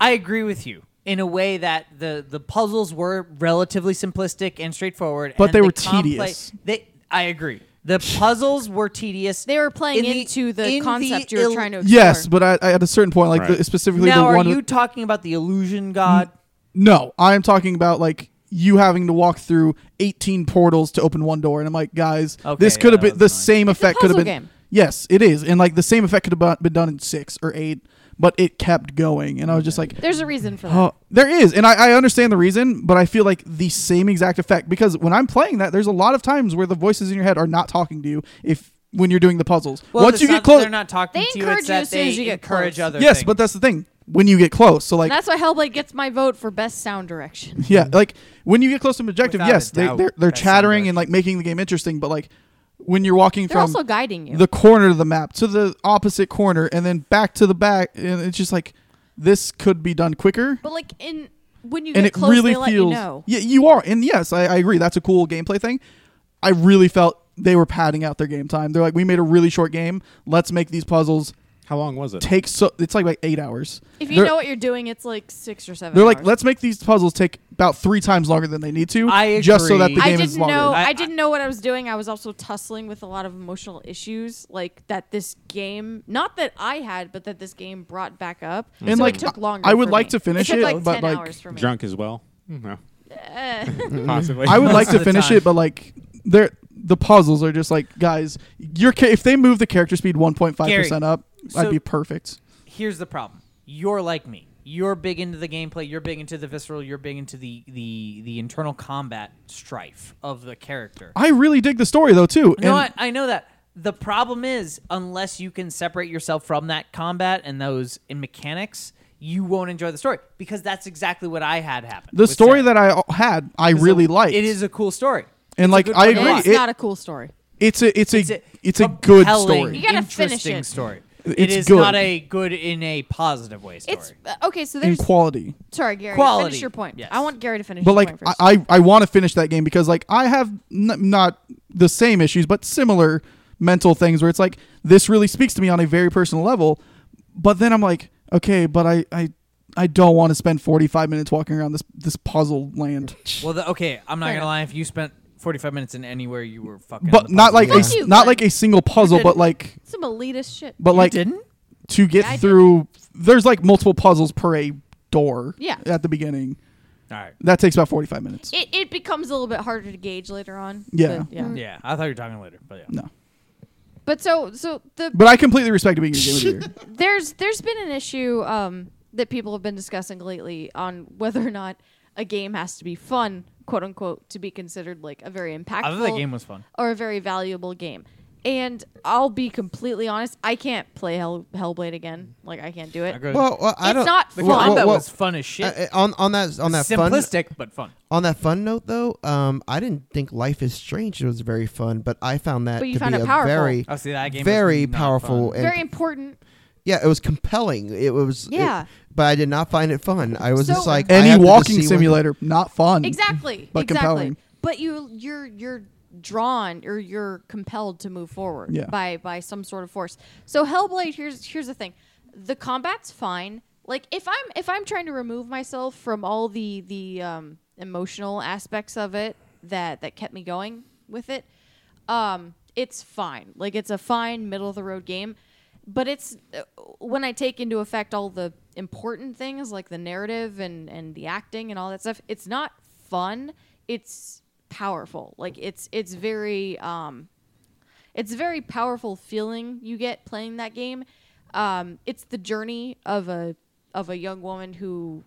[SPEAKER 1] I agree with you in a way that the the puzzles were relatively simplistic and straightforward,
[SPEAKER 3] But
[SPEAKER 1] and
[SPEAKER 3] they
[SPEAKER 1] the
[SPEAKER 3] were
[SPEAKER 1] compla-
[SPEAKER 3] tedious.
[SPEAKER 1] They, I agree. The puzzles were tedious.
[SPEAKER 2] They were playing
[SPEAKER 1] In the-
[SPEAKER 2] into the,
[SPEAKER 1] in the
[SPEAKER 2] concept you were
[SPEAKER 1] ill-
[SPEAKER 2] trying to. Explore.
[SPEAKER 3] Yes, but I, I, at a certain point, like the,
[SPEAKER 4] Right.
[SPEAKER 3] specifically
[SPEAKER 1] Now,
[SPEAKER 3] the
[SPEAKER 1] are
[SPEAKER 3] one.
[SPEAKER 1] you
[SPEAKER 3] with-
[SPEAKER 1] talking about the
[SPEAKER 3] Mm.
[SPEAKER 1] illusion god?
[SPEAKER 3] no, I am talking about like you having to walk through 18 portals to open one door, and I'm like, guys,
[SPEAKER 1] Okay,
[SPEAKER 3] this could
[SPEAKER 1] yeah,
[SPEAKER 3] have
[SPEAKER 1] that was
[SPEAKER 3] been the
[SPEAKER 1] annoying.
[SPEAKER 3] same effect. Could have
[SPEAKER 2] puzzle
[SPEAKER 3] been.
[SPEAKER 2] game.
[SPEAKER 3] Yes, it is, and like the same effect could have been done in six or eight, but it kept going, and I was just like,
[SPEAKER 2] There's a reason for that.
[SPEAKER 3] Oh, there is, and I, I understand the reason, but I feel like the same exact effect because when I'm playing that, there's a lot of times where the voices in your head are not talking to you if when you're doing the puzzles.
[SPEAKER 1] Well,
[SPEAKER 3] Once
[SPEAKER 1] it's
[SPEAKER 3] you
[SPEAKER 1] not
[SPEAKER 3] get
[SPEAKER 1] that
[SPEAKER 3] close,
[SPEAKER 1] they're not talking
[SPEAKER 2] They
[SPEAKER 1] to you.
[SPEAKER 2] encourage
[SPEAKER 1] It's
[SPEAKER 2] you
[SPEAKER 1] that
[SPEAKER 2] as soon
[SPEAKER 1] they
[SPEAKER 2] as you get
[SPEAKER 1] encourage
[SPEAKER 2] close.
[SPEAKER 1] other.
[SPEAKER 3] yes,
[SPEAKER 1] things.
[SPEAKER 3] but that's the thing. When you get close, so like
[SPEAKER 2] And that's why Hellblade gets my vote for best sound direction.
[SPEAKER 3] yeah, like when you get close to an objective,
[SPEAKER 1] Mm-hmm. Without a
[SPEAKER 3] yes, they,
[SPEAKER 1] doubt,
[SPEAKER 3] they're they're
[SPEAKER 1] that sound
[SPEAKER 3] chattering and like making the game interesting, but like when you're walking
[SPEAKER 2] They're
[SPEAKER 3] from
[SPEAKER 2] also guiding you.
[SPEAKER 3] the corner of the map to the opposite corner and then back to the back, and it's just like this could be done quicker.
[SPEAKER 2] but like in when you
[SPEAKER 3] and
[SPEAKER 2] get
[SPEAKER 3] it
[SPEAKER 2] close,
[SPEAKER 3] really
[SPEAKER 2] they let
[SPEAKER 3] feels
[SPEAKER 2] you know.
[SPEAKER 3] yeah you are and yes I, I agree that's a cool gameplay thing i really felt they were padding out their game time they're like we made a really short game let's make these puzzles
[SPEAKER 4] How long was it?
[SPEAKER 3] take so it's like like eight hours
[SPEAKER 2] If you
[SPEAKER 3] they're,
[SPEAKER 2] know what you're doing, it's like six or seven.
[SPEAKER 3] they're like
[SPEAKER 2] hours.
[SPEAKER 3] let's make these puzzles take about three times longer than they need to
[SPEAKER 1] I
[SPEAKER 3] just so that
[SPEAKER 1] agree.
[SPEAKER 3] the
[SPEAKER 1] I
[SPEAKER 3] game
[SPEAKER 2] I
[SPEAKER 3] is
[SPEAKER 2] didn't
[SPEAKER 3] longer
[SPEAKER 2] know.
[SPEAKER 1] I-
[SPEAKER 2] I,
[SPEAKER 1] I-
[SPEAKER 2] didn't know what I was doing. I was also tussling with a lot of emotional issues, like that this game, not that I had, but that this game brought back up.
[SPEAKER 3] And,
[SPEAKER 2] so
[SPEAKER 3] like,
[SPEAKER 2] it took longer.
[SPEAKER 3] I would
[SPEAKER 2] for
[SPEAKER 3] like
[SPEAKER 2] me.
[SPEAKER 3] to finish
[SPEAKER 2] it, took
[SPEAKER 3] it,
[SPEAKER 2] like
[SPEAKER 3] but,
[SPEAKER 2] ten
[SPEAKER 3] like,
[SPEAKER 2] hours for me.
[SPEAKER 4] Mm, Drunk as well? No. Possibly.
[SPEAKER 3] i would
[SPEAKER 5] *laughs*
[SPEAKER 1] Most
[SPEAKER 3] like
[SPEAKER 1] of *laughs*
[SPEAKER 3] to
[SPEAKER 1] the
[SPEAKER 3] finish
[SPEAKER 1] time.
[SPEAKER 3] it but like there the puzzles are just like guys. Your ca- if they move the character speed 1.5 percent
[SPEAKER 1] Gary,
[SPEAKER 3] up,
[SPEAKER 1] so-
[SPEAKER 3] I'd be perfect.
[SPEAKER 1] here's the problem. You're like me. You're big into the gameplay. You're big into the visceral. You're big into the the the internal combat strife of the character.
[SPEAKER 3] I really dig the story though too.
[SPEAKER 1] no,
[SPEAKER 3] and-
[SPEAKER 1] I, I know that. The problem is, unless you can separate yourself from that combat and those in mechanics, you won't enjoy the story because that's exactly what I had happen.
[SPEAKER 3] the story that I had, I really liked.
[SPEAKER 1] It is a cool story.
[SPEAKER 3] And,
[SPEAKER 1] It's a
[SPEAKER 3] like,
[SPEAKER 1] good
[SPEAKER 3] I
[SPEAKER 1] fucking
[SPEAKER 2] It's
[SPEAKER 3] agree.
[SPEAKER 1] plot.
[SPEAKER 3] It-
[SPEAKER 2] not a cool story.
[SPEAKER 3] It's a it's a it's a, good
[SPEAKER 1] compelling,
[SPEAKER 3] story.
[SPEAKER 2] You gotta finish
[SPEAKER 1] interesting
[SPEAKER 2] it.
[SPEAKER 1] story.
[SPEAKER 3] It's
[SPEAKER 1] it is
[SPEAKER 3] good.
[SPEAKER 1] not a good in a positive way story.
[SPEAKER 2] It's uh, okay. So
[SPEAKER 3] In
[SPEAKER 2] there's
[SPEAKER 3] quality.
[SPEAKER 2] sorry, Gary.
[SPEAKER 1] Quality,
[SPEAKER 2] Finish your point.
[SPEAKER 1] yes.
[SPEAKER 2] I want Gary to finish.
[SPEAKER 3] But
[SPEAKER 2] his
[SPEAKER 3] like
[SPEAKER 2] point
[SPEAKER 3] I
[SPEAKER 2] first.
[SPEAKER 3] I, I want to finish that game because like I have n- not the same issues but similar mental things where it's like this really speaks to me on a very personal level, but then I'm like okay, but I I I don't want to spend 45 minutes walking around this this puzzle land.
[SPEAKER 1] well, the, okay, I'm not gonna
[SPEAKER 2] Fair enough.
[SPEAKER 1] lie. If you spent 45 minutes in anywhere, you were fucking.
[SPEAKER 3] But
[SPEAKER 1] the
[SPEAKER 3] not like
[SPEAKER 1] puzzle.
[SPEAKER 3] a,
[SPEAKER 2] Fuck
[SPEAKER 3] s-
[SPEAKER 2] you,
[SPEAKER 3] not
[SPEAKER 2] Glenn.
[SPEAKER 3] like a single puzzle,
[SPEAKER 2] did.
[SPEAKER 3] but like
[SPEAKER 2] some elitist shit.
[SPEAKER 3] but
[SPEAKER 1] You
[SPEAKER 3] like
[SPEAKER 1] didn't.
[SPEAKER 3] to get
[SPEAKER 2] Yeah, I did.
[SPEAKER 3] through there's like multiple puzzles per a door
[SPEAKER 2] Yeah.
[SPEAKER 3] at the beginning.
[SPEAKER 1] All right.
[SPEAKER 3] That takes about 45 minutes.
[SPEAKER 2] it, it becomes a little bit harder to gauge later on.
[SPEAKER 3] Yeah.
[SPEAKER 2] but, yeah.
[SPEAKER 1] Yeah, I thought you were talking later, but yeah.
[SPEAKER 3] No.
[SPEAKER 2] But so so the
[SPEAKER 3] But I completely respect it being a
[SPEAKER 2] *laughs*
[SPEAKER 3] game of the year.
[SPEAKER 2] there's there's been an issue um, that people have been discussing lately on whether or not a game has to be fun, quote unquote, to be considered like a very impactful
[SPEAKER 1] I thought that game was fun.
[SPEAKER 2] or a very valuable game. And I'll be completely honest, I can't play Hell, Hellblade again. Like I can't do it.
[SPEAKER 1] Agreed.
[SPEAKER 5] Well, well, I
[SPEAKER 2] It's
[SPEAKER 5] don't.
[SPEAKER 2] not
[SPEAKER 1] the
[SPEAKER 2] well,
[SPEAKER 1] combat
[SPEAKER 5] well, well,
[SPEAKER 1] was fun as shit.
[SPEAKER 5] uh, uh, on on that on that fun uh,
[SPEAKER 1] Simplistic but fun.
[SPEAKER 5] on that fun note though, um, I didn't think Life is Strange was very fun, but I found that
[SPEAKER 2] But you
[SPEAKER 5] to
[SPEAKER 2] found
[SPEAKER 5] be
[SPEAKER 2] it
[SPEAKER 5] a
[SPEAKER 2] powerful.
[SPEAKER 5] very
[SPEAKER 1] Oh, see, that game was
[SPEAKER 5] very
[SPEAKER 1] not
[SPEAKER 5] powerful
[SPEAKER 1] fun.
[SPEAKER 5] and
[SPEAKER 2] Very important.
[SPEAKER 5] yeah, it was compelling. It was it-
[SPEAKER 2] Yeah.
[SPEAKER 5] but I did not find it fun. I was
[SPEAKER 2] So-
[SPEAKER 5] just like I have
[SPEAKER 3] Any
[SPEAKER 5] to just
[SPEAKER 3] walking
[SPEAKER 5] see what-
[SPEAKER 3] simulator, not fun.
[SPEAKER 2] Exactly.
[SPEAKER 3] But
[SPEAKER 2] exactly.
[SPEAKER 3] compelling.
[SPEAKER 2] But you you're you're drawn or you're compelled to move forward
[SPEAKER 3] Yeah.
[SPEAKER 2] by by some sort of force. So Hellblade, here's here's the thing. The combat's fine. Like if I'm if I'm trying to remove myself from all the the um, emotional aspects of it that that kept me going with it, um, it's fine. Like it's a fine middle of the road game, but it's uh, when I take into effect all the important things like the narrative and and the acting and all that stuff. It's not fun. It's powerful. Like it's it's very um, it's a very powerful feeling you get playing that game. Um, it's the journey of a of a young woman who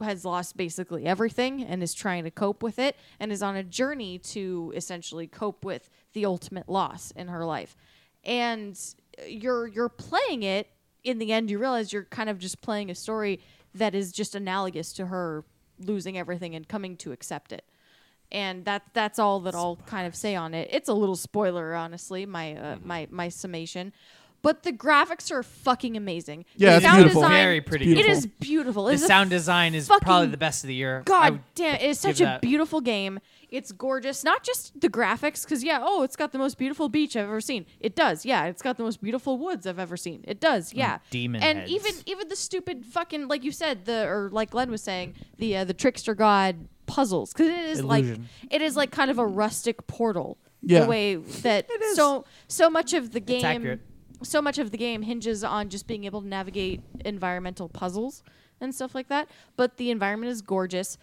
[SPEAKER 2] has lost basically everything and is trying to cope with it and is on a journey to essentially cope with the ultimate loss in her life. And you're you're playing it in the end you realize you're kind of just playing a story that is just analogous to her losing everything and coming to accept it and that that's all that I'll kind of say on it. It's a little spoiler, honestly, my uh,
[SPEAKER 3] Mm-hmm.
[SPEAKER 2] my my summation. But the graphics are fucking amazing.
[SPEAKER 3] Yeah,
[SPEAKER 2] the
[SPEAKER 3] it's beautiful.
[SPEAKER 1] Very pretty
[SPEAKER 2] It
[SPEAKER 1] game.
[SPEAKER 2] is beautiful.
[SPEAKER 1] The
[SPEAKER 2] It's a
[SPEAKER 1] sound design is
[SPEAKER 2] fucking-
[SPEAKER 1] probably the best of the year. I
[SPEAKER 2] God
[SPEAKER 1] would-
[SPEAKER 2] damn, it's such
[SPEAKER 1] give
[SPEAKER 2] a
[SPEAKER 1] that-
[SPEAKER 2] beautiful game. It's gorgeous. Not just the graphics, because yeah, oh, it's got the most beautiful beach I've ever seen. It does, yeah. It's got the most beautiful woods I've ever seen. It does, yeah.
[SPEAKER 1] demon
[SPEAKER 2] and
[SPEAKER 1] heads.
[SPEAKER 2] even even the stupid fucking like you said the or like Glenn was saying the uh, the trickster god puzzles because it is
[SPEAKER 1] Illusion.
[SPEAKER 2] like it is like kind of a rustic portal.
[SPEAKER 3] Yeah.
[SPEAKER 2] The way that so so much of the game
[SPEAKER 1] accurate.
[SPEAKER 2] so much of the game hinges on just being able to navigate environmental puzzles and stuff like that. But the environment is gorgeous.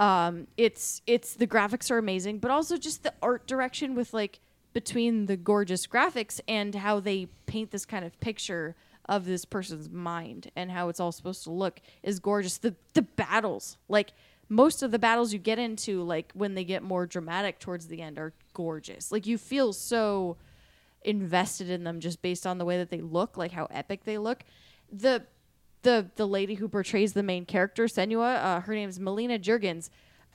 [SPEAKER 2] Um, it's it's the graphics are amazing, but also just the art direction with like between the gorgeous graphics and how they paint this kind of picture of this person's mind and how it's all supposed to look is gorgeous. The the battles, like most of the battles you get into, like when they get more dramatic towards the end, are gorgeous. Like you feel so invested in them just based on the way that they look, like how epic they look. The the the lady who portrays the main character, Senua, uh, her name's Melina Jurgens.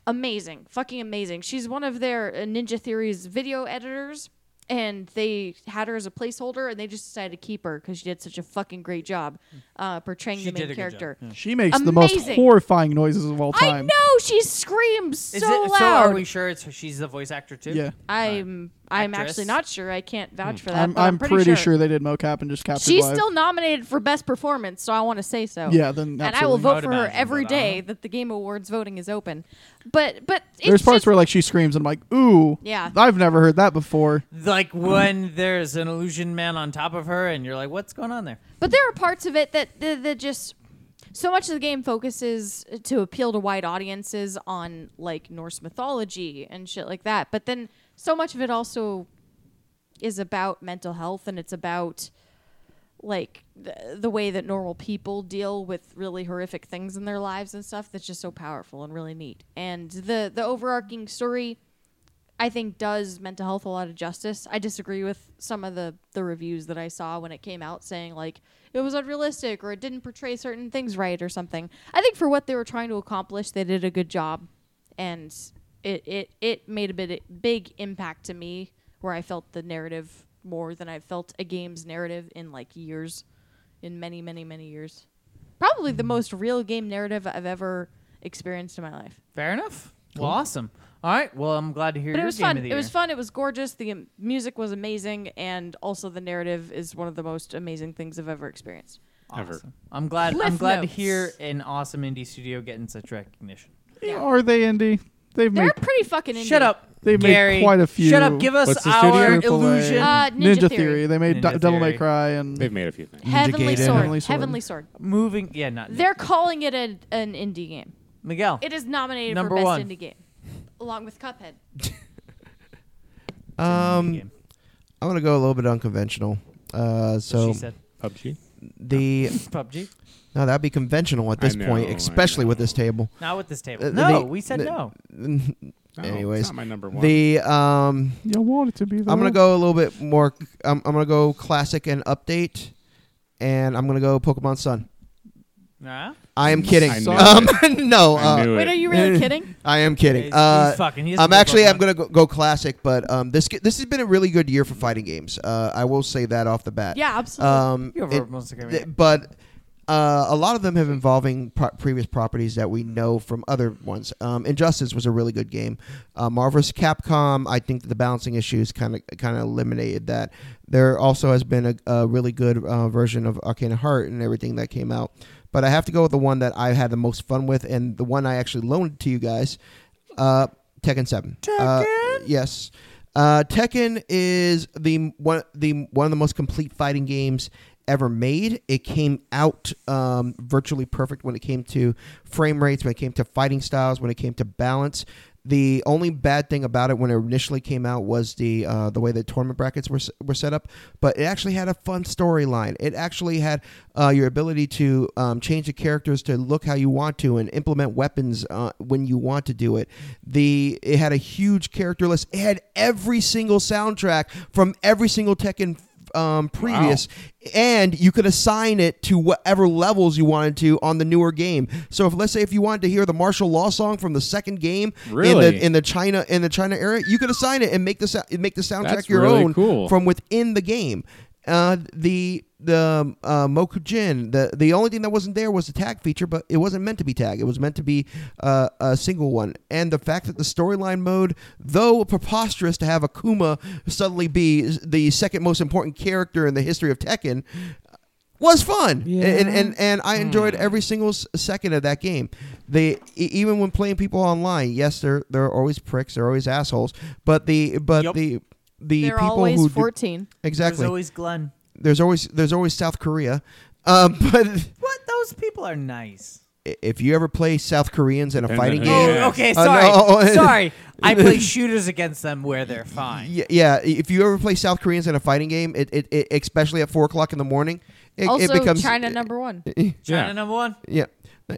[SPEAKER 2] Amazing, fucking amazing. She's one of their uh, Ninja Theory's video editors, and they had her as a placeholder, and they just decided to keep her because she did such a fucking great job uh, portraying
[SPEAKER 1] She
[SPEAKER 2] the
[SPEAKER 1] did
[SPEAKER 2] main
[SPEAKER 1] a good job,
[SPEAKER 2] character.
[SPEAKER 3] She makes the most
[SPEAKER 2] Amazing.
[SPEAKER 3] horrifying noises of all
[SPEAKER 2] I
[SPEAKER 3] time.
[SPEAKER 2] know she screams so
[SPEAKER 1] Is it,
[SPEAKER 2] loud.
[SPEAKER 1] So are we sure it's she's the voice actor too?
[SPEAKER 3] Yeah.
[SPEAKER 2] I'm I'm
[SPEAKER 1] Actress?
[SPEAKER 2] actually not sure. I can't vouch for that.
[SPEAKER 3] Hmm. I'm,
[SPEAKER 2] but I'm,
[SPEAKER 3] I'm pretty, sure. they did mocap and just captured
[SPEAKER 2] She's
[SPEAKER 3] live.
[SPEAKER 2] still nominated for best performance, so I want to say so.
[SPEAKER 3] Yeah, then
[SPEAKER 2] and I will
[SPEAKER 3] absolutely.
[SPEAKER 1] I
[SPEAKER 2] vote
[SPEAKER 1] would
[SPEAKER 2] for her
[SPEAKER 1] imagine,
[SPEAKER 2] every
[SPEAKER 1] but I don't
[SPEAKER 2] day that the Game Awards voting is open. But but it's
[SPEAKER 3] There's parts
[SPEAKER 2] just-
[SPEAKER 3] where like she screams and I'm like, "Ooh,
[SPEAKER 2] Yeah.
[SPEAKER 3] I've never heard that before."
[SPEAKER 1] Like when there's an illusion man on top of her, and you're like, "What's going on there?"
[SPEAKER 2] but there are parts of it that that, that just so much of the game focuses uh, to appeal to wide audiences on like Norse mythology and shit like that. But then so much of it also is about mental health and it's about like the, the way that normal people deal with really horrific things in their lives and stuff that's just so powerful and really neat. And the the overarching story I think does mental health a lot of justice. I disagree with some of the the reviews that I saw when it came out saying like it was unrealistic or it didn't portray certain things right or something. I think for what they were trying to accomplish, they did a good job and it it it made a bit big impact to me where I felt the narrative more than I felt a game's narrative in like years in many many many years. Probably the most real game narrative I've ever experienced in my life.
[SPEAKER 1] Fair enough. Well, awesome. All right. Well, I'm glad to hear
[SPEAKER 2] But
[SPEAKER 1] your
[SPEAKER 2] it was
[SPEAKER 1] game
[SPEAKER 2] fun.
[SPEAKER 1] of the
[SPEAKER 2] It was
[SPEAKER 1] year.
[SPEAKER 2] fun. It was gorgeous. The um, music was amazing, and also the narrative is one of the most amazing things I've ever experienced.
[SPEAKER 4] Ever.
[SPEAKER 1] Awesome. I'm glad. I'm
[SPEAKER 2] Cliff
[SPEAKER 1] glad
[SPEAKER 2] notes.
[SPEAKER 1] to hear an awesome indie studio getting such recognition.
[SPEAKER 2] Yeah.
[SPEAKER 3] Are they indie? They've
[SPEAKER 2] They're
[SPEAKER 3] made
[SPEAKER 2] pretty fucking. Indie.
[SPEAKER 1] Shut up.
[SPEAKER 3] They made
[SPEAKER 1] Gary.
[SPEAKER 3] quite a few.
[SPEAKER 1] Shut up. Give us
[SPEAKER 4] What's the
[SPEAKER 1] our
[SPEAKER 4] studio?
[SPEAKER 3] Triple A.
[SPEAKER 1] illusion.
[SPEAKER 2] Uh,
[SPEAKER 3] Ninja,
[SPEAKER 2] Ninja
[SPEAKER 3] Theory.
[SPEAKER 2] Theory.
[SPEAKER 3] They made
[SPEAKER 1] Ninja
[SPEAKER 3] Di- Devil May
[SPEAKER 1] Theory.
[SPEAKER 3] Cry and
[SPEAKER 4] They've made a few things.
[SPEAKER 2] Heavenly
[SPEAKER 5] Gaiden.
[SPEAKER 2] sword.
[SPEAKER 3] Heavenly
[SPEAKER 2] Heavenly
[SPEAKER 3] Sword.
[SPEAKER 2] sword.
[SPEAKER 1] Moving. Yeah. Not
[SPEAKER 2] They're calling it a, an indie game.
[SPEAKER 1] Miguel.
[SPEAKER 2] It is nominated
[SPEAKER 1] Number
[SPEAKER 2] for best
[SPEAKER 1] one.
[SPEAKER 2] indie game, along with Cuphead.
[SPEAKER 5] Um,
[SPEAKER 1] Game.
[SPEAKER 5] I'm gonna go a little bit unconventional. Uh,
[SPEAKER 1] So she
[SPEAKER 5] so
[SPEAKER 1] said
[SPEAKER 4] PUBG.
[SPEAKER 5] the
[SPEAKER 1] PUBG.
[SPEAKER 5] no, that'd be conventional at
[SPEAKER 4] I
[SPEAKER 5] this point,
[SPEAKER 4] know, I
[SPEAKER 5] especially with this table.
[SPEAKER 1] Not with this table.
[SPEAKER 5] Uh,
[SPEAKER 1] no,
[SPEAKER 5] the-
[SPEAKER 1] we said
[SPEAKER 5] the-
[SPEAKER 1] no.
[SPEAKER 4] No,
[SPEAKER 5] Anyways,
[SPEAKER 4] it's not my number one.
[SPEAKER 5] The um,
[SPEAKER 3] You want it to be. Though.
[SPEAKER 5] I'm gonna go a little bit more. I'm, I'm gonna go classic and update, and I'm gonna go Pokemon Sun.
[SPEAKER 1] Nah.
[SPEAKER 5] I am kidding.
[SPEAKER 4] I knew *laughs*
[SPEAKER 5] um, *laughs* no,
[SPEAKER 4] I
[SPEAKER 5] uh,
[SPEAKER 4] knew
[SPEAKER 2] Wait,
[SPEAKER 4] it.
[SPEAKER 2] are you
[SPEAKER 5] *laughs*
[SPEAKER 2] really kidding?
[SPEAKER 5] I am
[SPEAKER 1] He's-
[SPEAKER 5] kidding.
[SPEAKER 1] he's
[SPEAKER 5] Uh,
[SPEAKER 1] fucking. He is
[SPEAKER 5] I'm
[SPEAKER 1] the
[SPEAKER 5] actually I'm
[SPEAKER 1] Pokemon.
[SPEAKER 5] gonna go, go classic, but um, this g- this has been a really good year for fighting games. Uh, I will say that off the bat.
[SPEAKER 2] Yeah, absolutely.
[SPEAKER 5] Um,
[SPEAKER 1] You have
[SPEAKER 5] it-
[SPEAKER 1] a remote secure-
[SPEAKER 5] th- but uh, a lot of them have involving pro- previous properties that we know from other ones. Um, Injustice was a really good game. Uh, Marvelous Capcom, I think that the balancing issues kind of kind of eliminated that. There also has been a, a really good uh, version of Arcane Heart and everything that came out. But I have to go with the one that I had the most fun with, and the one I actually loaned to you guys, uh, Tekken Seven. Uh, yes. Uh, Tekken is the one the one of the most complete fighting games ever made. It came out um, virtually perfect when it came to frame rates, when it came to fighting styles, when it came to balance. The only bad thing about it when it initially came out was the uh, the way the tournament brackets were, s- were set up, but it actually had a fun storyline. It actually had uh, your ability to um, change the characters to look how you want to and implement weapons uh, when you want to do it. The it had a huge character list. It had every single soundtrack from every single Tekken um, previous, and you could assign it to whatever levels you wanted to on the newer game. So if let's say if you wanted to hear the martial law song from the second game in
[SPEAKER 4] Really?
[SPEAKER 5] the in the China in the China era, you could assign it and make the sou- make the soundtrack
[SPEAKER 4] That's
[SPEAKER 5] your
[SPEAKER 4] really
[SPEAKER 5] own
[SPEAKER 4] cool.
[SPEAKER 5] from within the game. Uh, the the uh, Mokujin, the the only thing that wasn't there was the tag feature, but it wasn't meant to be tag. It was meant to be uh, a single one. And the fact that the storyline mode, though preposterous to have Akuma suddenly be the second most important character in the history of Tekken, was fun, and, and and I enjoyed every single s- second of that game. They e- even when playing people online, yes, they're they're always pricks, they're always assholes, but the but
[SPEAKER 1] Yep.
[SPEAKER 5] the the
[SPEAKER 2] They're
[SPEAKER 5] people
[SPEAKER 2] always
[SPEAKER 5] who do-
[SPEAKER 2] fourteen.
[SPEAKER 1] There's
[SPEAKER 5] exactly
[SPEAKER 1] always Glenn.
[SPEAKER 5] there's always there's always South Korea, um, *laughs* but
[SPEAKER 1] What? Those people are nice.
[SPEAKER 5] i- if you ever play South Koreans in a
[SPEAKER 4] Depends on
[SPEAKER 5] fighting
[SPEAKER 4] who
[SPEAKER 5] game,
[SPEAKER 4] you
[SPEAKER 1] Oh,
[SPEAKER 4] Yeah.
[SPEAKER 1] okay.
[SPEAKER 5] Uh,
[SPEAKER 1] Sorry.
[SPEAKER 5] *laughs* no.
[SPEAKER 1] sorry. I play shooters against them where they're fine.
[SPEAKER 5] Y- Yeah, if you ever play South Koreans in a fighting game, it, it, it especially at four o'clock in the morning, it,
[SPEAKER 2] also,
[SPEAKER 5] it becomes
[SPEAKER 2] China number one.
[SPEAKER 1] China
[SPEAKER 4] Yeah.
[SPEAKER 1] number one.
[SPEAKER 5] Yeah.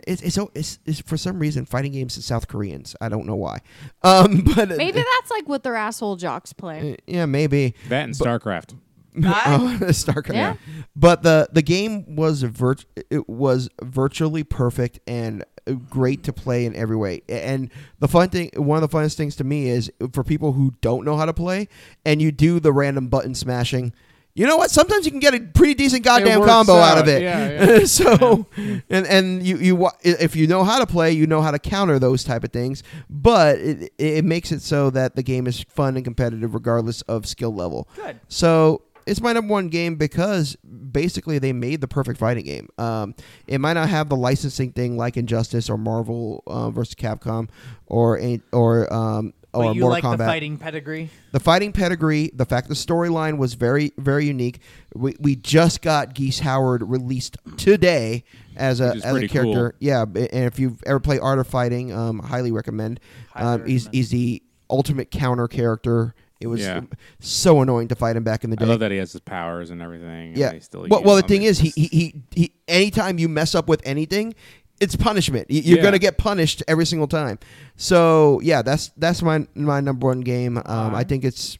[SPEAKER 5] It's, it's, so- it's, it's for some reason fighting games to South Koreans. I don't know why. Um, *laughs* but uh,
[SPEAKER 2] Maybe that's like what their asshole jocks play.
[SPEAKER 5] yeah, maybe. *laughs*
[SPEAKER 4] That and StarCraft.
[SPEAKER 1] I,
[SPEAKER 5] Oh, *laughs* StarCraft.
[SPEAKER 2] Yeah.
[SPEAKER 5] But the the game was virt- it was virtually perfect and uh, great to play in every way. And the fun thing, one of the funnest things to me is uh, for people who don't know how to play, and you do the random button smashing. You know what? Sometimes you can get a pretty decent goddamn
[SPEAKER 4] works
[SPEAKER 5] combo out, of
[SPEAKER 4] out.
[SPEAKER 5] it. *laughs*
[SPEAKER 4] Yeah,
[SPEAKER 5] so, and and you you wa- if you know how to play, you know how to counter those type of things. But it, it makes it so that the game is fun and competitive regardless of skill level.
[SPEAKER 1] good.
[SPEAKER 5] So it's my number one game because basically they made the perfect fighting game. Um, it might not have the licensing thing like Injustice or Marvel uh, versus Capcom or any- or um, or
[SPEAKER 1] but you
[SPEAKER 5] Mortal
[SPEAKER 1] like
[SPEAKER 5] Kombat.
[SPEAKER 1] the fighting pedigree.
[SPEAKER 5] The fighting pedigree, the fact the storyline was very, very unique. We, we just got Geese Howard released today as a
[SPEAKER 4] Which is
[SPEAKER 5] as a
[SPEAKER 4] pretty cool.
[SPEAKER 5] character. Yeah, b- and if you've ever played Art of Fighting, um, highly recommend.
[SPEAKER 1] Highly
[SPEAKER 5] um, he's,
[SPEAKER 1] recommend.
[SPEAKER 5] he's the ultimate counter character. It was
[SPEAKER 4] Yeah.
[SPEAKER 5] so annoying to fight him back in the
[SPEAKER 4] I
[SPEAKER 5] day.
[SPEAKER 4] love that he has his powers and everything. and
[SPEAKER 5] Yeah.
[SPEAKER 4] they still
[SPEAKER 5] well,
[SPEAKER 4] use
[SPEAKER 5] well, the
[SPEAKER 4] them.
[SPEAKER 5] thing
[SPEAKER 4] It's
[SPEAKER 5] is,
[SPEAKER 4] just-
[SPEAKER 5] he, he, he, he, anytime you mess up with anything, it's punishment. Y- You're
[SPEAKER 4] Yeah.
[SPEAKER 5] going to get punished every single time. So, yeah, that's that's my my number one game. Um, I
[SPEAKER 4] Uh-huh.
[SPEAKER 1] Alright.
[SPEAKER 5] think it's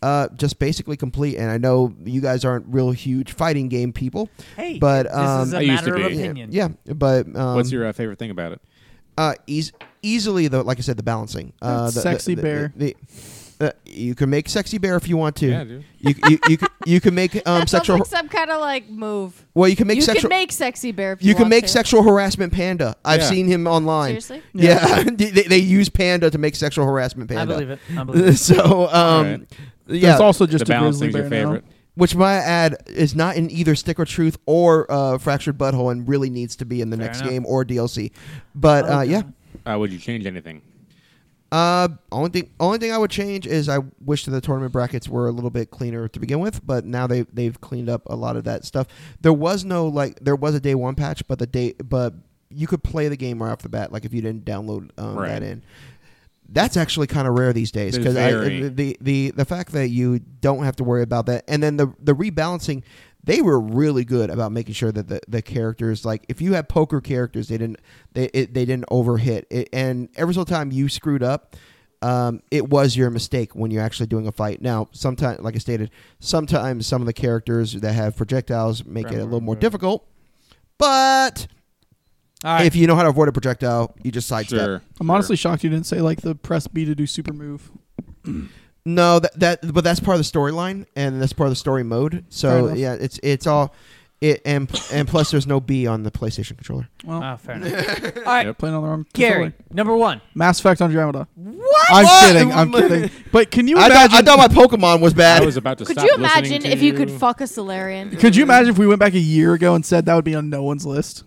[SPEAKER 5] uh, just basically complete. And I know you guys aren't real huge fighting game people.
[SPEAKER 1] Hey,
[SPEAKER 5] But,
[SPEAKER 1] this is
[SPEAKER 5] um,
[SPEAKER 1] a
[SPEAKER 4] I used to
[SPEAKER 1] matter of
[SPEAKER 4] be.
[SPEAKER 1] opinion.
[SPEAKER 5] Yeah, but um,
[SPEAKER 4] What's your uh, favorite thing about it?
[SPEAKER 5] uh, eas- easily though? Like I said, the balancing. Uh,
[SPEAKER 3] That's
[SPEAKER 5] the,
[SPEAKER 3] sexy
[SPEAKER 5] the-
[SPEAKER 3] bear.
[SPEAKER 5] the- the- uh, you can make sexy bear if you want to.
[SPEAKER 4] Yeah, dude.
[SPEAKER 5] You, you, you, can, you can make um,
[SPEAKER 2] that sounds
[SPEAKER 5] sexual.
[SPEAKER 2] like some kind of like move.
[SPEAKER 5] well, you can make
[SPEAKER 2] you
[SPEAKER 5] sexual.
[SPEAKER 2] can make sexy bear. If you,
[SPEAKER 5] You can
[SPEAKER 2] want
[SPEAKER 5] make
[SPEAKER 2] to.
[SPEAKER 5] sexual harassment panda. I've
[SPEAKER 4] Yeah.
[SPEAKER 5] seen him online.
[SPEAKER 2] Seriously?
[SPEAKER 5] Yeah, *laughs* they, they use panda to make sexual harassment panda.
[SPEAKER 1] I believe it.
[SPEAKER 5] *laughs*
[SPEAKER 1] I believe it.
[SPEAKER 5] so, um,
[SPEAKER 4] Alright.
[SPEAKER 5] yeah,
[SPEAKER 3] It's also just
[SPEAKER 4] the
[SPEAKER 3] a
[SPEAKER 4] balance
[SPEAKER 3] grizzly
[SPEAKER 4] thing's
[SPEAKER 3] bear
[SPEAKER 4] your
[SPEAKER 3] now.
[SPEAKER 4] favorite.
[SPEAKER 5] which my ad is not in either Stick or Truth or uh, Fractured Butthole, and really needs to be in the
[SPEAKER 1] Fair
[SPEAKER 5] next
[SPEAKER 1] enough.
[SPEAKER 5] game or DLC. But uh,
[SPEAKER 1] Okay.
[SPEAKER 5] yeah,
[SPEAKER 4] Uh, would you change anything?
[SPEAKER 5] uh, only thing only thing I would change is I wish that the tournament brackets were a little bit cleaner to begin with, but now they they've cleaned up a lot of that stuff. There was no like there was a day one patch, but the day but you could play the game right off the bat, like if you didn't download um,
[SPEAKER 4] Right.
[SPEAKER 5] that in. That's actually kind of rare these days
[SPEAKER 4] It's
[SPEAKER 5] because
[SPEAKER 4] very.
[SPEAKER 5] the, the the fact that you don't have to worry about that, and then the the rebalancing, they were really good about making sure that the, the characters like if you had poker characters, they didn't they it, they didn't overhit, it, and every single time you screwed up, um, it was your mistake when you're actually doing a fight. Now, sometimes, like I stated, sometimes some of the characters that have projectiles make it a little more difficult, but
[SPEAKER 1] All right.
[SPEAKER 5] if you know how to avoid a projectile, you just sidestep.
[SPEAKER 4] Sure.
[SPEAKER 3] I'm honestly shocked you didn't say like the press B to do super move.
[SPEAKER 5] No, that, that but that's part of the storyline and that's part of the story mode.
[SPEAKER 3] Fair
[SPEAKER 5] So
[SPEAKER 3] enough.
[SPEAKER 5] yeah, it's it's all it and and plus there's no B on the PlayStation controller.
[SPEAKER 3] Well,
[SPEAKER 1] Ah, fair
[SPEAKER 5] *laughs*
[SPEAKER 1] enough. All right,
[SPEAKER 4] Yep.
[SPEAKER 3] playing on the wrong
[SPEAKER 1] Gary,
[SPEAKER 3] controller.
[SPEAKER 1] number one.
[SPEAKER 3] Mass Effect Andromeda.
[SPEAKER 2] What?
[SPEAKER 3] I'm
[SPEAKER 5] What?
[SPEAKER 3] kidding. *laughs*
[SPEAKER 5] *laughs*
[SPEAKER 3] I'm kidding. But can you
[SPEAKER 5] I
[SPEAKER 3] imagine?
[SPEAKER 5] thought, I thought my Pokemon was bad.
[SPEAKER 4] I was about to
[SPEAKER 2] Could
[SPEAKER 4] stop
[SPEAKER 2] you
[SPEAKER 4] listening
[SPEAKER 2] imagine
[SPEAKER 4] to
[SPEAKER 2] if you could fuck a Solarian?
[SPEAKER 3] could you imagine if we went back a year ago and said that would be on no one's list?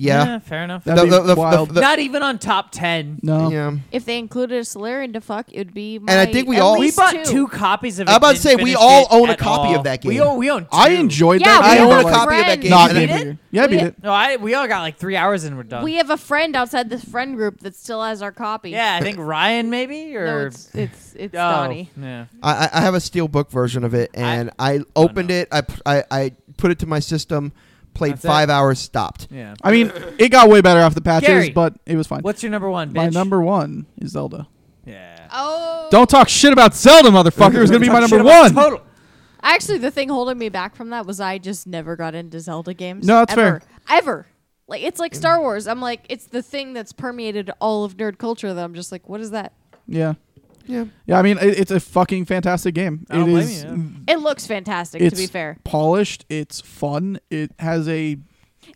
[SPEAKER 5] yeah.
[SPEAKER 1] fair enough.
[SPEAKER 3] That'd be wild.
[SPEAKER 5] the-
[SPEAKER 1] Not even on top ten.
[SPEAKER 3] No.
[SPEAKER 5] yeah.
[SPEAKER 2] If they included a Solarian to fuck, it would be. My
[SPEAKER 5] I think we
[SPEAKER 2] at
[SPEAKER 5] all-
[SPEAKER 1] We
[SPEAKER 2] least
[SPEAKER 1] bought two. copies of it.
[SPEAKER 5] I'm about
[SPEAKER 1] didn't
[SPEAKER 5] to say, we
[SPEAKER 1] finish
[SPEAKER 5] all
[SPEAKER 1] it
[SPEAKER 5] own a
[SPEAKER 1] at
[SPEAKER 5] copy
[SPEAKER 1] all.
[SPEAKER 5] of that
[SPEAKER 1] We
[SPEAKER 5] game.
[SPEAKER 1] own, we own two.
[SPEAKER 3] I enjoyed
[SPEAKER 2] Yeah,
[SPEAKER 3] that.
[SPEAKER 2] we
[SPEAKER 3] game,
[SPEAKER 2] own
[SPEAKER 3] but,
[SPEAKER 2] a
[SPEAKER 3] like,
[SPEAKER 2] copy of that game.
[SPEAKER 3] Not
[SPEAKER 2] You
[SPEAKER 3] anymore.
[SPEAKER 2] did?
[SPEAKER 3] Yeah, I
[SPEAKER 2] We-
[SPEAKER 3] beat it.
[SPEAKER 1] No, I, we all got like three hours and we're done.
[SPEAKER 2] We have a friend outside this friend group that still has our copy.
[SPEAKER 1] yeah,
[SPEAKER 3] *laughs*
[SPEAKER 1] I think Ryan maybe or
[SPEAKER 2] No, it's it's it's
[SPEAKER 1] oh,
[SPEAKER 2] Donnie.
[SPEAKER 1] Yeah.
[SPEAKER 5] I, I- I have a steelbook version of it, and I, opened
[SPEAKER 1] no.
[SPEAKER 5] it. I, p- I I put it to my system, played
[SPEAKER 1] That's it?
[SPEAKER 5] five hours, stopped.
[SPEAKER 1] Yeah.
[SPEAKER 3] I mean, it got way better off the patches,
[SPEAKER 1] Gary.
[SPEAKER 3] but it was fine.
[SPEAKER 1] What's your number one? Bitch?
[SPEAKER 3] my number one is Zelda.
[SPEAKER 1] Yeah.
[SPEAKER 2] Oh.
[SPEAKER 3] Don't talk shit about Zelda, motherfucker. It was gonna be my
[SPEAKER 1] Talk shit
[SPEAKER 3] number
[SPEAKER 1] about
[SPEAKER 3] one.
[SPEAKER 1] Total.
[SPEAKER 2] Actually, the thing holding me back from that was I just never got into Zelda games.
[SPEAKER 3] No, that's
[SPEAKER 2] ever.
[SPEAKER 3] fair.
[SPEAKER 2] Ever. Like it's like Star Wars. I'm like it's the thing that's permeated all of nerd culture that I'm just like what is that?
[SPEAKER 3] Yeah.
[SPEAKER 5] Yeah.
[SPEAKER 3] Yeah, I mean, it, it's a fucking fantastic game.
[SPEAKER 1] I don't
[SPEAKER 3] It
[SPEAKER 1] blame
[SPEAKER 3] is-
[SPEAKER 1] you,
[SPEAKER 2] It looks fantastic to
[SPEAKER 3] It's
[SPEAKER 2] be fair.
[SPEAKER 3] polished. It's fun. It has a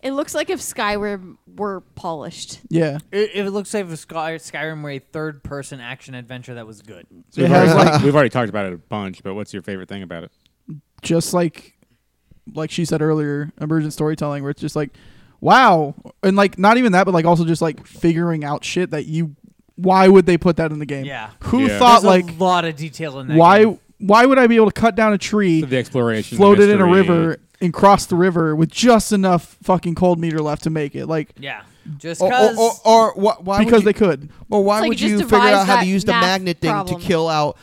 [SPEAKER 2] It looks like if Skyrim were polished.
[SPEAKER 3] yeah.
[SPEAKER 1] It, it looks like if Sky, Skyrim were a third-person action adventure that was good.
[SPEAKER 4] So we've,
[SPEAKER 3] It has, *laughs*
[SPEAKER 4] already,
[SPEAKER 3] like-
[SPEAKER 4] we've already talked about it a bunch, but what's your favorite thing about it?
[SPEAKER 3] Just like like she said earlier, emergent storytelling, where it's just like, wow, and like not even that, but like also just like figuring out shit that you. Why would they put that in the game?
[SPEAKER 1] Yeah.
[SPEAKER 3] Who
[SPEAKER 4] Yeah.
[SPEAKER 3] thought
[SPEAKER 1] There's
[SPEAKER 3] like
[SPEAKER 1] a lot of detail in that.
[SPEAKER 3] why?
[SPEAKER 1] game.
[SPEAKER 3] Why would I be able to cut down a
[SPEAKER 4] So
[SPEAKER 3] tree,
[SPEAKER 4] the exploration,
[SPEAKER 3] float it in a
[SPEAKER 4] mystery.
[SPEAKER 3] river, and cross the river with just enough fucking cold meter left to make it? Like
[SPEAKER 1] Yeah. Just
[SPEAKER 3] Oh,
[SPEAKER 5] Or, or,
[SPEAKER 1] because.
[SPEAKER 5] or, or wh- why? would
[SPEAKER 3] because
[SPEAKER 5] you-
[SPEAKER 3] they could.
[SPEAKER 5] Or why
[SPEAKER 2] It's like
[SPEAKER 5] would
[SPEAKER 2] you
[SPEAKER 5] you
[SPEAKER 2] just
[SPEAKER 5] figure
[SPEAKER 2] devised
[SPEAKER 5] out how to
[SPEAKER 2] that
[SPEAKER 5] use the
[SPEAKER 2] math
[SPEAKER 5] magnet thing
[SPEAKER 2] problem.
[SPEAKER 5] to kill out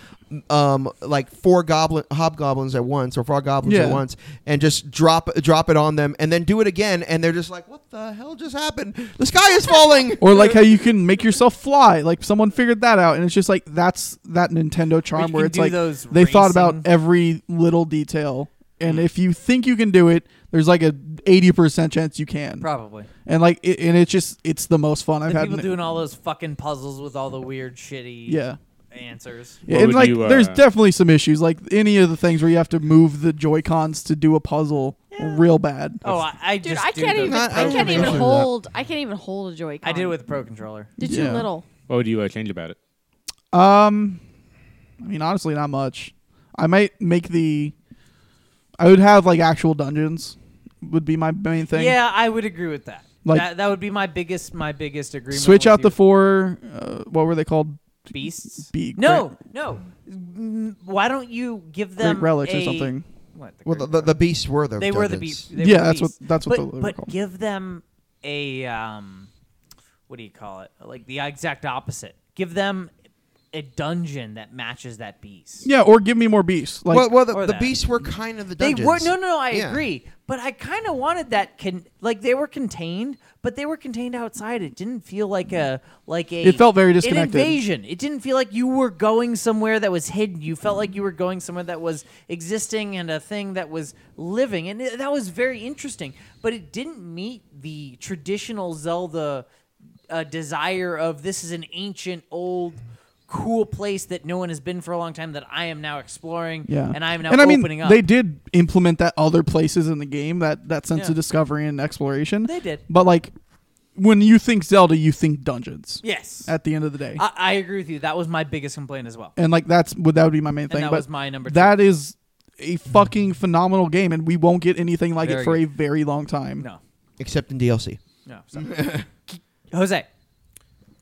[SPEAKER 5] um like four goblin hobgoblins at once or four goblins at
[SPEAKER 3] Yeah.
[SPEAKER 5] once and just drop drop it on them and then do it again and they're just like what the hell just happened the sky is falling
[SPEAKER 2] *laughs*
[SPEAKER 3] Or like how you can make yourself fly. Like someone figured that out, and it's just like that's that Nintendo
[SPEAKER 1] Or you
[SPEAKER 3] charm
[SPEAKER 1] can
[SPEAKER 3] where it's
[SPEAKER 1] do
[SPEAKER 3] like
[SPEAKER 1] those
[SPEAKER 3] they thought about
[SPEAKER 1] racing- Mm.
[SPEAKER 3] every little detail. And if you think you can do it, there's like a eighty percent chance you can.
[SPEAKER 1] probably.
[SPEAKER 3] And like it, and it's just it's the most fun I've
[SPEAKER 1] the
[SPEAKER 3] had.
[SPEAKER 1] people
[SPEAKER 3] in-
[SPEAKER 1] doing all those fucking puzzles with all the weird shitty
[SPEAKER 3] yeah.
[SPEAKER 1] answers.
[SPEAKER 3] Yeah,
[SPEAKER 4] What
[SPEAKER 3] and
[SPEAKER 4] would
[SPEAKER 3] like,
[SPEAKER 4] you,
[SPEAKER 3] there's
[SPEAKER 4] uh,
[SPEAKER 3] definitely some issues, like any of the things where you have to move the Joy Cons to do a puzzle, real bad.
[SPEAKER 1] Oh, I, I
[SPEAKER 2] Dude,
[SPEAKER 1] just
[SPEAKER 2] I
[SPEAKER 1] do
[SPEAKER 2] can't
[SPEAKER 1] the-
[SPEAKER 2] even
[SPEAKER 5] Not- I
[SPEAKER 2] I,
[SPEAKER 5] don't
[SPEAKER 2] can't
[SPEAKER 5] have
[SPEAKER 2] even
[SPEAKER 5] an issue with that.
[SPEAKER 2] hold I can't even hold a Joy-Con.
[SPEAKER 1] I did it with the Pro Controller.
[SPEAKER 2] did
[SPEAKER 3] Yeah.
[SPEAKER 2] too little.
[SPEAKER 4] What would you uh, change about it?
[SPEAKER 3] Um, I mean, honestly, not much. I might make the. I would have like actual dungeons, would be my main thing.
[SPEAKER 1] Yeah, I would agree with that.
[SPEAKER 3] Like-
[SPEAKER 1] that, that would be my biggest my biggest agreement.
[SPEAKER 3] Switch
[SPEAKER 1] with
[SPEAKER 3] out
[SPEAKER 1] you.
[SPEAKER 3] the four. Uh, what were they called?
[SPEAKER 1] beasts.
[SPEAKER 3] be
[SPEAKER 1] no, no. Mm, Why don't you give them
[SPEAKER 3] Relic or
[SPEAKER 1] a-
[SPEAKER 3] something.
[SPEAKER 1] What? The
[SPEAKER 5] Well, the,
[SPEAKER 1] Great
[SPEAKER 5] the,
[SPEAKER 1] Relic?
[SPEAKER 5] the beasts were the
[SPEAKER 1] they were the
[SPEAKER 5] beasts.
[SPEAKER 1] beasts. they
[SPEAKER 3] Yeah,
[SPEAKER 1] were
[SPEAKER 3] that's
[SPEAKER 1] beasts.
[SPEAKER 3] what- that's what
[SPEAKER 1] but,
[SPEAKER 3] they were
[SPEAKER 1] But
[SPEAKER 3] called.
[SPEAKER 1] give them a um, what do you call it? Like the exact opposite. Give them a dungeon that matches that beast.
[SPEAKER 3] Yeah, or give me more beasts. Like
[SPEAKER 5] well, well
[SPEAKER 1] or
[SPEAKER 5] the, the
[SPEAKER 1] that.
[SPEAKER 5] beasts were kind of the
[SPEAKER 1] They
[SPEAKER 5] dungeons.
[SPEAKER 1] were no, no, no. I
[SPEAKER 5] Yeah.
[SPEAKER 1] agree, but I kind of wanted that. Con- like they were contained, but they were contained outside. It didn't feel like a like a.
[SPEAKER 3] It felt very
[SPEAKER 1] an
[SPEAKER 3] disconnected.
[SPEAKER 1] invasion. It didn't feel like you were going somewhere that was hidden. You felt like you were going somewhere that was existing and a thing that was living, and it- that was very interesting. But it didn't meet the traditional Zelda uh, desire of this is an ancient old. Cool place that no one has been for a long time that I am now exploring,
[SPEAKER 3] yeah,
[SPEAKER 1] and I am now
[SPEAKER 3] and I mean,
[SPEAKER 1] opening up.
[SPEAKER 3] They did implement that other places in the game that that sense
[SPEAKER 1] Yeah.
[SPEAKER 3] of discovery and exploration.
[SPEAKER 1] They did.
[SPEAKER 3] but like when you think Zelda, you think dungeons.
[SPEAKER 1] Yes.
[SPEAKER 3] At the end of the day,
[SPEAKER 1] I, I agree with you. That was my biggest complaint as well.
[SPEAKER 3] and like that's would that would be my main thing.
[SPEAKER 1] that
[SPEAKER 3] but
[SPEAKER 1] was my number two.
[SPEAKER 3] That is a fucking phenomenal game, and we won't get anything like
[SPEAKER 1] Very
[SPEAKER 3] it for
[SPEAKER 1] good.
[SPEAKER 3] a very long time.
[SPEAKER 1] No,
[SPEAKER 5] except in DLC.
[SPEAKER 1] no. sorry. Jose,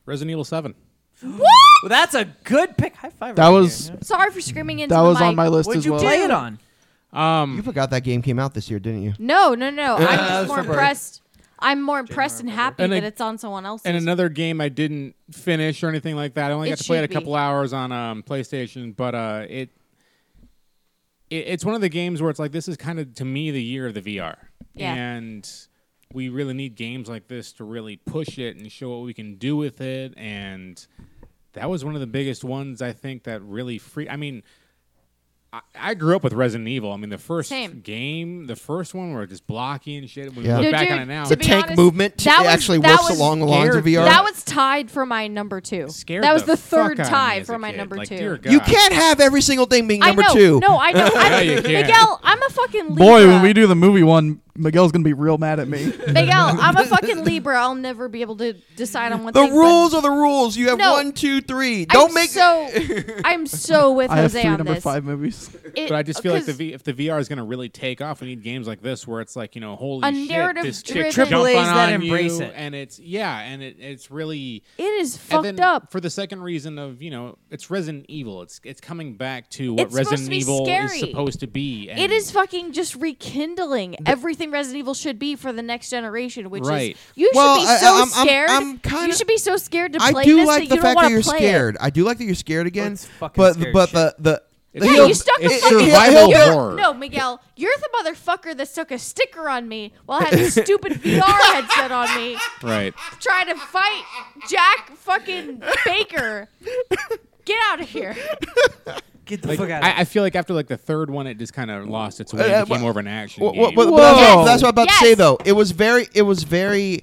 [SPEAKER 4] Resident Evil Seven.
[SPEAKER 1] well, that's a good pick. High five.
[SPEAKER 3] That
[SPEAKER 1] right
[SPEAKER 3] was
[SPEAKER 1] there.
[SPEAKER 2] Sorry for screaming into
[SPEAKER 3] that
[SPEAKER 2] the
[SPEAKER 3] was on
[SPEAKER 2] mic.
[SPEAKER 3] my list
[SPEAKER 1] What'd
[SPEAKER 3] as
[SPEAKER 1] you
[SPEAKER 3] well.
[SPEAKER 1] play it on?
[SPEAKER 5] You
[SPEAKER 4] Um,
[SPEAKER 5] forgot that game came out this year, didn't you?
[SPEAKER 2] No, no, no. I'm
[SPEAKER 1] that was
[SPEAKER 2] just more
[SPEAKER 1] for Bird.
[SPEAKER 2] impressed. I'm more impressed and happy
[SPEAKER 4] And
[SPEAKER 2] that
[SPEAKER 4] a-
[SPEAKER 2] it's on someone else's.
[SPEAKER 4] and another game I didn't finish or anything like that. I only
[SPEAKER 2] It
[SPEAKER 4] got to play it a
[SPEAKER 2] should be.
[SPEAKER 4] couple hours on um, PlayStation, but uh, it, it it's one of the games where it's like this is kind of to me the year of the VR,
[SPEAKER 2] Yeah.
[SPEAKER 4] and we really need games like this to really push it and show what we can do with it. And that was one of the biggest ones I think that really free. I mean. I- I grew up with Resident Evil. I mean, the first
[SPEAKER 2] Same.
[SPEAKER 4] game, the first one, were just blocky and shit. When
[SPEAKER 5] Yeah.
[SPEAKER 4] we
[SPEAKER 2] No,
[SPEAKER 4] look back
[SPEAKER 2] dude,
[SPEAKER 4] on it now,
[SPEAKER 2] to
[SPEAKER 5] The
[SPEAKER 2] be
[SPEAKER 5] tank
[SPEAKER 2] honest,
[SPEAKER 5] movement
[SPEAKER 2] that was-
[SPEAKER 5] actually
[SPEAKER 2] that
[SPEAKER 5] works
[SPEAKER 2] was
[SPEAKER 5] along the lines of
[SPEAKER 4] scared the-
[SPEAKER 5] VR.
[SPEAKER 2] that was tied for my number two.
[SPEAKER 4] scared
[SPEAKER 2] that was the,
[SPEAKER 4] fuck
[SPEAKER 2] third
[SPEAKER 4] out of me
[SPEAKER 2] tie
[SPEAKER 4] as
[SPEAKER 2] for
[SPEAKER 4] a
[SPEAKER 2] my
[SPEAKER 4] kid.
[SPEAKER 2] number
[SPEAKER 4] Like,
[SPEAKER 2] two.
[SPEAKER 4] dear
[SPEAKER 5] you
[SPEAKER 4] God.
[SPEAKER 5] can't have every single thing being
[SPEAKER 2] I
[SPEAKER 5] number
[SPEAKER 2] know.
[SPEAKER 5] two.
[SPEAKER 2] No, I
[SPEAKER 4] *laughs*
[SPEAKER 2] know. I,
[SPEAKER 4] Yeah, you can.
[SPEAKER 2] Miguel, I'm a fucking Libra.
[SPEAKER 3] Boy, when we
[SPEAKER 4] *laughs*
[SPEAKER 3] do the movie one, Miguel's gonna be real mad at me.
[SPEAKER 2] Miguel, I'm a fucking Libra. I'll never be able to decide
[SPEAKER 3] *laughs*
[SPEAKER 2] on one
[SPEAKER 5] the
[SPEAKER 2] thing. but
[SPEAKER 5] rules are the rules. You have
[SPEAKER 2] No.
[SPEAKER 5] one, two, three. Don't
[SPEAKER 2] I'm
[SPEAKER 3] *laughs*
[SPEAKER 5] make
[SPEAKER 2] so. I'm so with
[SPEAKER 3] I have
[SPEAKER 2] Jose
[SPEAKER 3] three
[SPEAKER 2] on
[SPEAKER 3] number
[SPEAKER 2] this.
[SPEAKER 3] five movies.
[SPEAKER 2] It-
[SPEAKER 4] But I just feel like the
[SPEAKER 2] 'cause
[SPEAKER 4] v- if the VR is going to really take off, we need games like this where it's like you know, holy
[SPEAKER 2] A
[SPEAKER 4] shit,
[SPEAKER 2] narrative
[SPEAKER 4] this chick
[SPEAKER 2] driven-
[SPEAKER 4] jumped on,
[SPEAKER 1] AAAs that
[SPEAKER 4] on
[SPEAKER 1] embrace
[SPEAKER 4] you,
[SPEAKER 1] it.
[SPEAKER 4] and it's yeah, and it, it's really
[SPEAKER 2] It is
[SPEAKER 4] and
[SPEAKER 2] fucked
[SPEAKER 4] then
[SPEAKER 2] up.
[SPEAKER 4] for the second reason of you know it's Resident Evil. It's it's coming back to what
[SPEAKER 2] It's supposed
[SPEAKER 4] Resident
[SPEAKER 2] to be
[SPEAKER 4] Evil
[SPEAKER 2] scary.
[SPEAKER 4] is supposed to be. And
[SPEAKER 2] It is fucking just rekindling everything Resident Evil should be for the next generation, which
[SPEAKER 4] Right.
[SPEAKER 2] is you
[SPEAKER 5] Well,
[SPEAKER 2] should be
[SPEAKER 5] I-
[SPEAKER 2] so
[SPEAKER 5] I'm- I'm-
[SPEAKER 2] scared.
[SPEAKER 5] I'm kinda-
[SPEAKER 2] you should be so scared to
[SPEAKER 5] I
[SPEAKER 2] play
[SPEAKER 5] do
[SPEAKER 2] this
[SPEAKER 5] like
[SPEAKER 2] that
[SPEAKER 5] the
[SPEAKER 2] you don't
[SPEAKER 5] fact
[SPEAKER 2] want
[SPEAKER 5] that
[SPEAKER 2] to
[SPEAKER 5] you're
[SPEAKER 2] play
[SPEAKER 5] scared. I do like that you're scared again.
[SPEAKER 1] It's fucking
[SPEAKER 5] but
[SPEAKER 1] scary
[SPEAKER 5] but
[SPEAKER 1] shit.
[SPEAKER 5] the the
[SPEAKER 4] It's
[SPEAKER 2] It. Yeah,
[SPEAKER 4] still-
[SPEAKER 2] you stuck a
[SPEAKER 4] it's
[SPEAKER 2] fucking
[SPEAKER 5] survival
[SPEAKER 2] you're-
[SPEAKER 4] horror.
[SPEAKER 2] No, Miguel, you're the motherfucker that stuck a sticker on me while I had a
[SPEAKER 5] *laughs*
[SPEAKER 2] stupid VR headset on me, *laughs*
[SPEAKER 4] right.
[SPEAKER 2] trying to fight Jack fucking Baker. Get out of here!
[SPEAKER 1] Get the
[SPEAKER 4] Like,
[SPEAKER 1] fuck out.
[SPEAKER 4] I, I feel like after like the third one, it just kind of lost its way.
[SPEAKER 5] Uh, uh,
[SPEAKER 4] and became
[SPEAKER 5] wha-
[SPEAKER 4] more of an action
[SPEAKER 5] Well,
[SPEAKER 4] game.
[SPEAKER 5] well, but, but
[SPEAKER 3] Whoa.
[SPEAKER 5] that's, that's what I'm about to say
[SPEAKER 2] Yes.
[SPEAKER 5] though. It was very. It was very.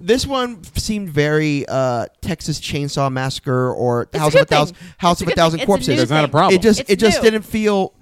[SPEAKER 5] This one seemed very uh, Texas Chainsaw Massacre or
[SPEAKER 2] It's
[SPEAKER 5] House
[SPEAKER 2] a
[SPEAKER 5] of
[SPEAKER 2] good
[SPEAKER 5] a Thousand
[SPEAKER 2] thing.
[SPEAKER 5] House
[SPEAKER 2] It's a
[SPEAKER 5] of a
[SPEAKER 2] good thing.
[SPEAKER 5] Thousand
[SPEAKER 2] It's a
[SPEAKER 5] Corpses.
[SPEAKER 2] new
[SPEAKER 4] There's not a
[SPEAKER 2] thing.
[SPEAKER 4] problem.
[SPEAKER 5] It just
[SPEAKER 2] It's
[SPEAKER 5] it just
[SPEAKER 2] new.
[SPEAKER 5] didn't feel.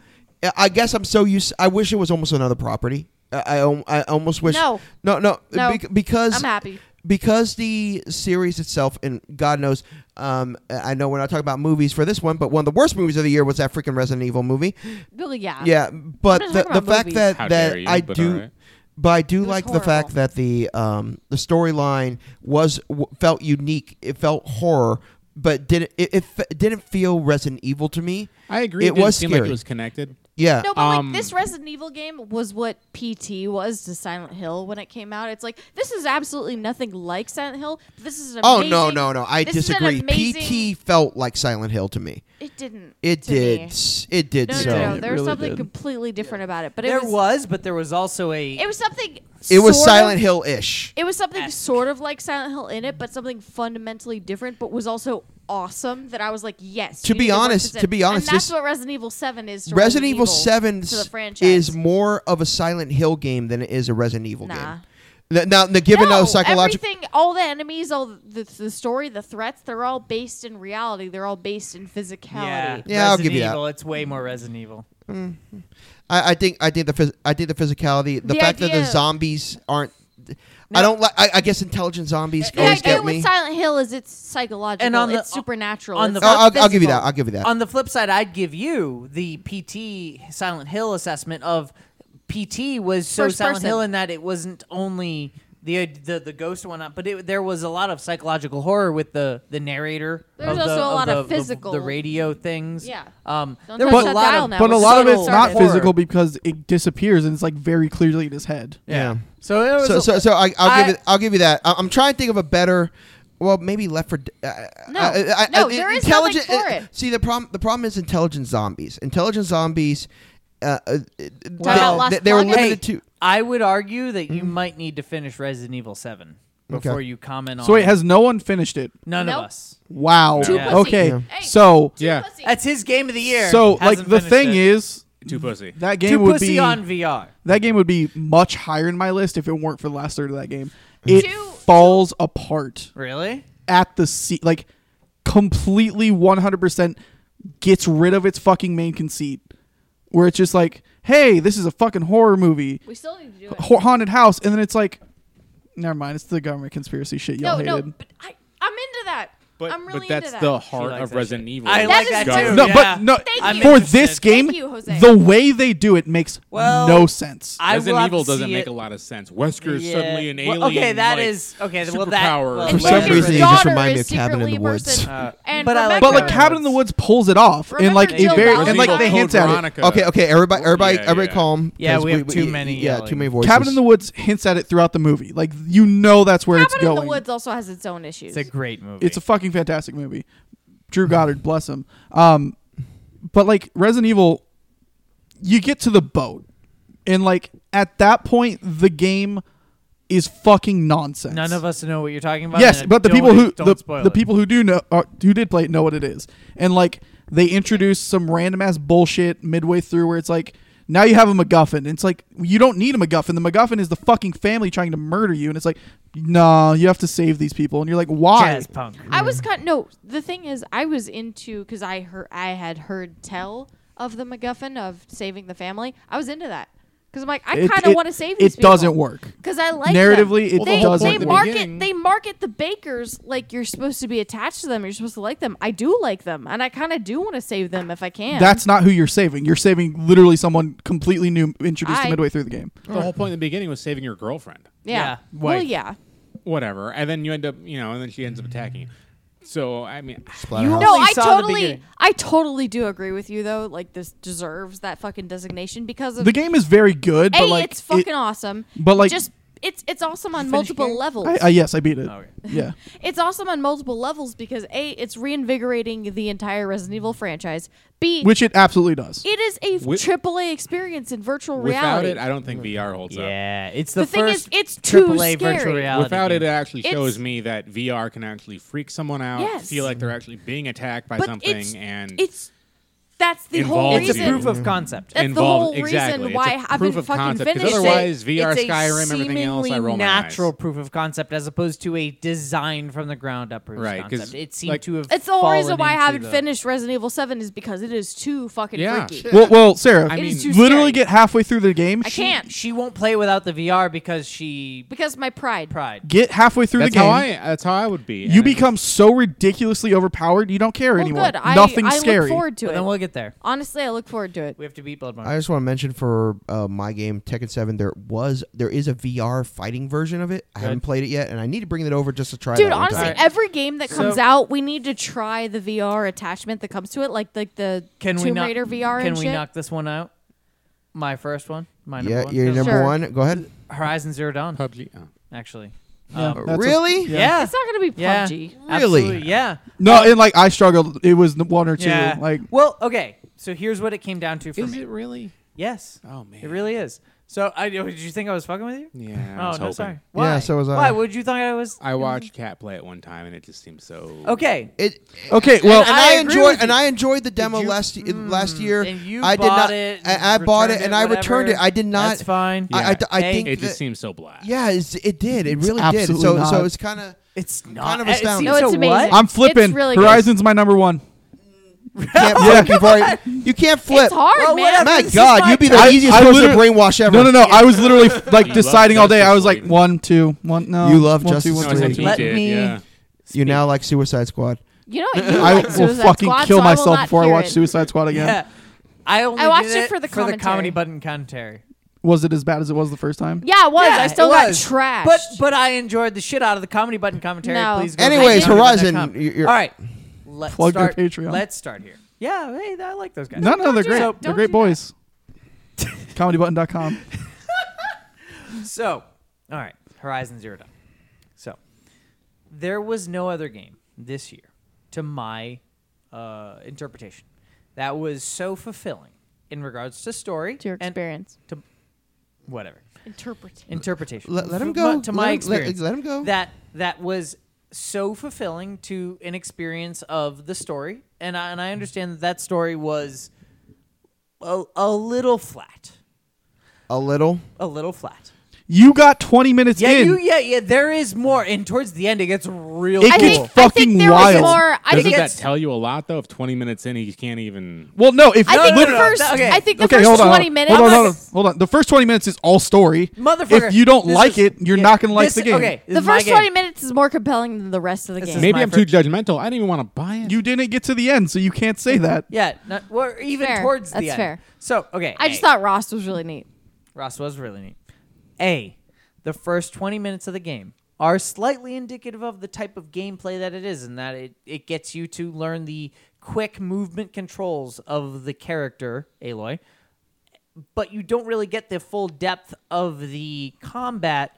[SPEAKER 5] I guess I'm so used. I wish it was almost another property. I I, al- I almost wish
[SPEAKER 2] No.
[SPEAKER 5] no no,
[SPEAKER 2] No.
[SPEAKER 5] bec- because
[SPEAKER 2] I'm happy.
[SPEAKER 5] because the series itself and God knows um, I know we're not talking about movies for this one but one of the worst movies of the year was that freaking Resident Evil movie
[SPEAKER 2] Well, yeah.
[SPEAKER 5] yeah but
[SPEAKER 2] I'm not
[SPEAKER 5] the,
[SPEAKER 2] talking
[SPEAKER 5] the
[SPEAKER 2] about
[SPEAKER 5] fact
[SPEAKER 2] movies.
[SPEAKER 5] that
[SPEAKER 4] How
[SPEAKER 5] that
[SPEAKER 4] dare you,
[SPEAKER 5] I
[SPEAKER 4] but
[SPEAKER 5] do
[SPEAKER 4] alright.
[SPEAKER 5] but I do
[SPEAKER 2] was
[SPEAKER 5] like the fact
[SPEAKER 2] horrible.
[SPEAKER 5] that the um, the storyline was w- felt unique it felt horror but didn't it, it f- didn't feel Resident Evil to me
[SPEAKER 4] I agree. It,
[SPEAKER 5] it
[SPEAKER 4] didn't
[SPEAKER 5] was
[SPEAKER 4] seem like
[SPEAKER 5] scary
[SPEAKER 4] it was connected.
[SPEAKER 5] yeah
[SPEAKER 2] No, but
[SPEAKER 4] Um,
[SPEAKER 2] like this Resident Evil game was what PT was to Silent Hill when it came out. It's like this is absolutely nothing like Silent Hill. but This is an
[SPEAKER 5] Oh
[SPEAKER 2] amazing,
[SPEAKER 5] no no no! I
[SPEAKER 2] this is an
[SPEAKER 5] disagree.
[SPEAKER 2] amazing-
[SPEAKER 5] PT felt like Silent Hill to me.
[SPEAKER 2] It didn't.
[SPEAKER 5] It
[SPEAKER 2] to
[SPEAKER 5] did.
[SPEAKER 2] me.
[SPEAKER 5] s- It did.
[SPEAKER 2] No, no,
[SPEAKER 5] so
[SPEAKER 2] no, no.
[SPEAKER 3] It
[SPEAKER 2] There was
[SPEAKER 3] really
[SPEAKER 2] something
[SPEAKER 3] did.
[SPEAKER 2] completely different about it. But it
[SPEAKER 1] there
[SPEAKER 2] was,
[SPEAKER 1] was, but there was also a.
[SPEAKER 2] It was something.
[SPEAKER 5] it was
[SPEAKER 2] sort
[SPEAKER 5] Silent
[SPEAKER 2] of-
[SPEAKER 5] Hill ish.
[SPEAKER 2] It was something
[SPEAKER 1] Esque.
[SPEAKER 2] sort of like Silent Hill in it, but something fundamentally different. But was also awesome. That I was like, yes.
[SPEAKER 5] To
[SPEAKER 2] we
[SPEAKER 5] be
[SPEAKER 2] need work
[SPEAKER 5] honest-
[SPEAKER 2] this in.
[SPEAKER 5] to be honest,
[SPEAKER 2] and that's
[SPEAKER 5] this-
[SPEAKER 2] what Resident Evil Seven is. To
[SPEAKER 5] Resident Evil Seven
[SPEAKER 2] to the
[SPEAKER 5] s-
[SPEAKER 2] franchise
[SPEAKER 5] is more of a Silent Hill game than it is a Resident Evil
[SPEAKER 2] Nah.
[SPEAKER 5] game. Th- Now, now given
[SPEAKER 2] no,
[SPEAKER 5] the psychological,
[SPEAKER 2] everything, all the enemies, all the, the story, the threats, they're all based in reality. They're all based in
[SPEAKER 1] yeah,
[SPEAKER 2] physicality.
[SPEAKER 5] Yeah, I'll
[SPEAKER 1] Resident
[SPEAKER 5] give you that.
[SPEAKER 1] Evil, It's way more Resident Evil.
[SPEAKER 5] I, I think I think the phys- I think the physicality, the,
[SPEAKER 2] The
[SPEAKER 5] fact that the
[SPEAKER 2] idea-
[SPEAKER 5] zombies aren't. I don't like. I, I guess intelligent zombies
[SPEAKER 2] The
[SPEAKER 5] always
[SPEAKER 2] idea
[SPEAKER 5] get me.
[SPEAKER 2] with Silent Hill is it's psychological,
[SPEAKER 1] And on the-
[SPEAKER 2] it's supernatural.
[SPEAKER 1] on
[SPEAKER 2] it's
[SPEAKER 1] the-
[SPEAKER 5] I'll-
[SPEAKER 2] not
[SPEAKER 5] I'll, I'll give you
[SPEAKER 2] physical.
[SPEAKER 5] that. I'll give you that.
[SPEAKER 1] On the flip side, I'd give you the PT Silent Hill assessment of PT was so
[SPEAKER 2] First
[SPEAKER 1] Silent
[SPEAKER 2] person.
[SPEAKER 1] Hill in that it wasn't only the the the ghost one up, but it, there was a lot of psychological horror with the the narrator.
[SPEAKER 2] There's
[SPEAKER 1] of the-
[SPEAKER 2] also a
[SPEAKER 1] of
[SPEAKER 2] lot of
[SPEAKER 1] the- the-
[SPEAKER 2] physical-
[SPEAKER 1] the, radio things.
[SPEAKER 2] Yeah.
[SPEAKER 1] Um,
[SPEAKER 2] Don't
[SPEAKER 1] there
[SPEAKER 2] touch
[SPEAKER 1] was a
[SPEAKER 2] that
[SPEAKER 1] lot
[SPEAKER 2] dial
[SPEAKER 1] of
[SPEAKER 2] now.
[SPEAKER 3] but a
[SPEAKER 2] was
[SPEAKER 3] lot of
[SPEAKER 2] subtle
[SPEAKER 3] it's not
[SPEAKER 1] horror.
[SPEAKER 3] physical because it disappears and it's like very clearly in his head.
[SPEAKER 5] Yeah.
[SPEAKER 1] So there was
[SPEAKER 5] So,
[SPEAKER 1] a-
[SPEAKER 5] so, so I, I'll
[SPEAKER 1] I-
[SPEAKER 5] give it. I'll give you that. I, I'm trying to think of a better. Well, maybe Left for. Uh,
[SPEAKER 2] No. No, there is
[SPEAKER 5] intelligent-
[SPEAKER 2] nothing for it.
[SPEAKER 5] See, the problem. The problem is intelligent zombies. Intelligent zombies. Uh, uh, they,
[SPEAKER 1] about
[SPEAKER 2] Lost
[SPEAKER 5] they, they were
[SPEAKER 2] Planet?
[SPEAKER 5] limited
[SPEAKER 1] Hey,
[SPEAKER 5] to.
[SPEAKER 1] I would argue that you might need to finish Resident Evil Seven
[SPEAKER 5] Mm-hmm. Okay.
[SPEAKER 1] before you comment on.
[SPEAKER 3] So wait, has no one finished it?
[SPEAKER 1] none
[SPEAKER 2] Nope.
[SPEAKER 1] of us?
[SPEAKER 3] Wow.
[SPEAKER 4] Two
[SPEAKER 1] Yeah.
[SPEAKER 2] pussy.
[SPEAKER 3] Okay.
[SPEAKER 5] Yeah.
[SPEAKER 2] Hey.
[SPEAKER 3] So
[SPEAKER 4] Yeah.
[SPEAKER 1] That's his game of the year.
[SPEAKER 3] so like the thing
[SPEAKER 1] is.
[SPEAKER 3] is
[SPEAKER 4] Two pussy.
[SPEAKER 3] that
[SPEAKER 1] Two
[SPEAKER 3] game would
[SPEAKER 1] pussy
[SPEAKER 3] be
[SPEAKER 1] on VR.
[SPEAKER 3] that game would be much higher in my list if it weren't for the last third of that game.
[SPEAKER 1] Mm-hmm.
[SPEAKER 3] It
[SPEAKER 2] Two-
[SPEAKER 3] falls apart
[SPEAKER 1] Really?
[SPEAKER 3] at the sea, like completely 100% gets rid of its fucking main conceit, where it's just like, hey, this is a fucking horror movie,
[SPEAKER 2] We still need to do it.
[SPEAKER 3] ha- haunted house, and then it's like, never mind, it's the government conspiracy shit
[SPEAKER 2] No,
[SPEAKER 3] y'all
[SPEAKER 2] no,
[SPEAKER 1] Oh,
[SPEAKER 3] hated.
[SPEAKER 2] but I, I'm into that.
[SPEAKER 4] But,
[SPEAKER 2] I'm really
[SPEAKER 4] but that's
[SPEAKER 2] into that.
[SPEAKER 4] the
[SPEAKER 1] She
[SPEAKER 4] heart
[SPEAKER 1] likes
[SPEAKER 4] of
[SPEAKER 1] that
[SPEAKER 4] Resident
[SPEAKER 1] shit.
[SPEAKER 4] Evil.
[SPEAKER 1] I
[SPEAKER 2] That
[SPEAKER 1] like
[SPEAKER 2] is
[SPEAKER 1] that
[SPEAKER 2] my-
[SPEAKER 1] too.
[SPEAKER 3] No,
[SPEAKER 1] yeah.
[SPEAKER 3] but no,
[SPEAKER 2] Thank
[SPEAKER 1] I'm
[SPEAKER 2] you.
[SPEAKER 3] for this
[SPEAKER 1] interested.
[SPEAKER 3] game,
[SPEAKER 2] Thank you, Jose.
[SPEAKER 3] the way they do it makes
[SPEAKER 1] Well,
[SPEAKER 3] no sense.
[SPEAKER 1] I
[SPEAKER 4] Resident
[SPEAKER 1] will have
[SPEAKER 4] Evil
[SPEAKER 1] to
[SPEAKER 4] doesn't
[SPEAKER 1] see
[SPEAKER 4] make
[SPEAKER 1] it.
[SPEAKER 4] a lot of sense. Wesker is
[SPEAKER 1] Yeah.
[SPEAKER 4] suddenly an alien.
[SPEAKER 1] Well, okay, that
[SPEAKER 4] like,
[SPEAKER 1] is okay. Well, that
[SPEAKER 4] superpower.
[SPEAKER 1] well,
[SPEAKER 5] For
[SPEAKER 2] And
[SPEAKER 5] some
[SPEAKER 2] Logan's
[SPEAKER 5] reason, you just
[SPEAKER 2] daughter
[SPEAKER 5] remind
[SPEAKER 2] is
[SPEAKER 5] me of Cabin in the
[SPEAKER 2] secretly a
[SPEAKER 5] Woods.
[SPEAKER 2] person.
[SPEAKER 1] Uh,
[SPEAKER 2] and
[SPEAKER 1] but I like
[SPEAKER 2] Rebecca,
[SPEAKER 3] but
[SPEAKER 1] Cabin in
[SPEAKER 3] like
[SPEAKER 1] the
[SPEAKER 3] Cabin in the Woods pulls it off in
[SPEAKER 2] Remember
[SPEAKER 3] like a
[SPEAKER 2] Jill
[SPEAKER 3] very
[SPEAKER 2] Valentine?
[SPEAKER 3] and like they
[SPEAKER 2] Resident
[SPEAKER 3] hint at it.
[SPEAKER 4] Veronica.
[SPEAKER 5] Okay, okay, everybody, everybody,
[SPEAKER 4] Yeah,
[SPEAKER 5] everybody,
[SPEAKER 4] yeah.
[SPEAKER 5] calm.
[SPEAKER 1] Yeah,
[SPEAKER 5] 'cause
[SPEAKER 1] we have too many
[SPEAKER 5] Yeah,
[SPEAKER 1] yelling.
[SPEAKER 5] too many voices.
[SPEAKER 3] Cabin in the Woods hints at it throughout the movie. Like you know that's where it's
[SPEAKER 2] Cabin in
[SPEAKER 3] going.
[SPEAKER 2] the Woods also has its own issues.
[SPEAKER 1] It's a great movie.
[SPEAKER 3] It's a fucking fantastic movie. Drew Goddard, bless him. Um, but like Resident Evil, you get to the boat, and like at that point, the game is fucking nonsense.
[SPEAKER 1] None of us know what you're talking about.
[SPEAKER 3] Yes,
[SPEAKER 1] and
[SPEAKER 3] but the
[SPEAKER 1] don't-
[SPEAKER 3] people who
[SPEAKER 1] don't
[SPEAKER 3] the,
[SPEAKER 1] spoil
[SPEAKER 3] the
[SPEAKER 1] it.
[SPEAKER 3] people who do know uh, who did play it know what it is, and like they introduce some random ass bullshit midway through where it's like. Now you have a MacGuffin. It's like you don't need a MacGuffin. The MacGuffin is the fucking family trying to murder you, and it's like, nah, you have to save these people. And you're like, why?
[SPEAKER 1] jazz punk.
[SPEAKER 3] Uh-huh.
[SPEAKER 2] I
[SPEAKER 3] Mm.
[SPEAKER 2] was kind no. The thing is, I was into because I heard I had heard tell of the MacGuffin of saving the family. I was into that because I'm like I
[SPEAKER 3] It-
[SPEAKER 2] kind of
[SPEAKER 3] it-
[SPEAKER 2] want to save
[SPEAKER 3] It
[SPEAKER 2] these people.
[SPEAKER 3] doesn't work.
[SPEAKER 2] because I like
[SPEAKER 3] Narratively,
[SPEAKER 2] them.
[SPEAKER 3] it
[SPEAKER 2] they,
[SPEAKER 3] doesn't
[SPEAKER 2] They
[SPEAKER 3] work.
[SPEAKER 2] market
[SPEAKER 4] Beginning.
[SPEAKER 2] they market the bakers like you're supposed to be attached to them. You're supposed to like them. I do like them, and I kind of do want to save them if I can.
[SPEAKER 3] That's not who you're saving. You're saving literally someone completely new introduced
[SPEAKER 2] I-
[SPEAKER 3] to midway through the game.
[SPEAKER 4] The whole point in the beginning was saving your girlfriend.
[SPEAKER 2] yeah.
[SPEAKER 1] yeah,
[SPEAKER 2] well,
[SPEAKER 1] wife.
[SPEAKER 2] yeah.
[SPEAKER 4] Whatever. And then you end up, you know, and then she ends up attacking you. So, I mean,
[SPEAKER 5] Splatterhouse.
[SPEAKER 2] No,
[SPEAKER 1] Well, you
[SPEAKER 2] I
[SPEAKER 1] saw the
[SPEAKER 2] totally,
[SPEAKER 1] beginning.
[SPEAKER 2] I totally do agree with you though. Like this deserves that fucking designation because of
[SPEAKER 3] The game is very good,
[SPEAKER 2] a.
[SPEAKER 3] but like
[SPEAKER 2] it's fucking
[SPEAKER 3] it-
[SPEAKER 2] awesome.
[SPEAKER 3] but, like-
[SPEAKER 2] just it's it's awesome on
[SPEAKER 1] finish
[SPEAKER 2] multiple
[SPEAKER 1] game?
[SPEAKER 2] levels.
[SPEAKER 3] I, I, yes, I beat it.
[SPEAKER 1] Okay.
[SPEAKER 3] Yeah,
[SPEAKER 2] it's awesome on multiple levels because a it's reinvigorating the entire Resident Evil franchise. B
[SPEAKER 3] which it absolutely does.
[SPEAKER 2] it is a
[SPEAKER 4] Wi-
[SPEAKER 2] triple A experience in virtual
[SPEAKER 4] without
[SPEAKER 2] reality.
[SPEAKER 4] it, I don't think VR holds up.
[SPEAKER 1] yeah. It's the,
[SPEAKER 2] the thing is,
[SPEAKER 1] first
[SPEAKER 2] it's too
[SPEAKER 1] AAA
[SPEAKER 2] scary.
[SPEAKER 1] virtual reality.
[SPEAKER 4] Without it, it
[SPEAKER 1] game.
[SPEAKER 4] actually
[SPEAKER 2] It's-
[SPEAKER 4] shows me that VR can actually freak someone out,
[SPEAKER 2] Yes.
[SPEAKER 4] feel like they're actually being attacked by
[SPEAKER 2] but
[SPEAKER 4] something,
[SPEAKER 2] it's,
[SPEAKER 4] and
[SPEAKER 2] it's that's the whole
[SPEAKER 4] involves
[SPEAKER 1] it's
[SPEAKER 2] reason.
[SPEAKER 1] a proof of
[SPEAKER 3] Mm-hmm.
[SPEAKER 1] concept.
[SPEAKER 2] That's the whole
[SPEAKER 4] involved
[SPEAKER 2] reason
[SPEAKER 4] exactly.
[SPEAKER 2] why
[SPEAKER 4] it's a
[SPEAKER 2] I
[SPEAKER 4] proof
[SPEAKER 2] haven't
[SPEAKER 4] of
[SPEAKER 2] fucking
[SPEAKER 4] concept, 'cause
[SPEAKER 2] finished it.
[SPEAKER 4] Otherwise, VR,
[SPEAKER 1] it's a
[SPEAKER 4] Skyrim, everything else, I
[SPEAKER 1] seemingly
[SPEAKER 4] roll my
[SPEAKER 1] natural
[SPEAKER 4] eyes.
[SPEAKER 1] proof of concept as opposed to a design from the ground up proof
[SPEAKER 4] Right,
[SPEAKER 1] of
[SPEAKER 4] 'cause,
[SPEAKER 1] concept. It seemed
[SPEAKER 4] like-
[SPEAKER 1] to have.
[SPEAKER 2] It's the whole
[SPEAKER 1] fallen
[SPEAKER 2] reason why I
[SPEAKER 1] into
[SPEAKER 2] haven't
[SPEAKER 1] the-
[SPEAKER 2] finished Resident Evil Seven is because it is too fucking
[SPEAKER 4] Yeah.
[SPEAKER 2] freaky.
[SPEAKER 3] well, well, Sarah,
[SPEAKER 4] I
[SPEAKER 2] It is
[SPEAKER 4] mean,
[SPEAKER 2] too
[SPEAKER 3] literally
[SPEAKER 2] scary.
[SPEAKER 3] get halfway through the game.
[SPEAKER 2] I
[SPEAKER 3] she-
[SPEAKER 2] can't
[SPEAKER 1] She won't play without the VR because she
[SPEAKER 2] because my pride.
[SPEAKER 1] pride.
[SPEAKER 3] Get halfway through
[SPEAKER 4] That's
[SPEAKER 3] the game.
[SPEAKER 4] how I. That's how I would be.
[SPEAKER 3] you
[SPEAKER 4] And it-
[SPEAKER 3] become so ridiculously overpowered, you don't care
[SPEAKER 2] Well,
[SPEAKER 3] anymore.
[SPEAKER 2] good. I,
[SPEAKER 3] Nothing's
[SPEAKER 2] I
[SPEAKER 3] scary.
[SPEAKER 2] look forward to
[SPEAKER 1] Well,
[SPEAKER 2] it.
[SPEAKER 1] then we'll get there.
[SPEAKER 2] Honestly, I look forward to it.
[SPEAKER 1] We have to beat Bloodborne.
[SPEAKER 5] I just want to mention for uh, my game Tekken Seven, there was there is a VR fighting version of it. I haven't played it yet, and I need to bring it over just to try.
[SPEAKER 2] Dude,
[SPEAKER 5] that one
[SPEAKER 2] honestly,
[SPEAKER 5] time.
[SPEAKER 1] Alright.
[SPEAKER 2] every game that comes
[SPEAKER 1] So-
[SPEAKER 2] out, we need to try the VR attachment that comes to it, like like the
[SPEAKER 1] can
[SPEAKER 2] Tomb
[SPEAKER 1] we knock,
[SPEAKER 2] Raider VR
[SPEAKER 1] Can
[SPEAKER 2] and
[SPEAKER 1] we
[SPEAKER 2] shit.
[SPEAKER 1] knock this one out? My first one. My number
[SPEAKER 5] yeah,
[SPEAKER 1] one.
[SPEAKER 5] you're
[SPEAKER 1] Because
[SPEAKER 5] number
[SPEAKER 2] Sure.
[SPEAKER 5] one. Go ahead.
[SPEAKER 1] Horizon Zero Dawn.
[SPEAKER 4] PUBG. Oh.
[SPEAKER 1] Actually.
[SPEAKER 3] Yeah,
[SPEAKER 1] Um,
[SPEAKER 3] that's a-
[SPEAKER 5] really?
[SPEAKER 3] yeah.
[SPEAKER 1] yeah.
[SPEAKER 2] It's not gonna be
[SPEAKER 1] Yeah.
[SPEAKER 2] PUBG.
[SPEAKER 5] Really?
[SPEAKER 1] Absolutely, Yeah.
[SPEAKER 3] No, and like I struggled. It was n- one or two.
[SPEAKER 1] Yeah.
[SPEAKER 3] Like
[SPEAKER 1] well, okay. So here's what it came down to for
[SPEAKER 4] Is
[SPEAKER 1] me.
[SPEAKER 4] it really?
[SPEAKER 1] Yes.
[SPEAKER 4] Oh man.
[SPEAKER 1] It really is. So I oh, did you think I was fucking with you?
[SPEAKER 4] Yeah. I
[SPEAKER 1] oh
[SPEAKER 4] was
[SPEAKER 1] no,
[SPEAKER 4] hoping.
[SPEAKER 1] sorry. Why?
[SPEAKER 5] so was I.
[SPEAKER 1] Why would you think I was?
[SPEAKER 4] I watched Cat play it one time, and it just seemed so.
[SPEAKER 1] Okay.
[SPEAKER 5] It.
[SPEAKER 3] okay,
[SPEAKER 5] Well,
[SPEAKER 3] well,
[SPEAKER 5] and,
[SPEAKER 1] I
[SPEAKER 5] I,
[SPEAKER 1] agree
[SPEAKER 5] enjoyed
[SPEAKER 1] with
[SPEAKER 5] and
[SPEAKER 1] you.
[SPEAKER 5] I enjoyed the demo
[SPEAKER 1] you-
[SPEAKER 5] last y- last year.
[SPEAKER 1] And you
[SPEAKER 5] I did
[SPEAKER 1] bought
[SPEAKER 5] not.
[SPEAKER 1] it.
[SPEAKER 5] I, I bought it
[SPEAKER 1] returned
[SPEAKER 5] and I returned it.
[SPEAKER 1] whatever.
[SPEAKER 5] I did not.
[SPEAKER 1] That's fine.
[SPEAKER 5] I, I,
[SPEAKER 4] Yeah.
[SPEAKER 5] I
[SPEAKER 1] Hey.
[SPEAKER 5] think
[SPEAKER 4] It just
[SPEAKER 5] that-
[SPEAKER 4] seems so black.
[SPEAKER 5] Yeah, it's, it did. It really did.
[SPEAKER 3] absolutely
[SPEAKER 5] So
[SPEAKER 3] not.
[SPEAKER 5] so it's kind of.
[SPEAKER 1] It's not
[SPEAKER 5] kind of
[SPEAKER 1] uh,
[SPEAKER 5] astounding.
[SPEAKER 1] see,
[SPEAKER 2] No, it's
[SPEAKER 1] so what?
[SPEAKER 2] amazing.
[SPEAKER 3] I'm flipping.
[SPEAKER 2] It's really good.
[SPEAKER 3] Horizon's my number one.
[SPEAKER 1] *laughs*
[SPEAKER 5] Can't flip. You've already, you can't flip.
[SPEAKER 2] It's hard,
[SPEAKER 1] Well,
[SPEAKER 2] man.
[SPEAKER 1] whatever.
[SPEAKER 5] My
[SPEAKER 1] This is
[SPEAKER 5] God,
[SPEAKER 1] my
[SPEAKER 5] you'd be the
[SPEAKER 3] I-
[SPEAKER 5] easiest
[SPEAKER 3] I
[SPEAKER 5] person to
[SPEAKER 3] literally-
[SPEAKER 5] brainwash ever.
[SPEAKER 3] No, no, no. I was
[SPEAKER 4] *laughs*
[SPEAKER 3] literally like
[SPEAKER 4] love
[SPEAKER 3] deciding all day. I was
[SPEAKER 4] Justice
[SPEAKER 3] like
[SPEAKER 4] League.
[SPEAKER 3] one, two, one. No,
[SPEAKER 5] You love
[SPEAKER 3] one, two,
[SPEAKER 5] Justice
[SPEAKER 3] one,
[SPEAKER 4] No,
[SPEAKER 3] two.
[SPEAKER 4] I
[SPEAKER 5] League.
[SPEAKER 4] think he
[SPEAKER 1] Let
[SPEAKER 4] did.
[SPEAKER 1] me-
[SPEAKER 4] Yeah.
[SPEAKER 5] You now like Suicide Squad.
[SPEAKER 2] You know,
[SPEAKER 3] *laughs*
[SPEAKER 2] what? you
[SPEAKER 3] I
[SPEAKER 2] like
[SPEAKER 3] will
[SPEAKER 2] Suicide
[SPEAKER 3] fucking
[SPEAKER 2] Squad,
[SPEAKER 3] kill
[SPEAKER 2] so I will
[SPEAKER 3] myself
[SPEAKER 2] not
[SPEAKER 3] before I
[SPEAKER 2] hear
[SPEAKER 3] watch
[SPEAKER 2] it.
[SPEAKER 3] Suicide Squad again.
[SPEAKER 1] Yeah. I only
[SPEAKER 2] I watched
[SPEAKER 1] did
[SPEAKER 2] it for the
[SPEAKER 1] for the comedy
[SPEAKER 2] commentary.
[SPEAKER 1] button commentary.
[SPEAKER 3] was it as bad as it was the first time?
[SPEAKER 2] Yeah, it was.
[SPEAKER 1] Yeah,
[SPEAKER 2] I still
[SPEAKER 1] it
[SPEAKER 2] got
[SPEAKER 1] was.
[SPEAKER 2] trashed.
[SPEAKER 1] But but I enjoyed the shit out of the comedy button commentary.
[SPEAKER 2] No.
[SPEAKER 1] Please. Go
[SPEAKER 5] Anyways,
[SPEAKER 1] back to
[SPEAKER 5] Horizon,
[SPEAKER 1] comedy.com.
[SPEAKER 5] y- you're-
[SPEAKER 1] All right, let's
[SPEAKER 3] Plug their
[SPEAKER 1] start.
[SPEAKER 3] Patreon.
[SPEAKER 1] Let's start here. Yeah, hey, I like those guys.
[SPEAKER 3] No, no, they're
[SPEAKER 2] do
[SPEAKER 3] great.
[SPEAKER 2] that.
[SPEAKER 3] they're
[SPEAKER 2] Don't
[SPEAKER 3] great
[SPEAKER 2] do
[SPEAKER 4] *laughs*
[SPEAKER 3] boys. Comedybutton.com.
[SPEAKER 1] So, all right, Horizon Zero Dawn. So, there was no other game this year, to my uh, interpretation, that was so fulfilling in regards to story,
[SPEAKER 2] to your
[SPEAKER 1] and
[SPEAKER 2] experience,
[SPEAKER 1] to whatever
[SPEAKER 2] interpreting.
[SPEAKER 1] interpretation.
[SPEAKER 5] Let- let
[SPEAKER 1] F-
[SPEAKER 5] him go.
[SPEAKER 1] To my
[SPEAKER 5] Let him- let-
[SPEAKER 1] experience,
[SPEAKER 5] let him go.
[SPEAKER 1] That that was so fulfilling to an experience of the story, and I, and I understand that that story was a, a little flat,
[SPEAKER 5] a little.
[SPEAKER 1] a little flat.
[SPEAKER 3] You got 20 minutes
[SPEAKER 1] Yeah,
[SPEAKER 3] in.
[SPEAKER 1] you, yeah, yeah. There is more, and towards the end, it gets real.
[SPEAKER 3] It
[SPEAKER 2] I
[SPEAKER 1] cool.
[SPEAKER 3] gets
[SPEAKER 2] think I
[SPEAKER 3] fucking
[SPEAKER 2] think there was
[SPEAKER 3] wild.
[SPEAKER 2] more. I
[SPEAKER 4] Doesn't
[SPEAKER 2] think
[SPEAKER 4] that tell you a lot though? If 20 minutes in, he can't even.
[SPEAKER 3] well, no, if
[SPEAKER 2] I think
[SPEAKER 1] No,
[SPEAKER 2] the
[SPEAKER 1] no, no,
[SPEAKER 2] first.
[SPEAKER 1] no, okay.
[SPEAKER 2] I think the
[SPEAKER 3] okay,
[SPEAKER 2] first
[SPEAKER 3] hold on,
[SPEAKER 2] twenty
[SPEAKER 3] hold on,
[SPEAKER 2] minutes.
[SPEAKER 3] Hold on, hold on, hold on. The first 20 minutes is all story.
[SPEAKER 1] Motherfucker,
[SPEAKER 3] If you don't
[SPEAKER 1] this
[SPEAKER 3] like
[SPEAKER 1] is-
[SPEAKER 3] it, you're
[SPEAKER 1] yeah,
[SPEAKER 3] not going to like
[SPEAKER 1] this-
[SPEAKER 3] the game.
[SPEAKER 1] Okay, this
[SPEAKER 2] The
[SPEAKER 1] is my
[SPEAKER 2] first
[SPEAKER 1] game.
[SPEAKER 2] twenty minutes is more compelling than the rest of the
[SPEAKER 1] This
[SPEAKER 2] game.
[SPEAKER 1] is-
[SPEAKER 4] Maybe
[SPEAKER 1] my
[SPEAKER 4] I'm too judgmental. I didn't even want to buy it.
[SPEAKER 3] You didn't get to the end, so you can't say that.
[SPEAKER 1] Yeah, not, or even
[SPEAKER 2] Fair.
[SPEAKER 1] towards the
[SPEAKER 2] That's
[SPEAKER 1] end.
[SPEAKER 2] fair.
[SPEAKER 1] So okay,
[SPEAKER 2] I just
[SPEAKER 1] A.
[SPEAKER 2] thought Ross was really neat.
[SPEAKER 1] Ross was really neat. A, the first 20 minutes of the game are slightly indicative of the type of gameplay that it is, in that it, it gets you to learn the quick movement controls of the character, Aloy, but you don't really get the full depth of the combat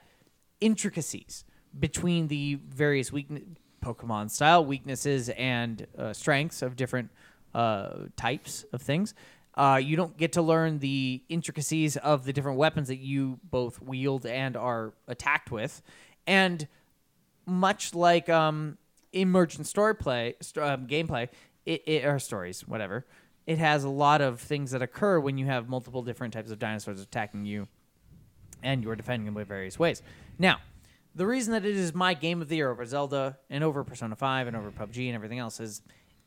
[SPEAKER 1] intricacies between the various weakness, Pokemon style weaknesses and uh, strengths of different uh, types of things. Uh, you don't get to learn the intricacies of the different weapons that you both wield and are attacked with, and much like um, emergent story play st- um, gameplay it, it, or stories whatever it has a lot of things that occur when you have multiple different types of dinosaurs attacking you and you are defending them in various ways now the reason that it is my game of the year over zelda and over persona 5 and over pubg and everything else is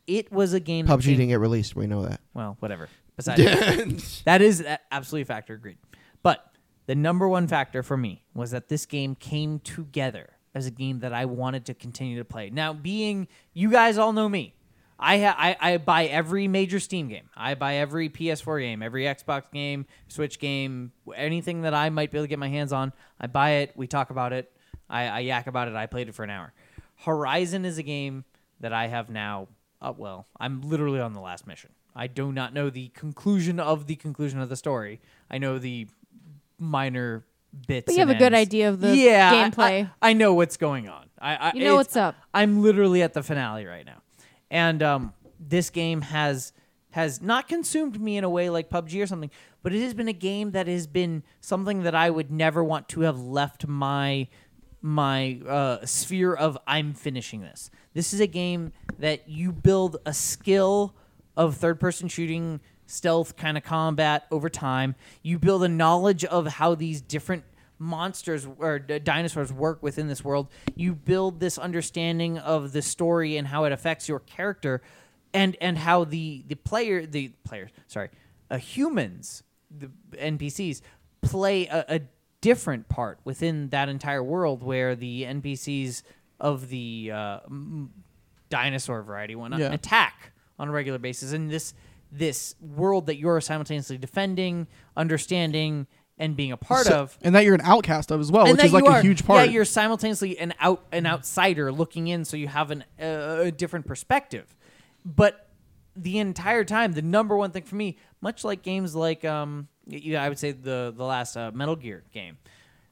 [SPEAKER 1] it was a game that
[SPEAKER 5] PUBG
[SPEAKER 1] came-
[SPEAKER 5] didn't get released. We know that.
[SPEAKER 1] well, whatever. Besides, that is a- absolutely a factor. Agreed. But the number one factor for me was that this game came together as a game that I wanted to continue to play. Now, being you guys all know me, I ha- I, I buy every major Steam game. I buy every PS4 game, every Xbox game, Switch game, anything that I might be able to get my hands on. I buy it. We talk about it. I, I yak about it. I played it for an hour. Horizon is a game that I have now. Uh, well, I'm literally on the last mission. I do not know the conclusion of the conclusion of the story. I know the minor bits.
[SPEAKER 2] But you have
[SPEAKER 1] and
[SPEAKER 2] a good
[SPEAKER 1] ends.
[SPEAKER 2] idea of the
[SPEAKER 1] yeah, I-
[SPEAKER 2] gameplay.
[SPEAKER 1] I, I know what's going on. I, I
[SPEAKER 2] You know
[SPEAKER 1] it's-
[SPEAKER 2] what's up.
[SPEAKER 1] I'm literally at the finale right now, and um, this game has has not consumed me in a way like PUBG or something, but it has been a game that has been something that I would never want to have left my my uh, sphere of I'm finishing this. This is a game that you build a skill of third person shooting stealth kind of combat over time. You build a knowledge of how these different monsters or d- dinosaurs work within this world. You build this understanding of the story and how it affects your character and and how the the player the players, sorry, uh, humans, the NPCs play a, a different part within that entire world where the NPCs of the uh, m- dinosaur variety and whatnot
[SPEAKER 3] Yeah.
[SPEAKER 1] attack on a regular basis and this this world that you're simultaneously defending understanding and being a part
[SPEAKER 3] So-
[SPEAKER 1] of
[SPEAKER 3] And that you're an outcast of as well,
[SPEAKER 1] and
[SPEAKER 3] which is
[SPEAKER 1] that
[SPEAKER 3] like
[SPEAKER 1] you
[SPEAKER 3] a
[SPEAKER 1] are-
[SPEAKER 3] huge part.
[SPEAKER 1] Yeah, you're simultaneously an out an outsider looking in, so you have an, uh, a different perspective. But the entire time, the number one thing for me, much like games like um, y- yeah, I would say the the last uh, Metal Gear game,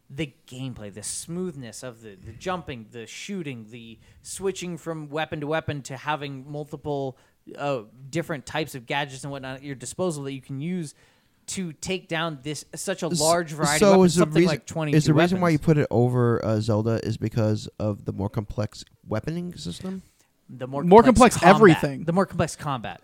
[SPEAKER 1] the gameplay, the smoothness of the the jumping, the shooting, the switching from weapon to weapon to having multiple uh, different types of gadgets and whatnot at your disposal that you can use. To take down this such a large variety of weapons,
[SPEAKER 5] the
[SPEAKER 1] something like twenty.
[SPEAKER 5] is the reason why you put it over uh, Zelda is because of the more complex weaponing system.
[SPEAKER 1] the more
[SPEAKER 3] More complex
[SPEAKER 1] combat,
[SPEAKER 3] everything.
[SPEAKER 1] the more complex combat.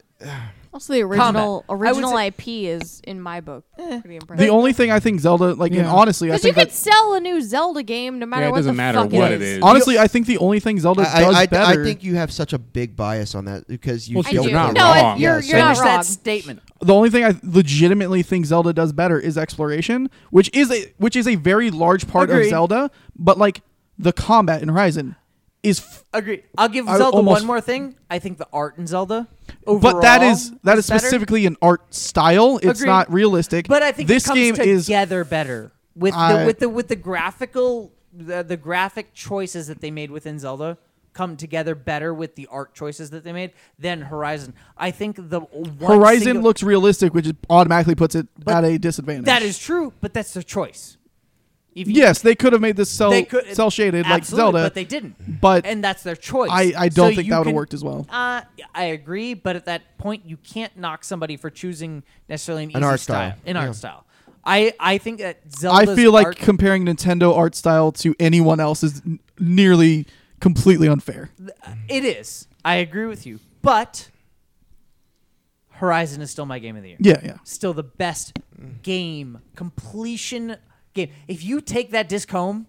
[SPEAKER 2] Also, the original
[SPEAKER 1] I would
[SPEAKER 2] original
[SPEAKER 1] say- Eh.
[SPEAKER 2] IP is in my book pretty impressive.
[SPEAKER 3] the only thing I think Zelda, like, and
[SPEAKER 5] Yeah.
[SPEAKER 3] honestly, I
[SPEAKER 2] Because you
[SPEAKER 3] think
[SPEAKER 2] could
[SPEAKER 3] that,
[SPEAKER 2] sell a new Zelda game no matter
[SPEAKER 4] Yeah, it
[SPEAKER 2] what
[SPEAKER 4] doesn't
[SPEAKER 2] the
[SPEAKER 4] matter
[SPEAKER 2] fuck
[SPEAKER 4] what
[SPEAKER 2] it
[SPEAKER 4] it
[SPEAKER 2] is.
[SPEAKER 4] is.
[SPEAKER 3] honestly, I think the only thing Zelda
[SPEAKER 5] I,
[SPEAKER 3] does
[SPEAKER 5] I, I,
[SPEAKER 3] better.
[SPEAKER 5] I think you have such a big bias on that because you
[SPEAKER 3] Well,
[SPEAKER 2] I
[SPEAKER 3] You're
[SPEAKER 2] do.
[SPEAKER 4] not
[SPEAKER 2] no,
[SPEAKER 4] wrong.
[SPEAKER 2] It, you're,
[SPEAKER 5] Yeah,
[SPEAKER 2] you're not
[SPEAKER 1] Finish
[SPEAKER 2] wrong.
[SPEAKER 1] that statement.
[SPEAKER 3] the only thing I legitimately think Zelda does better is exploration, which is a which is a very large part
[SPEAKER 1] Agreed.
[SPEAKER 3] of Zelda, but like the combat in Horizon is f-
[SPEAKER 1] Agree. I'll give
[SPEAKER 3] I
[SPEAKER 1] Zelda
[SPEAKER 3] almost-
[SPEAKER 1] one more thing. I think the art in Zelda overall,
[SPEAKER 3] but that is that is
[SPEAKER 1] better,
[SPEAKER 3] specifically an art style. It's
[SPEAKER 1] Agreed.
[SPEAKER 3] not realistic.
[SPEAKER 1] But I think
[SPEAKER 3] this
[SPEAKER 1] it comes
[SPEAKER 3] game is
[SPEAKER 1] together better with
[SPEAKER 3] I-
[SPEAKER 1] the, with the with the graphical the, the graphic choices that they made within Zelda come together better with the art choices that they made than Horizon. I think the one
[SPEAKER 3] Horizon
[SPEAKER 1] single-
[SPEAKER 3] looks realistic, which is- automatically puts it
[SPEAKER 1] But
[SPEAKER 3] at a disadvantage.
[SPEAKER 1] that is true, but that's their choice. If you-
[SPEAKER 3] yes, they could have made this cell
[SPEAKER 1] they could
[SPEAKER 3] cell shaded like
[SPEAKER 1] absolutely,
[SPEAKER 3] Zelda,
[SPEAKER 1] but they didn't.
[SPEAKER 3] but
[SPEAKER 1] and that's their choice.
[SPEAKER 3] I, I don't
[SPEAKER 1] So
[SPEAKER 3] think
[SPEAKER 1] you
[SPEAKER 3] that would have
[SPEAKER 1] can-
[SPEAKER 3] worked as well.
[SPEAKER 1] Uh, I agree, but at that point, you can't knock somebody for choosing necessarily an, easy
[SPEAKER 5] art
[SPEAKER 1] style,
[SPEAKER 5] style.
[SPEAKER 1] an
[SPEAKER 5] Yeah.
[SPEAKER 1] art style. I I think that
[SPEAKER 3] I
[SPEAKER 1] Zelda's
[SPEAKER 3] feel like
[SPEAKER 1] art-
[SPEAKER 3] comparing Nintendo art style to anyone else is n- nearly completely unfair.
[SPEAKER 1] uh, it is. I agree with you, but Horizon is still my game of the year.
[SPEAKER 3] Yeah, yeah.
[SPEAKER 1] still the best game completion game. If you take that disc home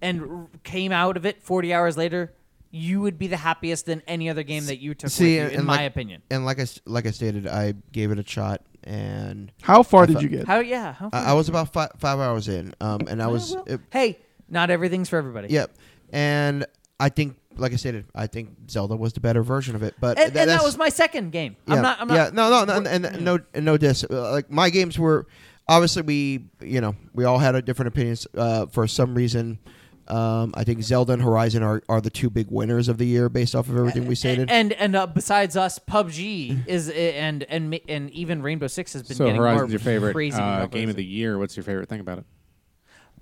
[SPEAKER 1] and r- came out of it 40 hours later, you would be the happiest than any other game that you took
[SPEAKER 5] See,
[SPEAKER 1] with you, in
[SPEAKER 5] and
[SPEAKER 1] my
[SPEAKER 5] like-
[SPEAKER 1] opinion.
[SPEAKER 5] And like I s- like I stated, I gave it a shot, and
[SPEAKER 3] How far did
[SPEAKER 5] thought-
[SPEAKER 3] you get?
[SPEAKER 1] How yeah, how
[SPEAKER 5] I, I was about five, five hours in, um, and I was
[SPEAKER 1] Oh, well,
[SPEAKER 5] uh, it-
[SPEAKER 1] hey, not everything's for everybody.
[SPEAKER 5] yep, and I think like I stated, I think Zelda was the better version of it, but
[SPEAKER 1] and,
[SPEAKER 5] tha-
[SPEAKER 1] and that
[SPEAKER 5] that's-
[SPEAKER 1] was my second game.
[SPEAKER 5] yeah,
[SPEAKER 1] I'm not. I'm not.
[SPEAKER 5] yeah, no, no, no, and, and no, and no diss. Uh, Like my games were obviously we, you know, we all had a different opinions uh, for some reason. Um, I think Zelda and Horizon are, are the two big winners of the year based off of everything we stated.
[SPEAKER 1] And and uh, besides us, PUBG is and and ma- and even Rainbow Six has been
[SPEAKER 4] So
[SPEAKER 1] getting
[SPEAKER 4] Horizon's
[SPEAKER 1] more
[SPEAKER 4] your favorite
[SPEAKER 1] crazy
[SPEAKER 4] uh,
[SPEAKER 1] numbers.
[SPEAKER 4] game of the year. What's your favorite thing about it?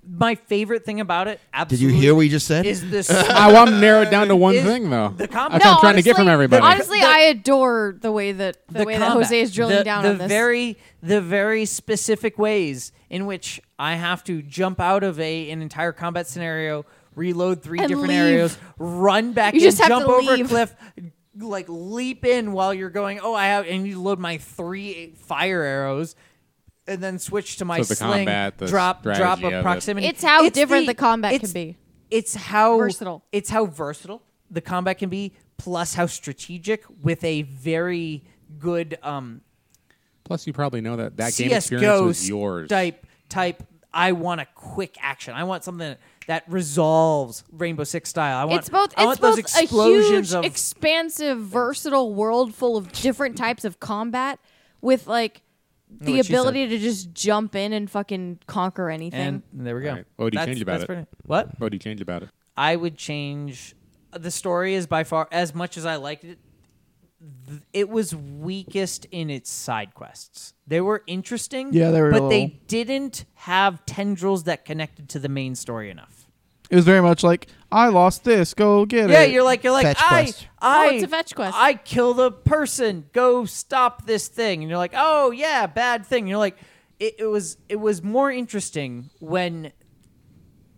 [SPEAKER 1] My favorite thing about it,
[SPEAKER 5] Did you
[SPEAKER 1] absolutely,
[SPEAKER 5] hear what you just said?
[SPEAKER 1] is this
[SPEAKER 4] *laughs*
[SPEAKER 5] *laughs*
[SPEAKER 4] I want to narrow it down to one
[SPEAKER 1] Is
[SPEAKER 4] thing, though.
[SPEAKER 1] the com-
[SPEAKER 4] That's what
[SPEAKER 2] No,
[SPEAKER 4] I'm trying to get from
[SPEAKER 2] honestly-
[SPEAKER 4] everybody.
[SPEAKER 2] Honestly,
[SPEAKER 1] The-
[SPEAKER 2] I adore the way that the, way that
[SPEAKER 1] combat,
[SPEAKER 2] Jose is drilling
[SPEAKER 1] the-
[SPEAKER 2] down
[SPEAKER 1] the
[SPEAKER 2] on this.
[SPEAKER 1] very the very specific ways in which I have to jump out of a an entire combat scenario, reload three
[SPEAKER 2] And
[SPEAKER 1] different
[SPEAKER 2] leave.
[SPEAKER 1] areas, run back,
[SPEAKER 2] You
[SPEAKER 1] and
[SPEAKER 2] just have
[SPEAKER 1] jump
[SPEAKER 2] to
[SPEAKER 1] over a
[SPEAKER 2] leave.
[SPEAKER 1] cliff. Like leap in while you're going. Oh, I have, and you load my three fire arrows, and then switch to my
[SPEAKER 4] So the
[SPEAKER 1] sling.
[SPEAKER 4] combat, the
[SPEAKER 1] drop, drop
[SPEAKER 4] strategy of
[SPEAKER 1] a
[SPEAKER 4] it.
[SPEAKER 1] proximity.
[SPEAKER 2] It's how different the combat can
[SPEAKER 1] it's-
[SPEAKER 2] be.
[SPEAKER 1] It's how
[SPEAKER 2] Versatile.
[SPEAKER 1] It's how versatile the combat can be, plus how strategic with a very good um,
[SPEAKER 4] Plus, you probably know that that game experience
[SPEAKER 1] CS:GO
[SPEAKER 4] was yours.
[SPEAKER 1] type type. I want a quick action. I want something that resolves Rainbow Six style. I want
[SPEAKER 2] it's both.
[SPEAKER 1] I want
[SPEAKER 2] It's both
[SPEAKER 1] those explosions
[SPEAKER 2] a
[SPEAKER 1] of
[SPEAKER 2] huge, expansive, versatile world full of different types of combat, with like the
[SPEAKER 1] what she
[SPEAKER 2] ability to just jump in and fucking conquer anything.
[SPEAKER 1] and there we go.
[SPEAKER 4] All right. What would you
[SPEAKER 1] That's-
[SPEAKER 4] change about
[SPEAKER 1] that's
[SPEAKER 4] it?
[SPEAKER 1] pretty- What?
[SPEAKER 4] What do you change about it?
[SPEAKER 1] I would change. uh, The story is by far as much as I liked it. th- It was weakest in its side quests. They were interesting,
[SPEAKER 3] Yeah, they were a
[SPEAKER 1] but they
[SPEAKER 3] little-
[SPEAKER 1] didn't have tendrils that connected to the main story enough.
[SPEAKER 3] It was very much like I lost this. Go get
[SPEAKER 1] Yeah,
[SPEAKER 3] it.
[SPEAKER 1] you're like you're like
[SPEAKER 5] Fetch
[SPEAKER 1] I
[SPEAKER 5] quest.
[SPEAKER 1] I
[SPEAKER 2] Oh, it's a fetch quest.
[SPEAKER 1] I killed a person. Go stop this thing. And you're like, oh yeah, bad thing. you're like, it, it was it was more interesting when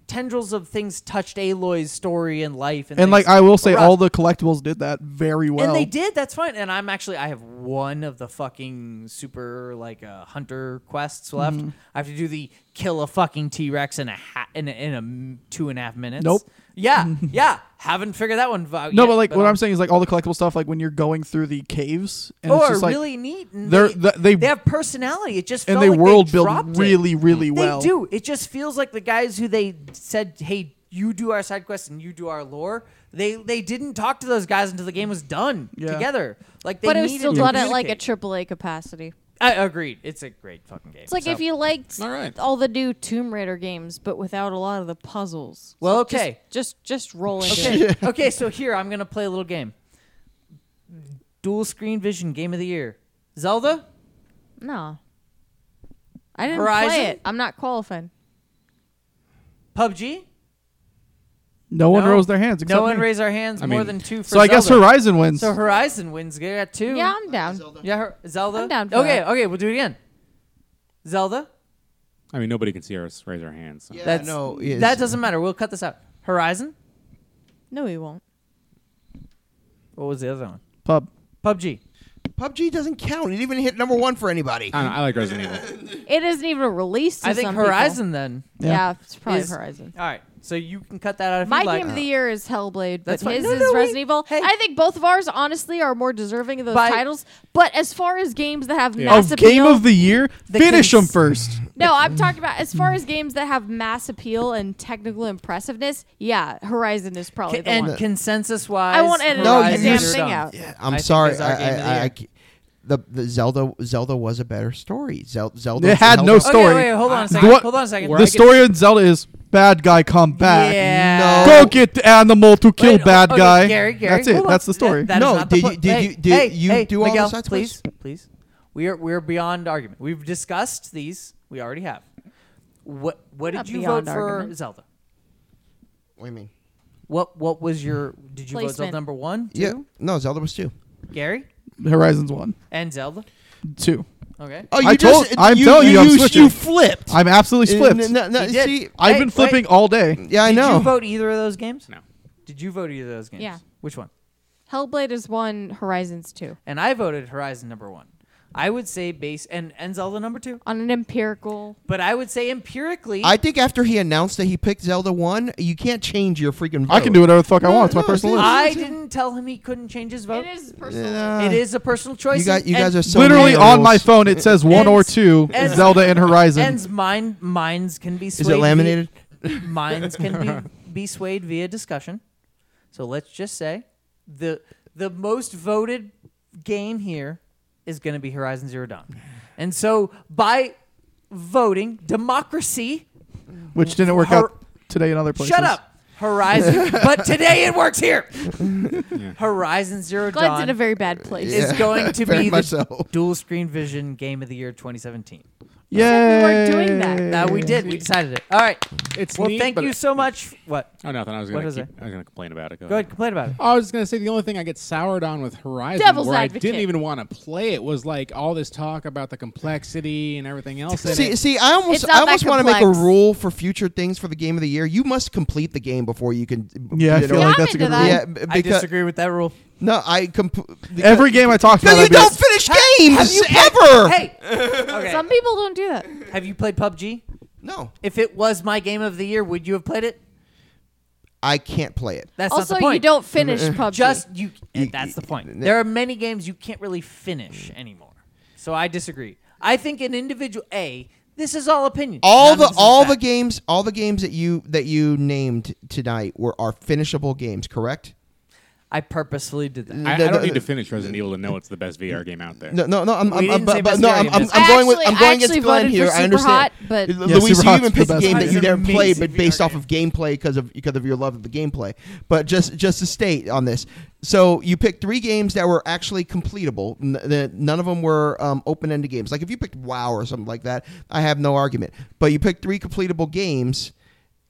[SPEAKER 1] tendrils of things touched Aloy's story and life. And,
[SPEAKER 3] and like
[SPEAKER 1] things
[SPEAKER 3] I will say, all
[SPEAKER 1] around.
[SPEAKER 3] the collectibles did that very well.
[SPEAKER 1] and they did. That's fine. And I'm actually I have one of the fucking super like uh, hunter quests left.
[SPEAKER 3] Mm-hmm.
[SPEAKER 1] I have to do the kill a fucking T Rex in a ha- in a, in a m- two and a half minutes.
[SPEAKER 3] Nope. *laughs*
[SPEAKER 1] Yeah, yeah. Haven't figured that one out.
[SPEAKER 3] No,
[SPEAKER 1] yet,
[SPEAKER 3] but like what
[SPEAKER 1] I'll-
[SPEAKER 3] I'm saying is like all the collectible stuff, like when you're going through the caves, and
[SPEAKER 1] Oh,
[SPEAKER 3] it's
[SPEAKER 1] are
[SPEAKER 3] just like
[SPEAKER 1] really neat. And
[SPEAKER 3] they're-
[SPEAKER 1] they,
[SPEAKER 3] th- they-
[SPEAKER 1] they have personality. It just
[SPEAKER 3] and
[SPEAKER 1] felt
[SPEAKER 3] they
[SPEAKER 1] like
[SPEAKER 3] world
[SPEAKER 1] dropped
[SPEAKER 3] build
[SPEAKER 1] it.
[SPEAKER 3] really, really well.
[SPEAKER 1] They do. It just feels like the guys who they said, "Hey, you do our side quests and you do our lore." They they didn't talk to those guys until the game was done
[SPEAKER 3] Yeah.
[SPEAKER 1] together. Like they
[SPEAKER 2] but it was
[SPEAKER 1] needed
[SPEAKER 2] still
[SPEAKER 1] to
[SPEAKER 2] done at like a
[SPEAKER 1] communicate.
[SPEAKER 2] AAA capacity.
[SPEAKER 1] I agreed. It's a great fucking game.
[SPEAKER 2] It's like
[SPEAKER 1] So-
[SPEAKER 3] *laughs*
[SPEAKER 2] if you liked
[SPEAKER 4] All right.
[SPEAKER 2] all the new Tomb Raider games, but without a lot of the puzzles.
[SPEAKER 1] Well,
[SPEAKER 2] Just-
[SPEAKER 1] okay.
[SPEAKER 2] just just, roll into it.
[SPEAKER 1] *laughs* Okay. okay, so here I'm gonna play a little game. Dual screen vision game of the year. Zelda.
[SPEAKER 2] No, I didn't
[SPEAKER 1] Horizon?
[SPEAKER 2] play it. I'm not qualified.
[SPEAKER 1] PUBG.
[SPEAKER 3] No one
[SPEAKER 1] No.
[SPEAKER 3] rose their hands. Except
[SPEAKER 1] No one
[SPEAKER 3] me.
[SPEAKER 1] raised our hands
[SPEAKER 4] I
[SPEAKER 1] more
[SPEAKER 4] mean-
[SPEAKER 1] than two. For
[SPEAKER 3] So I guess
[SPEAKER 1] Zelda.
[SPEAKER 3] Horizon wins.
[SPEAKER 1] So Horizon wins. They got two.
[SPEAKER 2] Yeah, I'm down.
[SPEAKER 1] Yeah, her, Zelda.
[SPEAKER 2] I'm down for
[SPEAKER 1] okay,
[SPEAKER 2] that.
[SPEAKER 1] okay, we'll do it again. Zelda.
[SPEAKER 4] I mean, nobody can see us raise our hands. so.
[SPEAKER 5] Yeah,
[SPEAKER 1] That's
[SPEAKER 5] no, yeah,
[SPEAKER 1] that
[SPEAKER 5] it's-
[SPEAKER 1] doesn't matter. We'll cut this out. Horizon.
[SPEAKER 2] No, he won't.
[SPEAKER 1] What was the other one?
[SPEAKER 3] Pub.
[SPEAKER 1] PUBG.
[SPEAKER 5] PUBG doesn't count. It didn't even hit number one for anybody.
[SPEAKER 4] I, don't know, I like Resident
[SPEAKER 5] *laughs*
[SPEAKER 4] Evil.
[SPEAKER 2] It isn't even a release. To
[SPEAKER 1] I think
[SPEAKER 2] some people.
[SPEAKER 1] Horizon then.
[SPEAKER 2] Yeah, it's probably
[SPEAKER 1] is-
[SPEAKER 2] Horizon.
[SPEAKER 1] All right, so you can cut that out if
[SPEAKER 2] My
[SPEAKER 1] you like.
[SPEAKER 2] game of the year is Hellblade, but
[SPEAKER 1] That's fine.
[SPEAKER 2] his
[SPEAKER 1] No,
[SPEAKER 2] is
[SPEAKER 1] no, we-
[SPEAKER 2] Resident Evil.
[SPEAKER 1] hey.
[SPEAKER 2] I think both of ours, honestly, are more deserving of those
[SPEAKER 1] By-
[SPEAKER 2] titles. But as far as games that have
[SPEAKER 4] Yeah.
[SPEAKER 2] mass
[SPEAKER 3] Of
[SPEAKER 2] appeal,
[SPEAKER 3] Oh, game of the year,
[SPEAKER 1] The
[SPEAKER 3] finish
[SPEAKER 1] cons-
[SPEAKER 3] them first.
[SPEAKER 2] No, I'm talking about as far as games that have mass appeal and technical impressiveness. Yeah, Horizon is probably the
[SPEAKER 1] and
[SPEAKER 2] one.
[SPEAKER 1] consensus wise,
[SPEAKER 2] I won't edit
[SPEAKER 5] No,
[SPEAKER 2] the
[SPEAKER 5] you
[SPEAKER 2] damn
[SPEAKER 5] just-
[SPEAKER 2] thing out.
[SPEAKER 5] Yeah,
[SPEAKER 1] I
[SPEAKER 5] I'm
[SPEAKER 1] think
[SPEAKER 5] sorry.
[SPEAKER 1] it's our game of the
[SPEAKER 5] I, I,
[SPEAKER 1] year.
[SPEAKER 5] I, ca- the the Zelda Zelda was a better story. Zel, Zelda
[SPEAKER 3] It had
[SPEAKER 5] held
[SPEAKER 3] no
[SPEAKER 5] up-
[SPEAKER 3] story.
[SPEAKER 1] Okay, wait, hold on a second.
[SPEAKER 3] What-
[SPEAKER 1] hold on a second.
[SPEAKER 3] the story in Zelda is bad guy come back.
[SPEAKER 1] Yeah.
[SPEAKER 5] No.
[SPEAKER 3] Go get the animal to kill
[SPEAKER 1] Wait,
[SPEAKER 3] bad
[SPEAKER 1] okay,
[SPEAKER 3] guy.
[SPEAKER 1] Gary, Gary,
[SPEAKER 3] That's it.
[SPEAKER 1] hold on.
[SPEAKER 3] That's the story.
[SPEAKER 1] That- that is
[SPEAKER 5] No,
[SPEAKER 1] not the
[SPEAKER 5] did
[SPEAKER 1] point.
[SPEAKER 5] you- did
[SPEAKER 1] Hey,
[SPEAKER 5] you- did
[SPEAKER 1] hey,
[SPEAKER 5] you
[SPEAKER 1] hey,
[SPEAKER 5] do all the
[SPEAKER 1] Miguel,
[SPEAKER 5] side
[SPEAKER 1] please,
[SPEAKER 5] quests?
[SPEAKER 1] please. We are we're beyond argument. We've discussed these. We already have. What what
[SPEAKER 2] Not
[SPEAKER 1] did you vote
[SPEAKER 2] beyond
[SPEAKER 1] for
[SPEAKER 2] argument.
[SPEAKER 1] Zelda?
[SPEAKER 5] What do you mean?
[SPEAKER 1] What what was your did you vote Zelda
[SPEAKER 2] Placement.
[SPEAKER 1] number one?
[SPEAKER 5] Yeah,
[SPEAKER 1] two?
[SPEAKER 5] no, Zelda was two.
[SPEAKER 1] Gary
[SPEAKER 3] Horizons one,
[SPEAKER 1] and Zelda.
[SPEAKER 3] two.
[SPEAKER 1] Okay.
[SPEAKER 5] Oh,
[SPEAKER 3] I told- I'm telling you, I'm switching.
[SPEAKER 5] flipped.
[SPEAKER 3] I'm absolutely flipped.
[SPEAKER 5] N- n- n-
[SPEAKER 1] He did.
[SPEAKER 5] see,
[SPEAKER 3] I've
[SPEAKER 1] Hey,
[SPEAKER 3] been
[SPEAKER 1] wait.
[SPEAKER 3] flipping all day.
[SPEAKER 5] yeah, I
[SPEAKER 1] did
[SPEAKER 5] know.
[SPEAKER 1] you vote either of those games?
[SPEAKER 4] No.
[SPEAKER 1] Did you vote either of those games?
[SPEAKER 2] Yeah.
[SPEAKER 1] Which one?
[SPEAKER 2] Hellblade is one, Horizons two.
[SPEAKER 1] And I voted Horizon number one. I would say base and and Zelda number two.
[SPEAKER 2] On an empirical
[SPEAKER 1] But I would say empirically,
[SPEAKER 5] I think after he announced that he picked Zelda one, you can't change your freaking. Vote.
[SPEAKER 3] I can do whatever the fuck I
[SPEAKER 5] No,
[SPEAKER 3] want. It's my
[SPEAKER 5] no,
[SPEAKER 3] personal
[SPEAKER 5] it's
[SPEAKER 3] list.
[SPEAKER 5] not-
[SPEAKER 1] I didn't tell him he couldn't change his vote.
[SPEAKER 2] It is personal.
[SPEAKER 5] Yeah.
[SPEAKER 1] It is a personal choice.
[SPEAKER 5] You guys, you guys are
[SPEAKER 1] and,
[SPEAKER 5] so
[SPEAKER 3] Literally
[SPEAKER 5] manuals.
[SPEAKER 3] on my phone, it says one or
[SPEAKER 1] Ends-
[SPEAKER 3] two
[SPEAKER 1] ends-
[SPEAKER 3] Zelda and Horizon.
[SPEAKER 1] and mine minds can be
[SPEAKER 5] Is
[SPEAKER 1] swayed.
[SPEAKER 5] it laminated?
[SPEAKER 1] Via, *laughs* minds can
[SPEAKER 5] *laughs*
[SPEAKER 1] be, be swayed via discussion. So let's just say the the most voted game here is going to be Horizon Zero Dawn, and so by voting democracy,
[SPEAKER 3] which didn't work
[SPEAKER 1] Hor-
[SPEAKER 3] out today in other places.
[SPEAKER 1] shut up.
[SPEAKER 5] *laughs*
[SPEAKER 1] Horizon, but today it works here. Horizon Zero
[SPEAKER 2] Glenn's
[SPEAKER 1] Dawn
[SPEAKER 2] in a very bad place.
[SPEAKER 1] is going
[SPEAKER 5] *laughs*
[SPEAKER 1] to
[SPEAKER 5] very
[SPEAKER 1] be the
[SPEAKER 5] much so.
[SPEAKER 1] dual screen vision game of the year 2017.
[SPEAKER 3] Yeah.
[SPEAKER 2] we weren't doing that.
[SPEAKER 1] That we did. We decided it. All right.
[SPEAKER 4] It's
[SPEAKER 1] Well,
[SPEAKER 4] neat,
[SPEAKER 1] thank
[SPEAKER 4] but-
[SPEAKER 1] you so much. What?
[SPEAKER 4] Oh, nothing. I was
[SPEAKER 1] What
[SPEAKER 4] gonna
[SPEAKER 1] is
[SPEAKER 4] keep,
[SPEAKER 1] it?
[SPEAKER 4] I was gonna complain about it.
[SPEAKER 1] Go ahead. Complain about it.
[SPEAKER 4] I was just gonna say the only thing I get soured on with Horizon,
[SPEAKER 2] Devil's
[SPEAKER 4] where
[SPEAKER 2] advocate.
[SPEAKER 4] I didn't even want to play it, was like all this talk about the complexity and everything else. in
[SPEAKER 5] See,
[SPEAKER 4] it.
[SPEAKER 5] see, I
[SPEAKER 2] It's
[SPEAKER 5] almost,
[SPEAKER 2] not that
[SPEAKER 5] I almost want to make a
[SPEAKER 2] complex.
[SPEAKER 5] rule for future things for the game of the year. You must complete the game before you can.
[SPEAKER 3] Yeah, I
[SPEAKER 5] you know,
[SPEAKER 3] feel
[SPEAKER 2] Yeah,
[SPEAKER 3] like
[SPEAKER 2] I'm
[SPEAKER 3] that's a good
[SPEAKER 2] into
[SPEAKER 3] rule.
[SPEAKER 2] that.
[SPEAKER 5] yeah, Uh, b-
[SPEAKER 1] I
[SPEAKER 5] because
[SPEAKER 1] disagree with that rule.
[SPEAKER 5] no, I comp-
[SPEAKER 3] Every game I talked
[SPEAKER 5] No,
[SPEAKER 3] about,
[SPEAKER 5] you
[SPEAKER 3] I'd be like,
[SPEAKER 5] don't finish
[SPEAKER 1] Have
[SPEAKER 5] games
[SPEAKER 1] you played-
[SPEAKER 5] ever.
[SPEAKER 1] Hey.
[SPEAKER 5] *laughs*
[SPEAKER 1] Okay.
[SPEAKER 2] Some people don't do that.
[SPEAKER 1] have you played PUBG?
[SPEAKER 5] No,
[SPEAKER 1] If it was my game of the year, would you have played it?
[SPEAKER 5] I can't play it.
[SPEAKER 1] That's
[SPEAKER 2] also,
[SPEAKER 1] not the point.
[SPEAKER 2] you don't
[SPEAKER 5] *laughs*
[SPEAKER 2] finish PUBG.
[SPEAKER 1] just you. and That's the point. There are many games you can't really finish anymore. So I disagree. I think an individual a. This is all opinion.
[SPEAKER 5] All
[SPEAKER 1] None of
[SPEAKER 5] the
[SPEAKER 1] this is
[SPEAKER 5] all the
[SPEAKER 1] fact.
[SPEAKER 5] games, all the games that you that you named tonight were are finishable games, correct?
[SPEAKER 1] I purposefully did that.
[SPEAKER 4] I, I
[SPEAKER 5] the-
[SPEAKER 4] don't
[SPEAKER 5] the-
[SPEAKER 4] need to finish Resident Evil to know it's the
[SPEAKER 5] *laughs*
[SPEAKER 4] best VR game out there.
[SPEAKER 5] No, no, no. I'm,
[SPEAKER 1] We
[SPEAKER 5] I'm,
[SPEAKER 1] didn't
[SPEAKER 5] I'm,
[SPEAKER 1] say
[SPEAKER 5] but, but
[SPEAKER 1] best
[SPEAKER 5] no,
[SPEAKER 1] VR
[SPEAKER 5] I'm,
[SPEAKER 1] game
[SPEAKER 5] I'm,
[SPEAKER 1] is-
[SPEAKER 5] I'm
[SPEAKER 2] I
[SPEAKER 5] going with
[SPEAKER 2] actually-
[SPEAKER 5] I'm
[SPEAKER 2] I
[SPEAKER 5] going against
[SPEAKER 2] actually
[SPEAKER 5] Glenn
[SPEAKER 2] voted for
[SPEAKER 5] here. I
[SPEAKER 2] Super
[SPEAKER 5] understand.
[SPEAKER 2] Hot, but-
[SPEAKER 5] L-
[SPEAKER 3] Yeah,
[SPEAKER 5] Luis,
[SPEAKER 3] Super
[SPEAKER 5] you
[SPEAKER 3] Hot's
[SPEAKER 5] even
[SPEAKER 3] the
[SPEAKER 5] picked a
[SPEAKER 3] best.
[SPEAKER 5] game that
[SPEAKER 1] Hot's
[SPEAKER 5] you
[SPEAKER 1] an
[SPEAKER 5] never
[SPEAKER 1] amazing
[SPEAKER 5] played, but based
[SPEAKER 1] VR
[SPEAKER 5] off of gameplay because of because of your love of the gameplay. But just just to state on this, so you picked three games that were actually completable. N- the- none of them were um, open ended games. Like if you picked WoW or something like that, I have no argument. But you picked three completable games,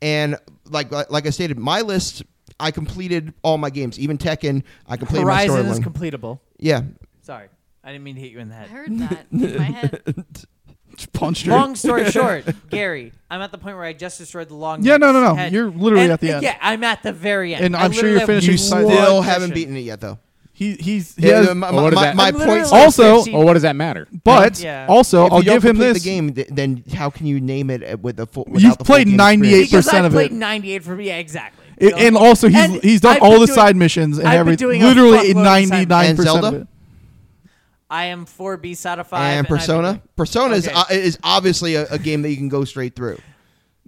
[SPEAKER 5] and like like, like I stated, my list. I completed all my games, even Tekken. I completed
[SPEAKER 1] Horizon
[SPEAKER 5] my
[SPEAKER 1] is
[SPEAKER 5] storyline.
[SPEAKER 1] completable.
[SPEAKER 5] yeah,
[SPEAKER 1] Sorry, I didn't mean to hit you in the head.
[SPEAKER 2] I heard that in my head.
[SPEAKER 3] *laughs* punched her.
[SPEAKER 1] Long
[SPEAKER 2] *laughs*
[SPEAKER 1] story short, Gary, I'm at the point where I just destroyed the long.
[SPEAKER 3] Yeah, no, no,
[SPEAKER 1] neck's
[SPEAKER 3] no.
[SPEAKER 1] head.
[SPEAKER 3] You're literally
[SPEAKER 1] And-
[SPEAKER 3] at the end.
[SPEAKER 1] Yeah, I'm at the very end.
[SPEAKER 3] And
[SPEAKER 1] I
[SPEAKER 3] I'm sure
[SPEAKER 1] literally
[SPEAKER 3] you're
[SPEAKER 1] have
[SPEAKER 3] finishing
[SPEAKER 5] you
[SPEAKER 3] side-
[SPEAKER 1] one session.
[SPEAKER 5] still haven't beaten it yet, though.
[SPEAKER 3] He he's he
[SPEAKER 5] Yeah,
[SPEAKER 3] has, Oh.
[SPEAKER 5] uh, my,
[SPEAKER 4] Well, what
[SPEAKER 5] my,
[SPEAKER 4] is
[SPEAKER 5] my,
[SPEAKER 4] that?
[SPEAKER 5] my
[SPEAKER 1] I'm literally
[SPEAKER 5] points.
[SPEAKER 1] like
[SPEAKER 3] Also-
[SPEAKER 1] 15
[SPEAKER 4] Well, what does that matter?
[SPEAKER 3] but
[SPEAKER 1] Yeah.
[SPEAKER 3] also
[SPEAKER 5] if
[SPEAKER 3] I'll
[SPEAKER 5] you don't
[SPEAKER 3] give him
[SPEAKER 5] complete
[SPEAKER 3] this.
[SPEAKER 5] The game, th- then how can you name it uh, with the full? without
[SPEAKER 3] You've
[SPEAKER 5] the full
[SPEAKER 3] played
[SPEAKER 5] game
[SPEAKER 3] 98%
[SPEAKER 5] experience?
[SPEAKER 1] Because I
[SPEAKER 3] of
[SPEAKER 1] played
[SPEAKER 3] it.
[SPEAKER 1] 98 for yeah, exactly.
[SPEAKER 3] I-
[SPEAKER 1] So-
[SPEAKER 3] and also he's
[SPEAKER 1] And
[SPEAKER 3] he's done
[SPEAKER 1] I've
[SPEAKER 3] all
[SPEAKER 1] been
[SPEAKER 3] the
[SPEAKER 1] doing-
[SPEAKER 3] side missions and
[SPEAKER 1] I've been
[SPEAKER 3] everything.
[SPEAKER 1] doing a
[SPEAKER 3] Literally
[SPEAKER 1] fuckload of side
[SPEAKER 3] ninety nine
[SPEAKER 5] missions.
[SPEAKER 3] percent
[SPEAKER 5] And
[SPEAKER 3] of
[SPEAKER 5] Zelda?
[SPEAKER 3] it.
[SPEAKER 1] I am 4B side of 5.
[SPEAKER 5] And
[SPEAKER 1] I've been
[SPEAKER 5] Persona,
[SPEAKER 1] doing-
[SPEAKER 5] Persona is
[SPEAKER 1] Okay.
[SPEAKER 5] uh, is obviously a, a game that you can go straight through.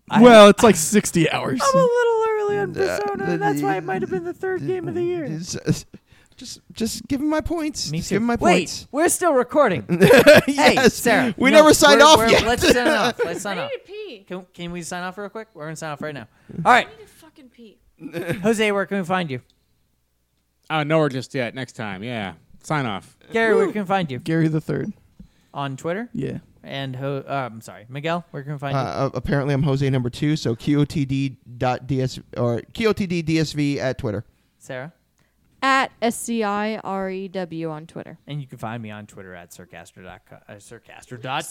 [SPEAKER 1] I-
[SPEAKER 3] well, it's like sixty hours.
[SPEAKER 1] I'm a little early on Persona.
[SPEAKER 5] the-
[SPEAKER 1] that's why it might have been the third game of the year.
[SPEAKER 5] It's, uh, Just, just give him my points.
[SPEAKER 1] Me
[SPEAKER 5] Just
[SPEAKER 1] too.
[SPEAKER 5] Give him my
[SPEAKER 1] Wait,
[SPEAKER 5] points.
[SPEAKER 1] we're still
[SPEAKER 5] *laughs*
[SPEAKER 1] recording. Hey,
[SPEAKER 5] Yes.
[SPEAKER 1] Sarah.
[SPEAKER 5] We
[SPEAKER 1] no,
[SPEAKER 5] never signed
[SPEAKER 1] we're-
[SPEAKER 5] off
[SPEAKER 1] we're-
[SPEAKER 5] yet.
[SPEAKER 1] Let's sign off.
[SPEAKER 5] *laughs*
[SPEAKER 1] Let's sign
[SPEAKER 2] I
[SPEAKER 1] off.
[SPEAKER 2] need to pee.
[SPEAKER 1] Can, can we sign off real quick? We're gonna sign off right now. All right,
[SPEAKER 2] I need to fucking
[SPEAKER 5] *laughs*
[SPEAKER 2] pee.
[SPEAKER 1] Jose, where can we find you?
[SPEAKER 4] Oh, nowhere just yet. Next time, yeah. Sign off.
[SPEAKER 1] Gary, where can we find you?
[SPEAKER 3] Gary the third.
[SPEAKER 1] On Twitter
[SPEAKER 3] Yeah.
[SPEAKER 1] and ho- uh, I'm sorry, Miguel, where can we find you?
[SPEAKER 5] Uh, apparently, I'm Jose number two. So qotd.ds or qotddsv at Twitter.
[SPEAKER 1] Sarah,
[SPEAKER 2] *laughs* At S C I R E W on Twitter.
[SPEAKER 1] and you can find me on Twitter at Sircaster.com. Uh, Sircaster.com.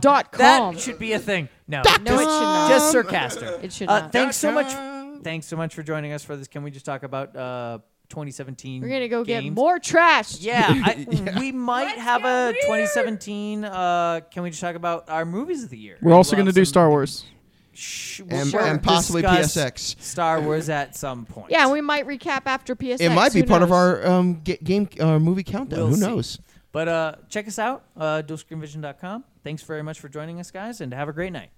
[SPEAKER 2] Sircaster.com.
[SPEAKER 1] That should be a thing. No,
[SPEAKER 2] No, it should not.
[SPEAKER 1] just Sircaster.
[SPEAKER 2] It should
[SPEAKER 1] Uh,
[SPEAKER 2] not.
[SPEAKER 1] thanks so much. Thanks so much for joining us for this. Can we just talk about uh, 2017?
[SPEAKER 2] We're gonna go get
[SPEAKER 1] games?
[SPEAKER 2] more
[SPEAKER 1] *laughs*
[SPEAKER 2] trash.
[SPEAKER 1] Yeah, I, we might
[SPEAKER 2] Let's
[SPEAKER 1] have
[SPEAKER 2] get
[SPEAKER 1] a
[SPEAKER 2] weird.
[SPEAKER 1] 2017. Uh, can we just talk about our movies of the year?
[SPEAKER 3] We're also
[SPEAKER 1] We'll
[SPEAKER 3] gonna
[SPEAKER 1] have
[SPEAKER 3] do
[SPEAKER 1] some-
[SPEAKER 3] Star Wars.
[SPEAKER 1] Sh-
[SPEAKER 5] And-
[SPEAKER 1] we'll
[SPEAKER 5] and possibly
[SPEAKER 1] discuss
[SPEAKER 5] PSX.
[SPEAKER 1] Star Wars at some point.
[SPEAKER 2] Yeah, we might recap after PSX.
[SPEAKER 5] It might be
[SPEAKER 2] Who
[SPEAKER 5] part of
[SPEAKER 2] knows?
[SPEAKER 5] our um, ga- game uh, movie countdown.
[SPEAKER 1] We'll
[SPEAKER 5] Who
[SPEAKER 1] see.
[SPEAKER 5] knows?
[SPEAKER 1] But uh, check us out, uh, dualscreenvision.com. Thanks very much for joining us, guys, and have a great night.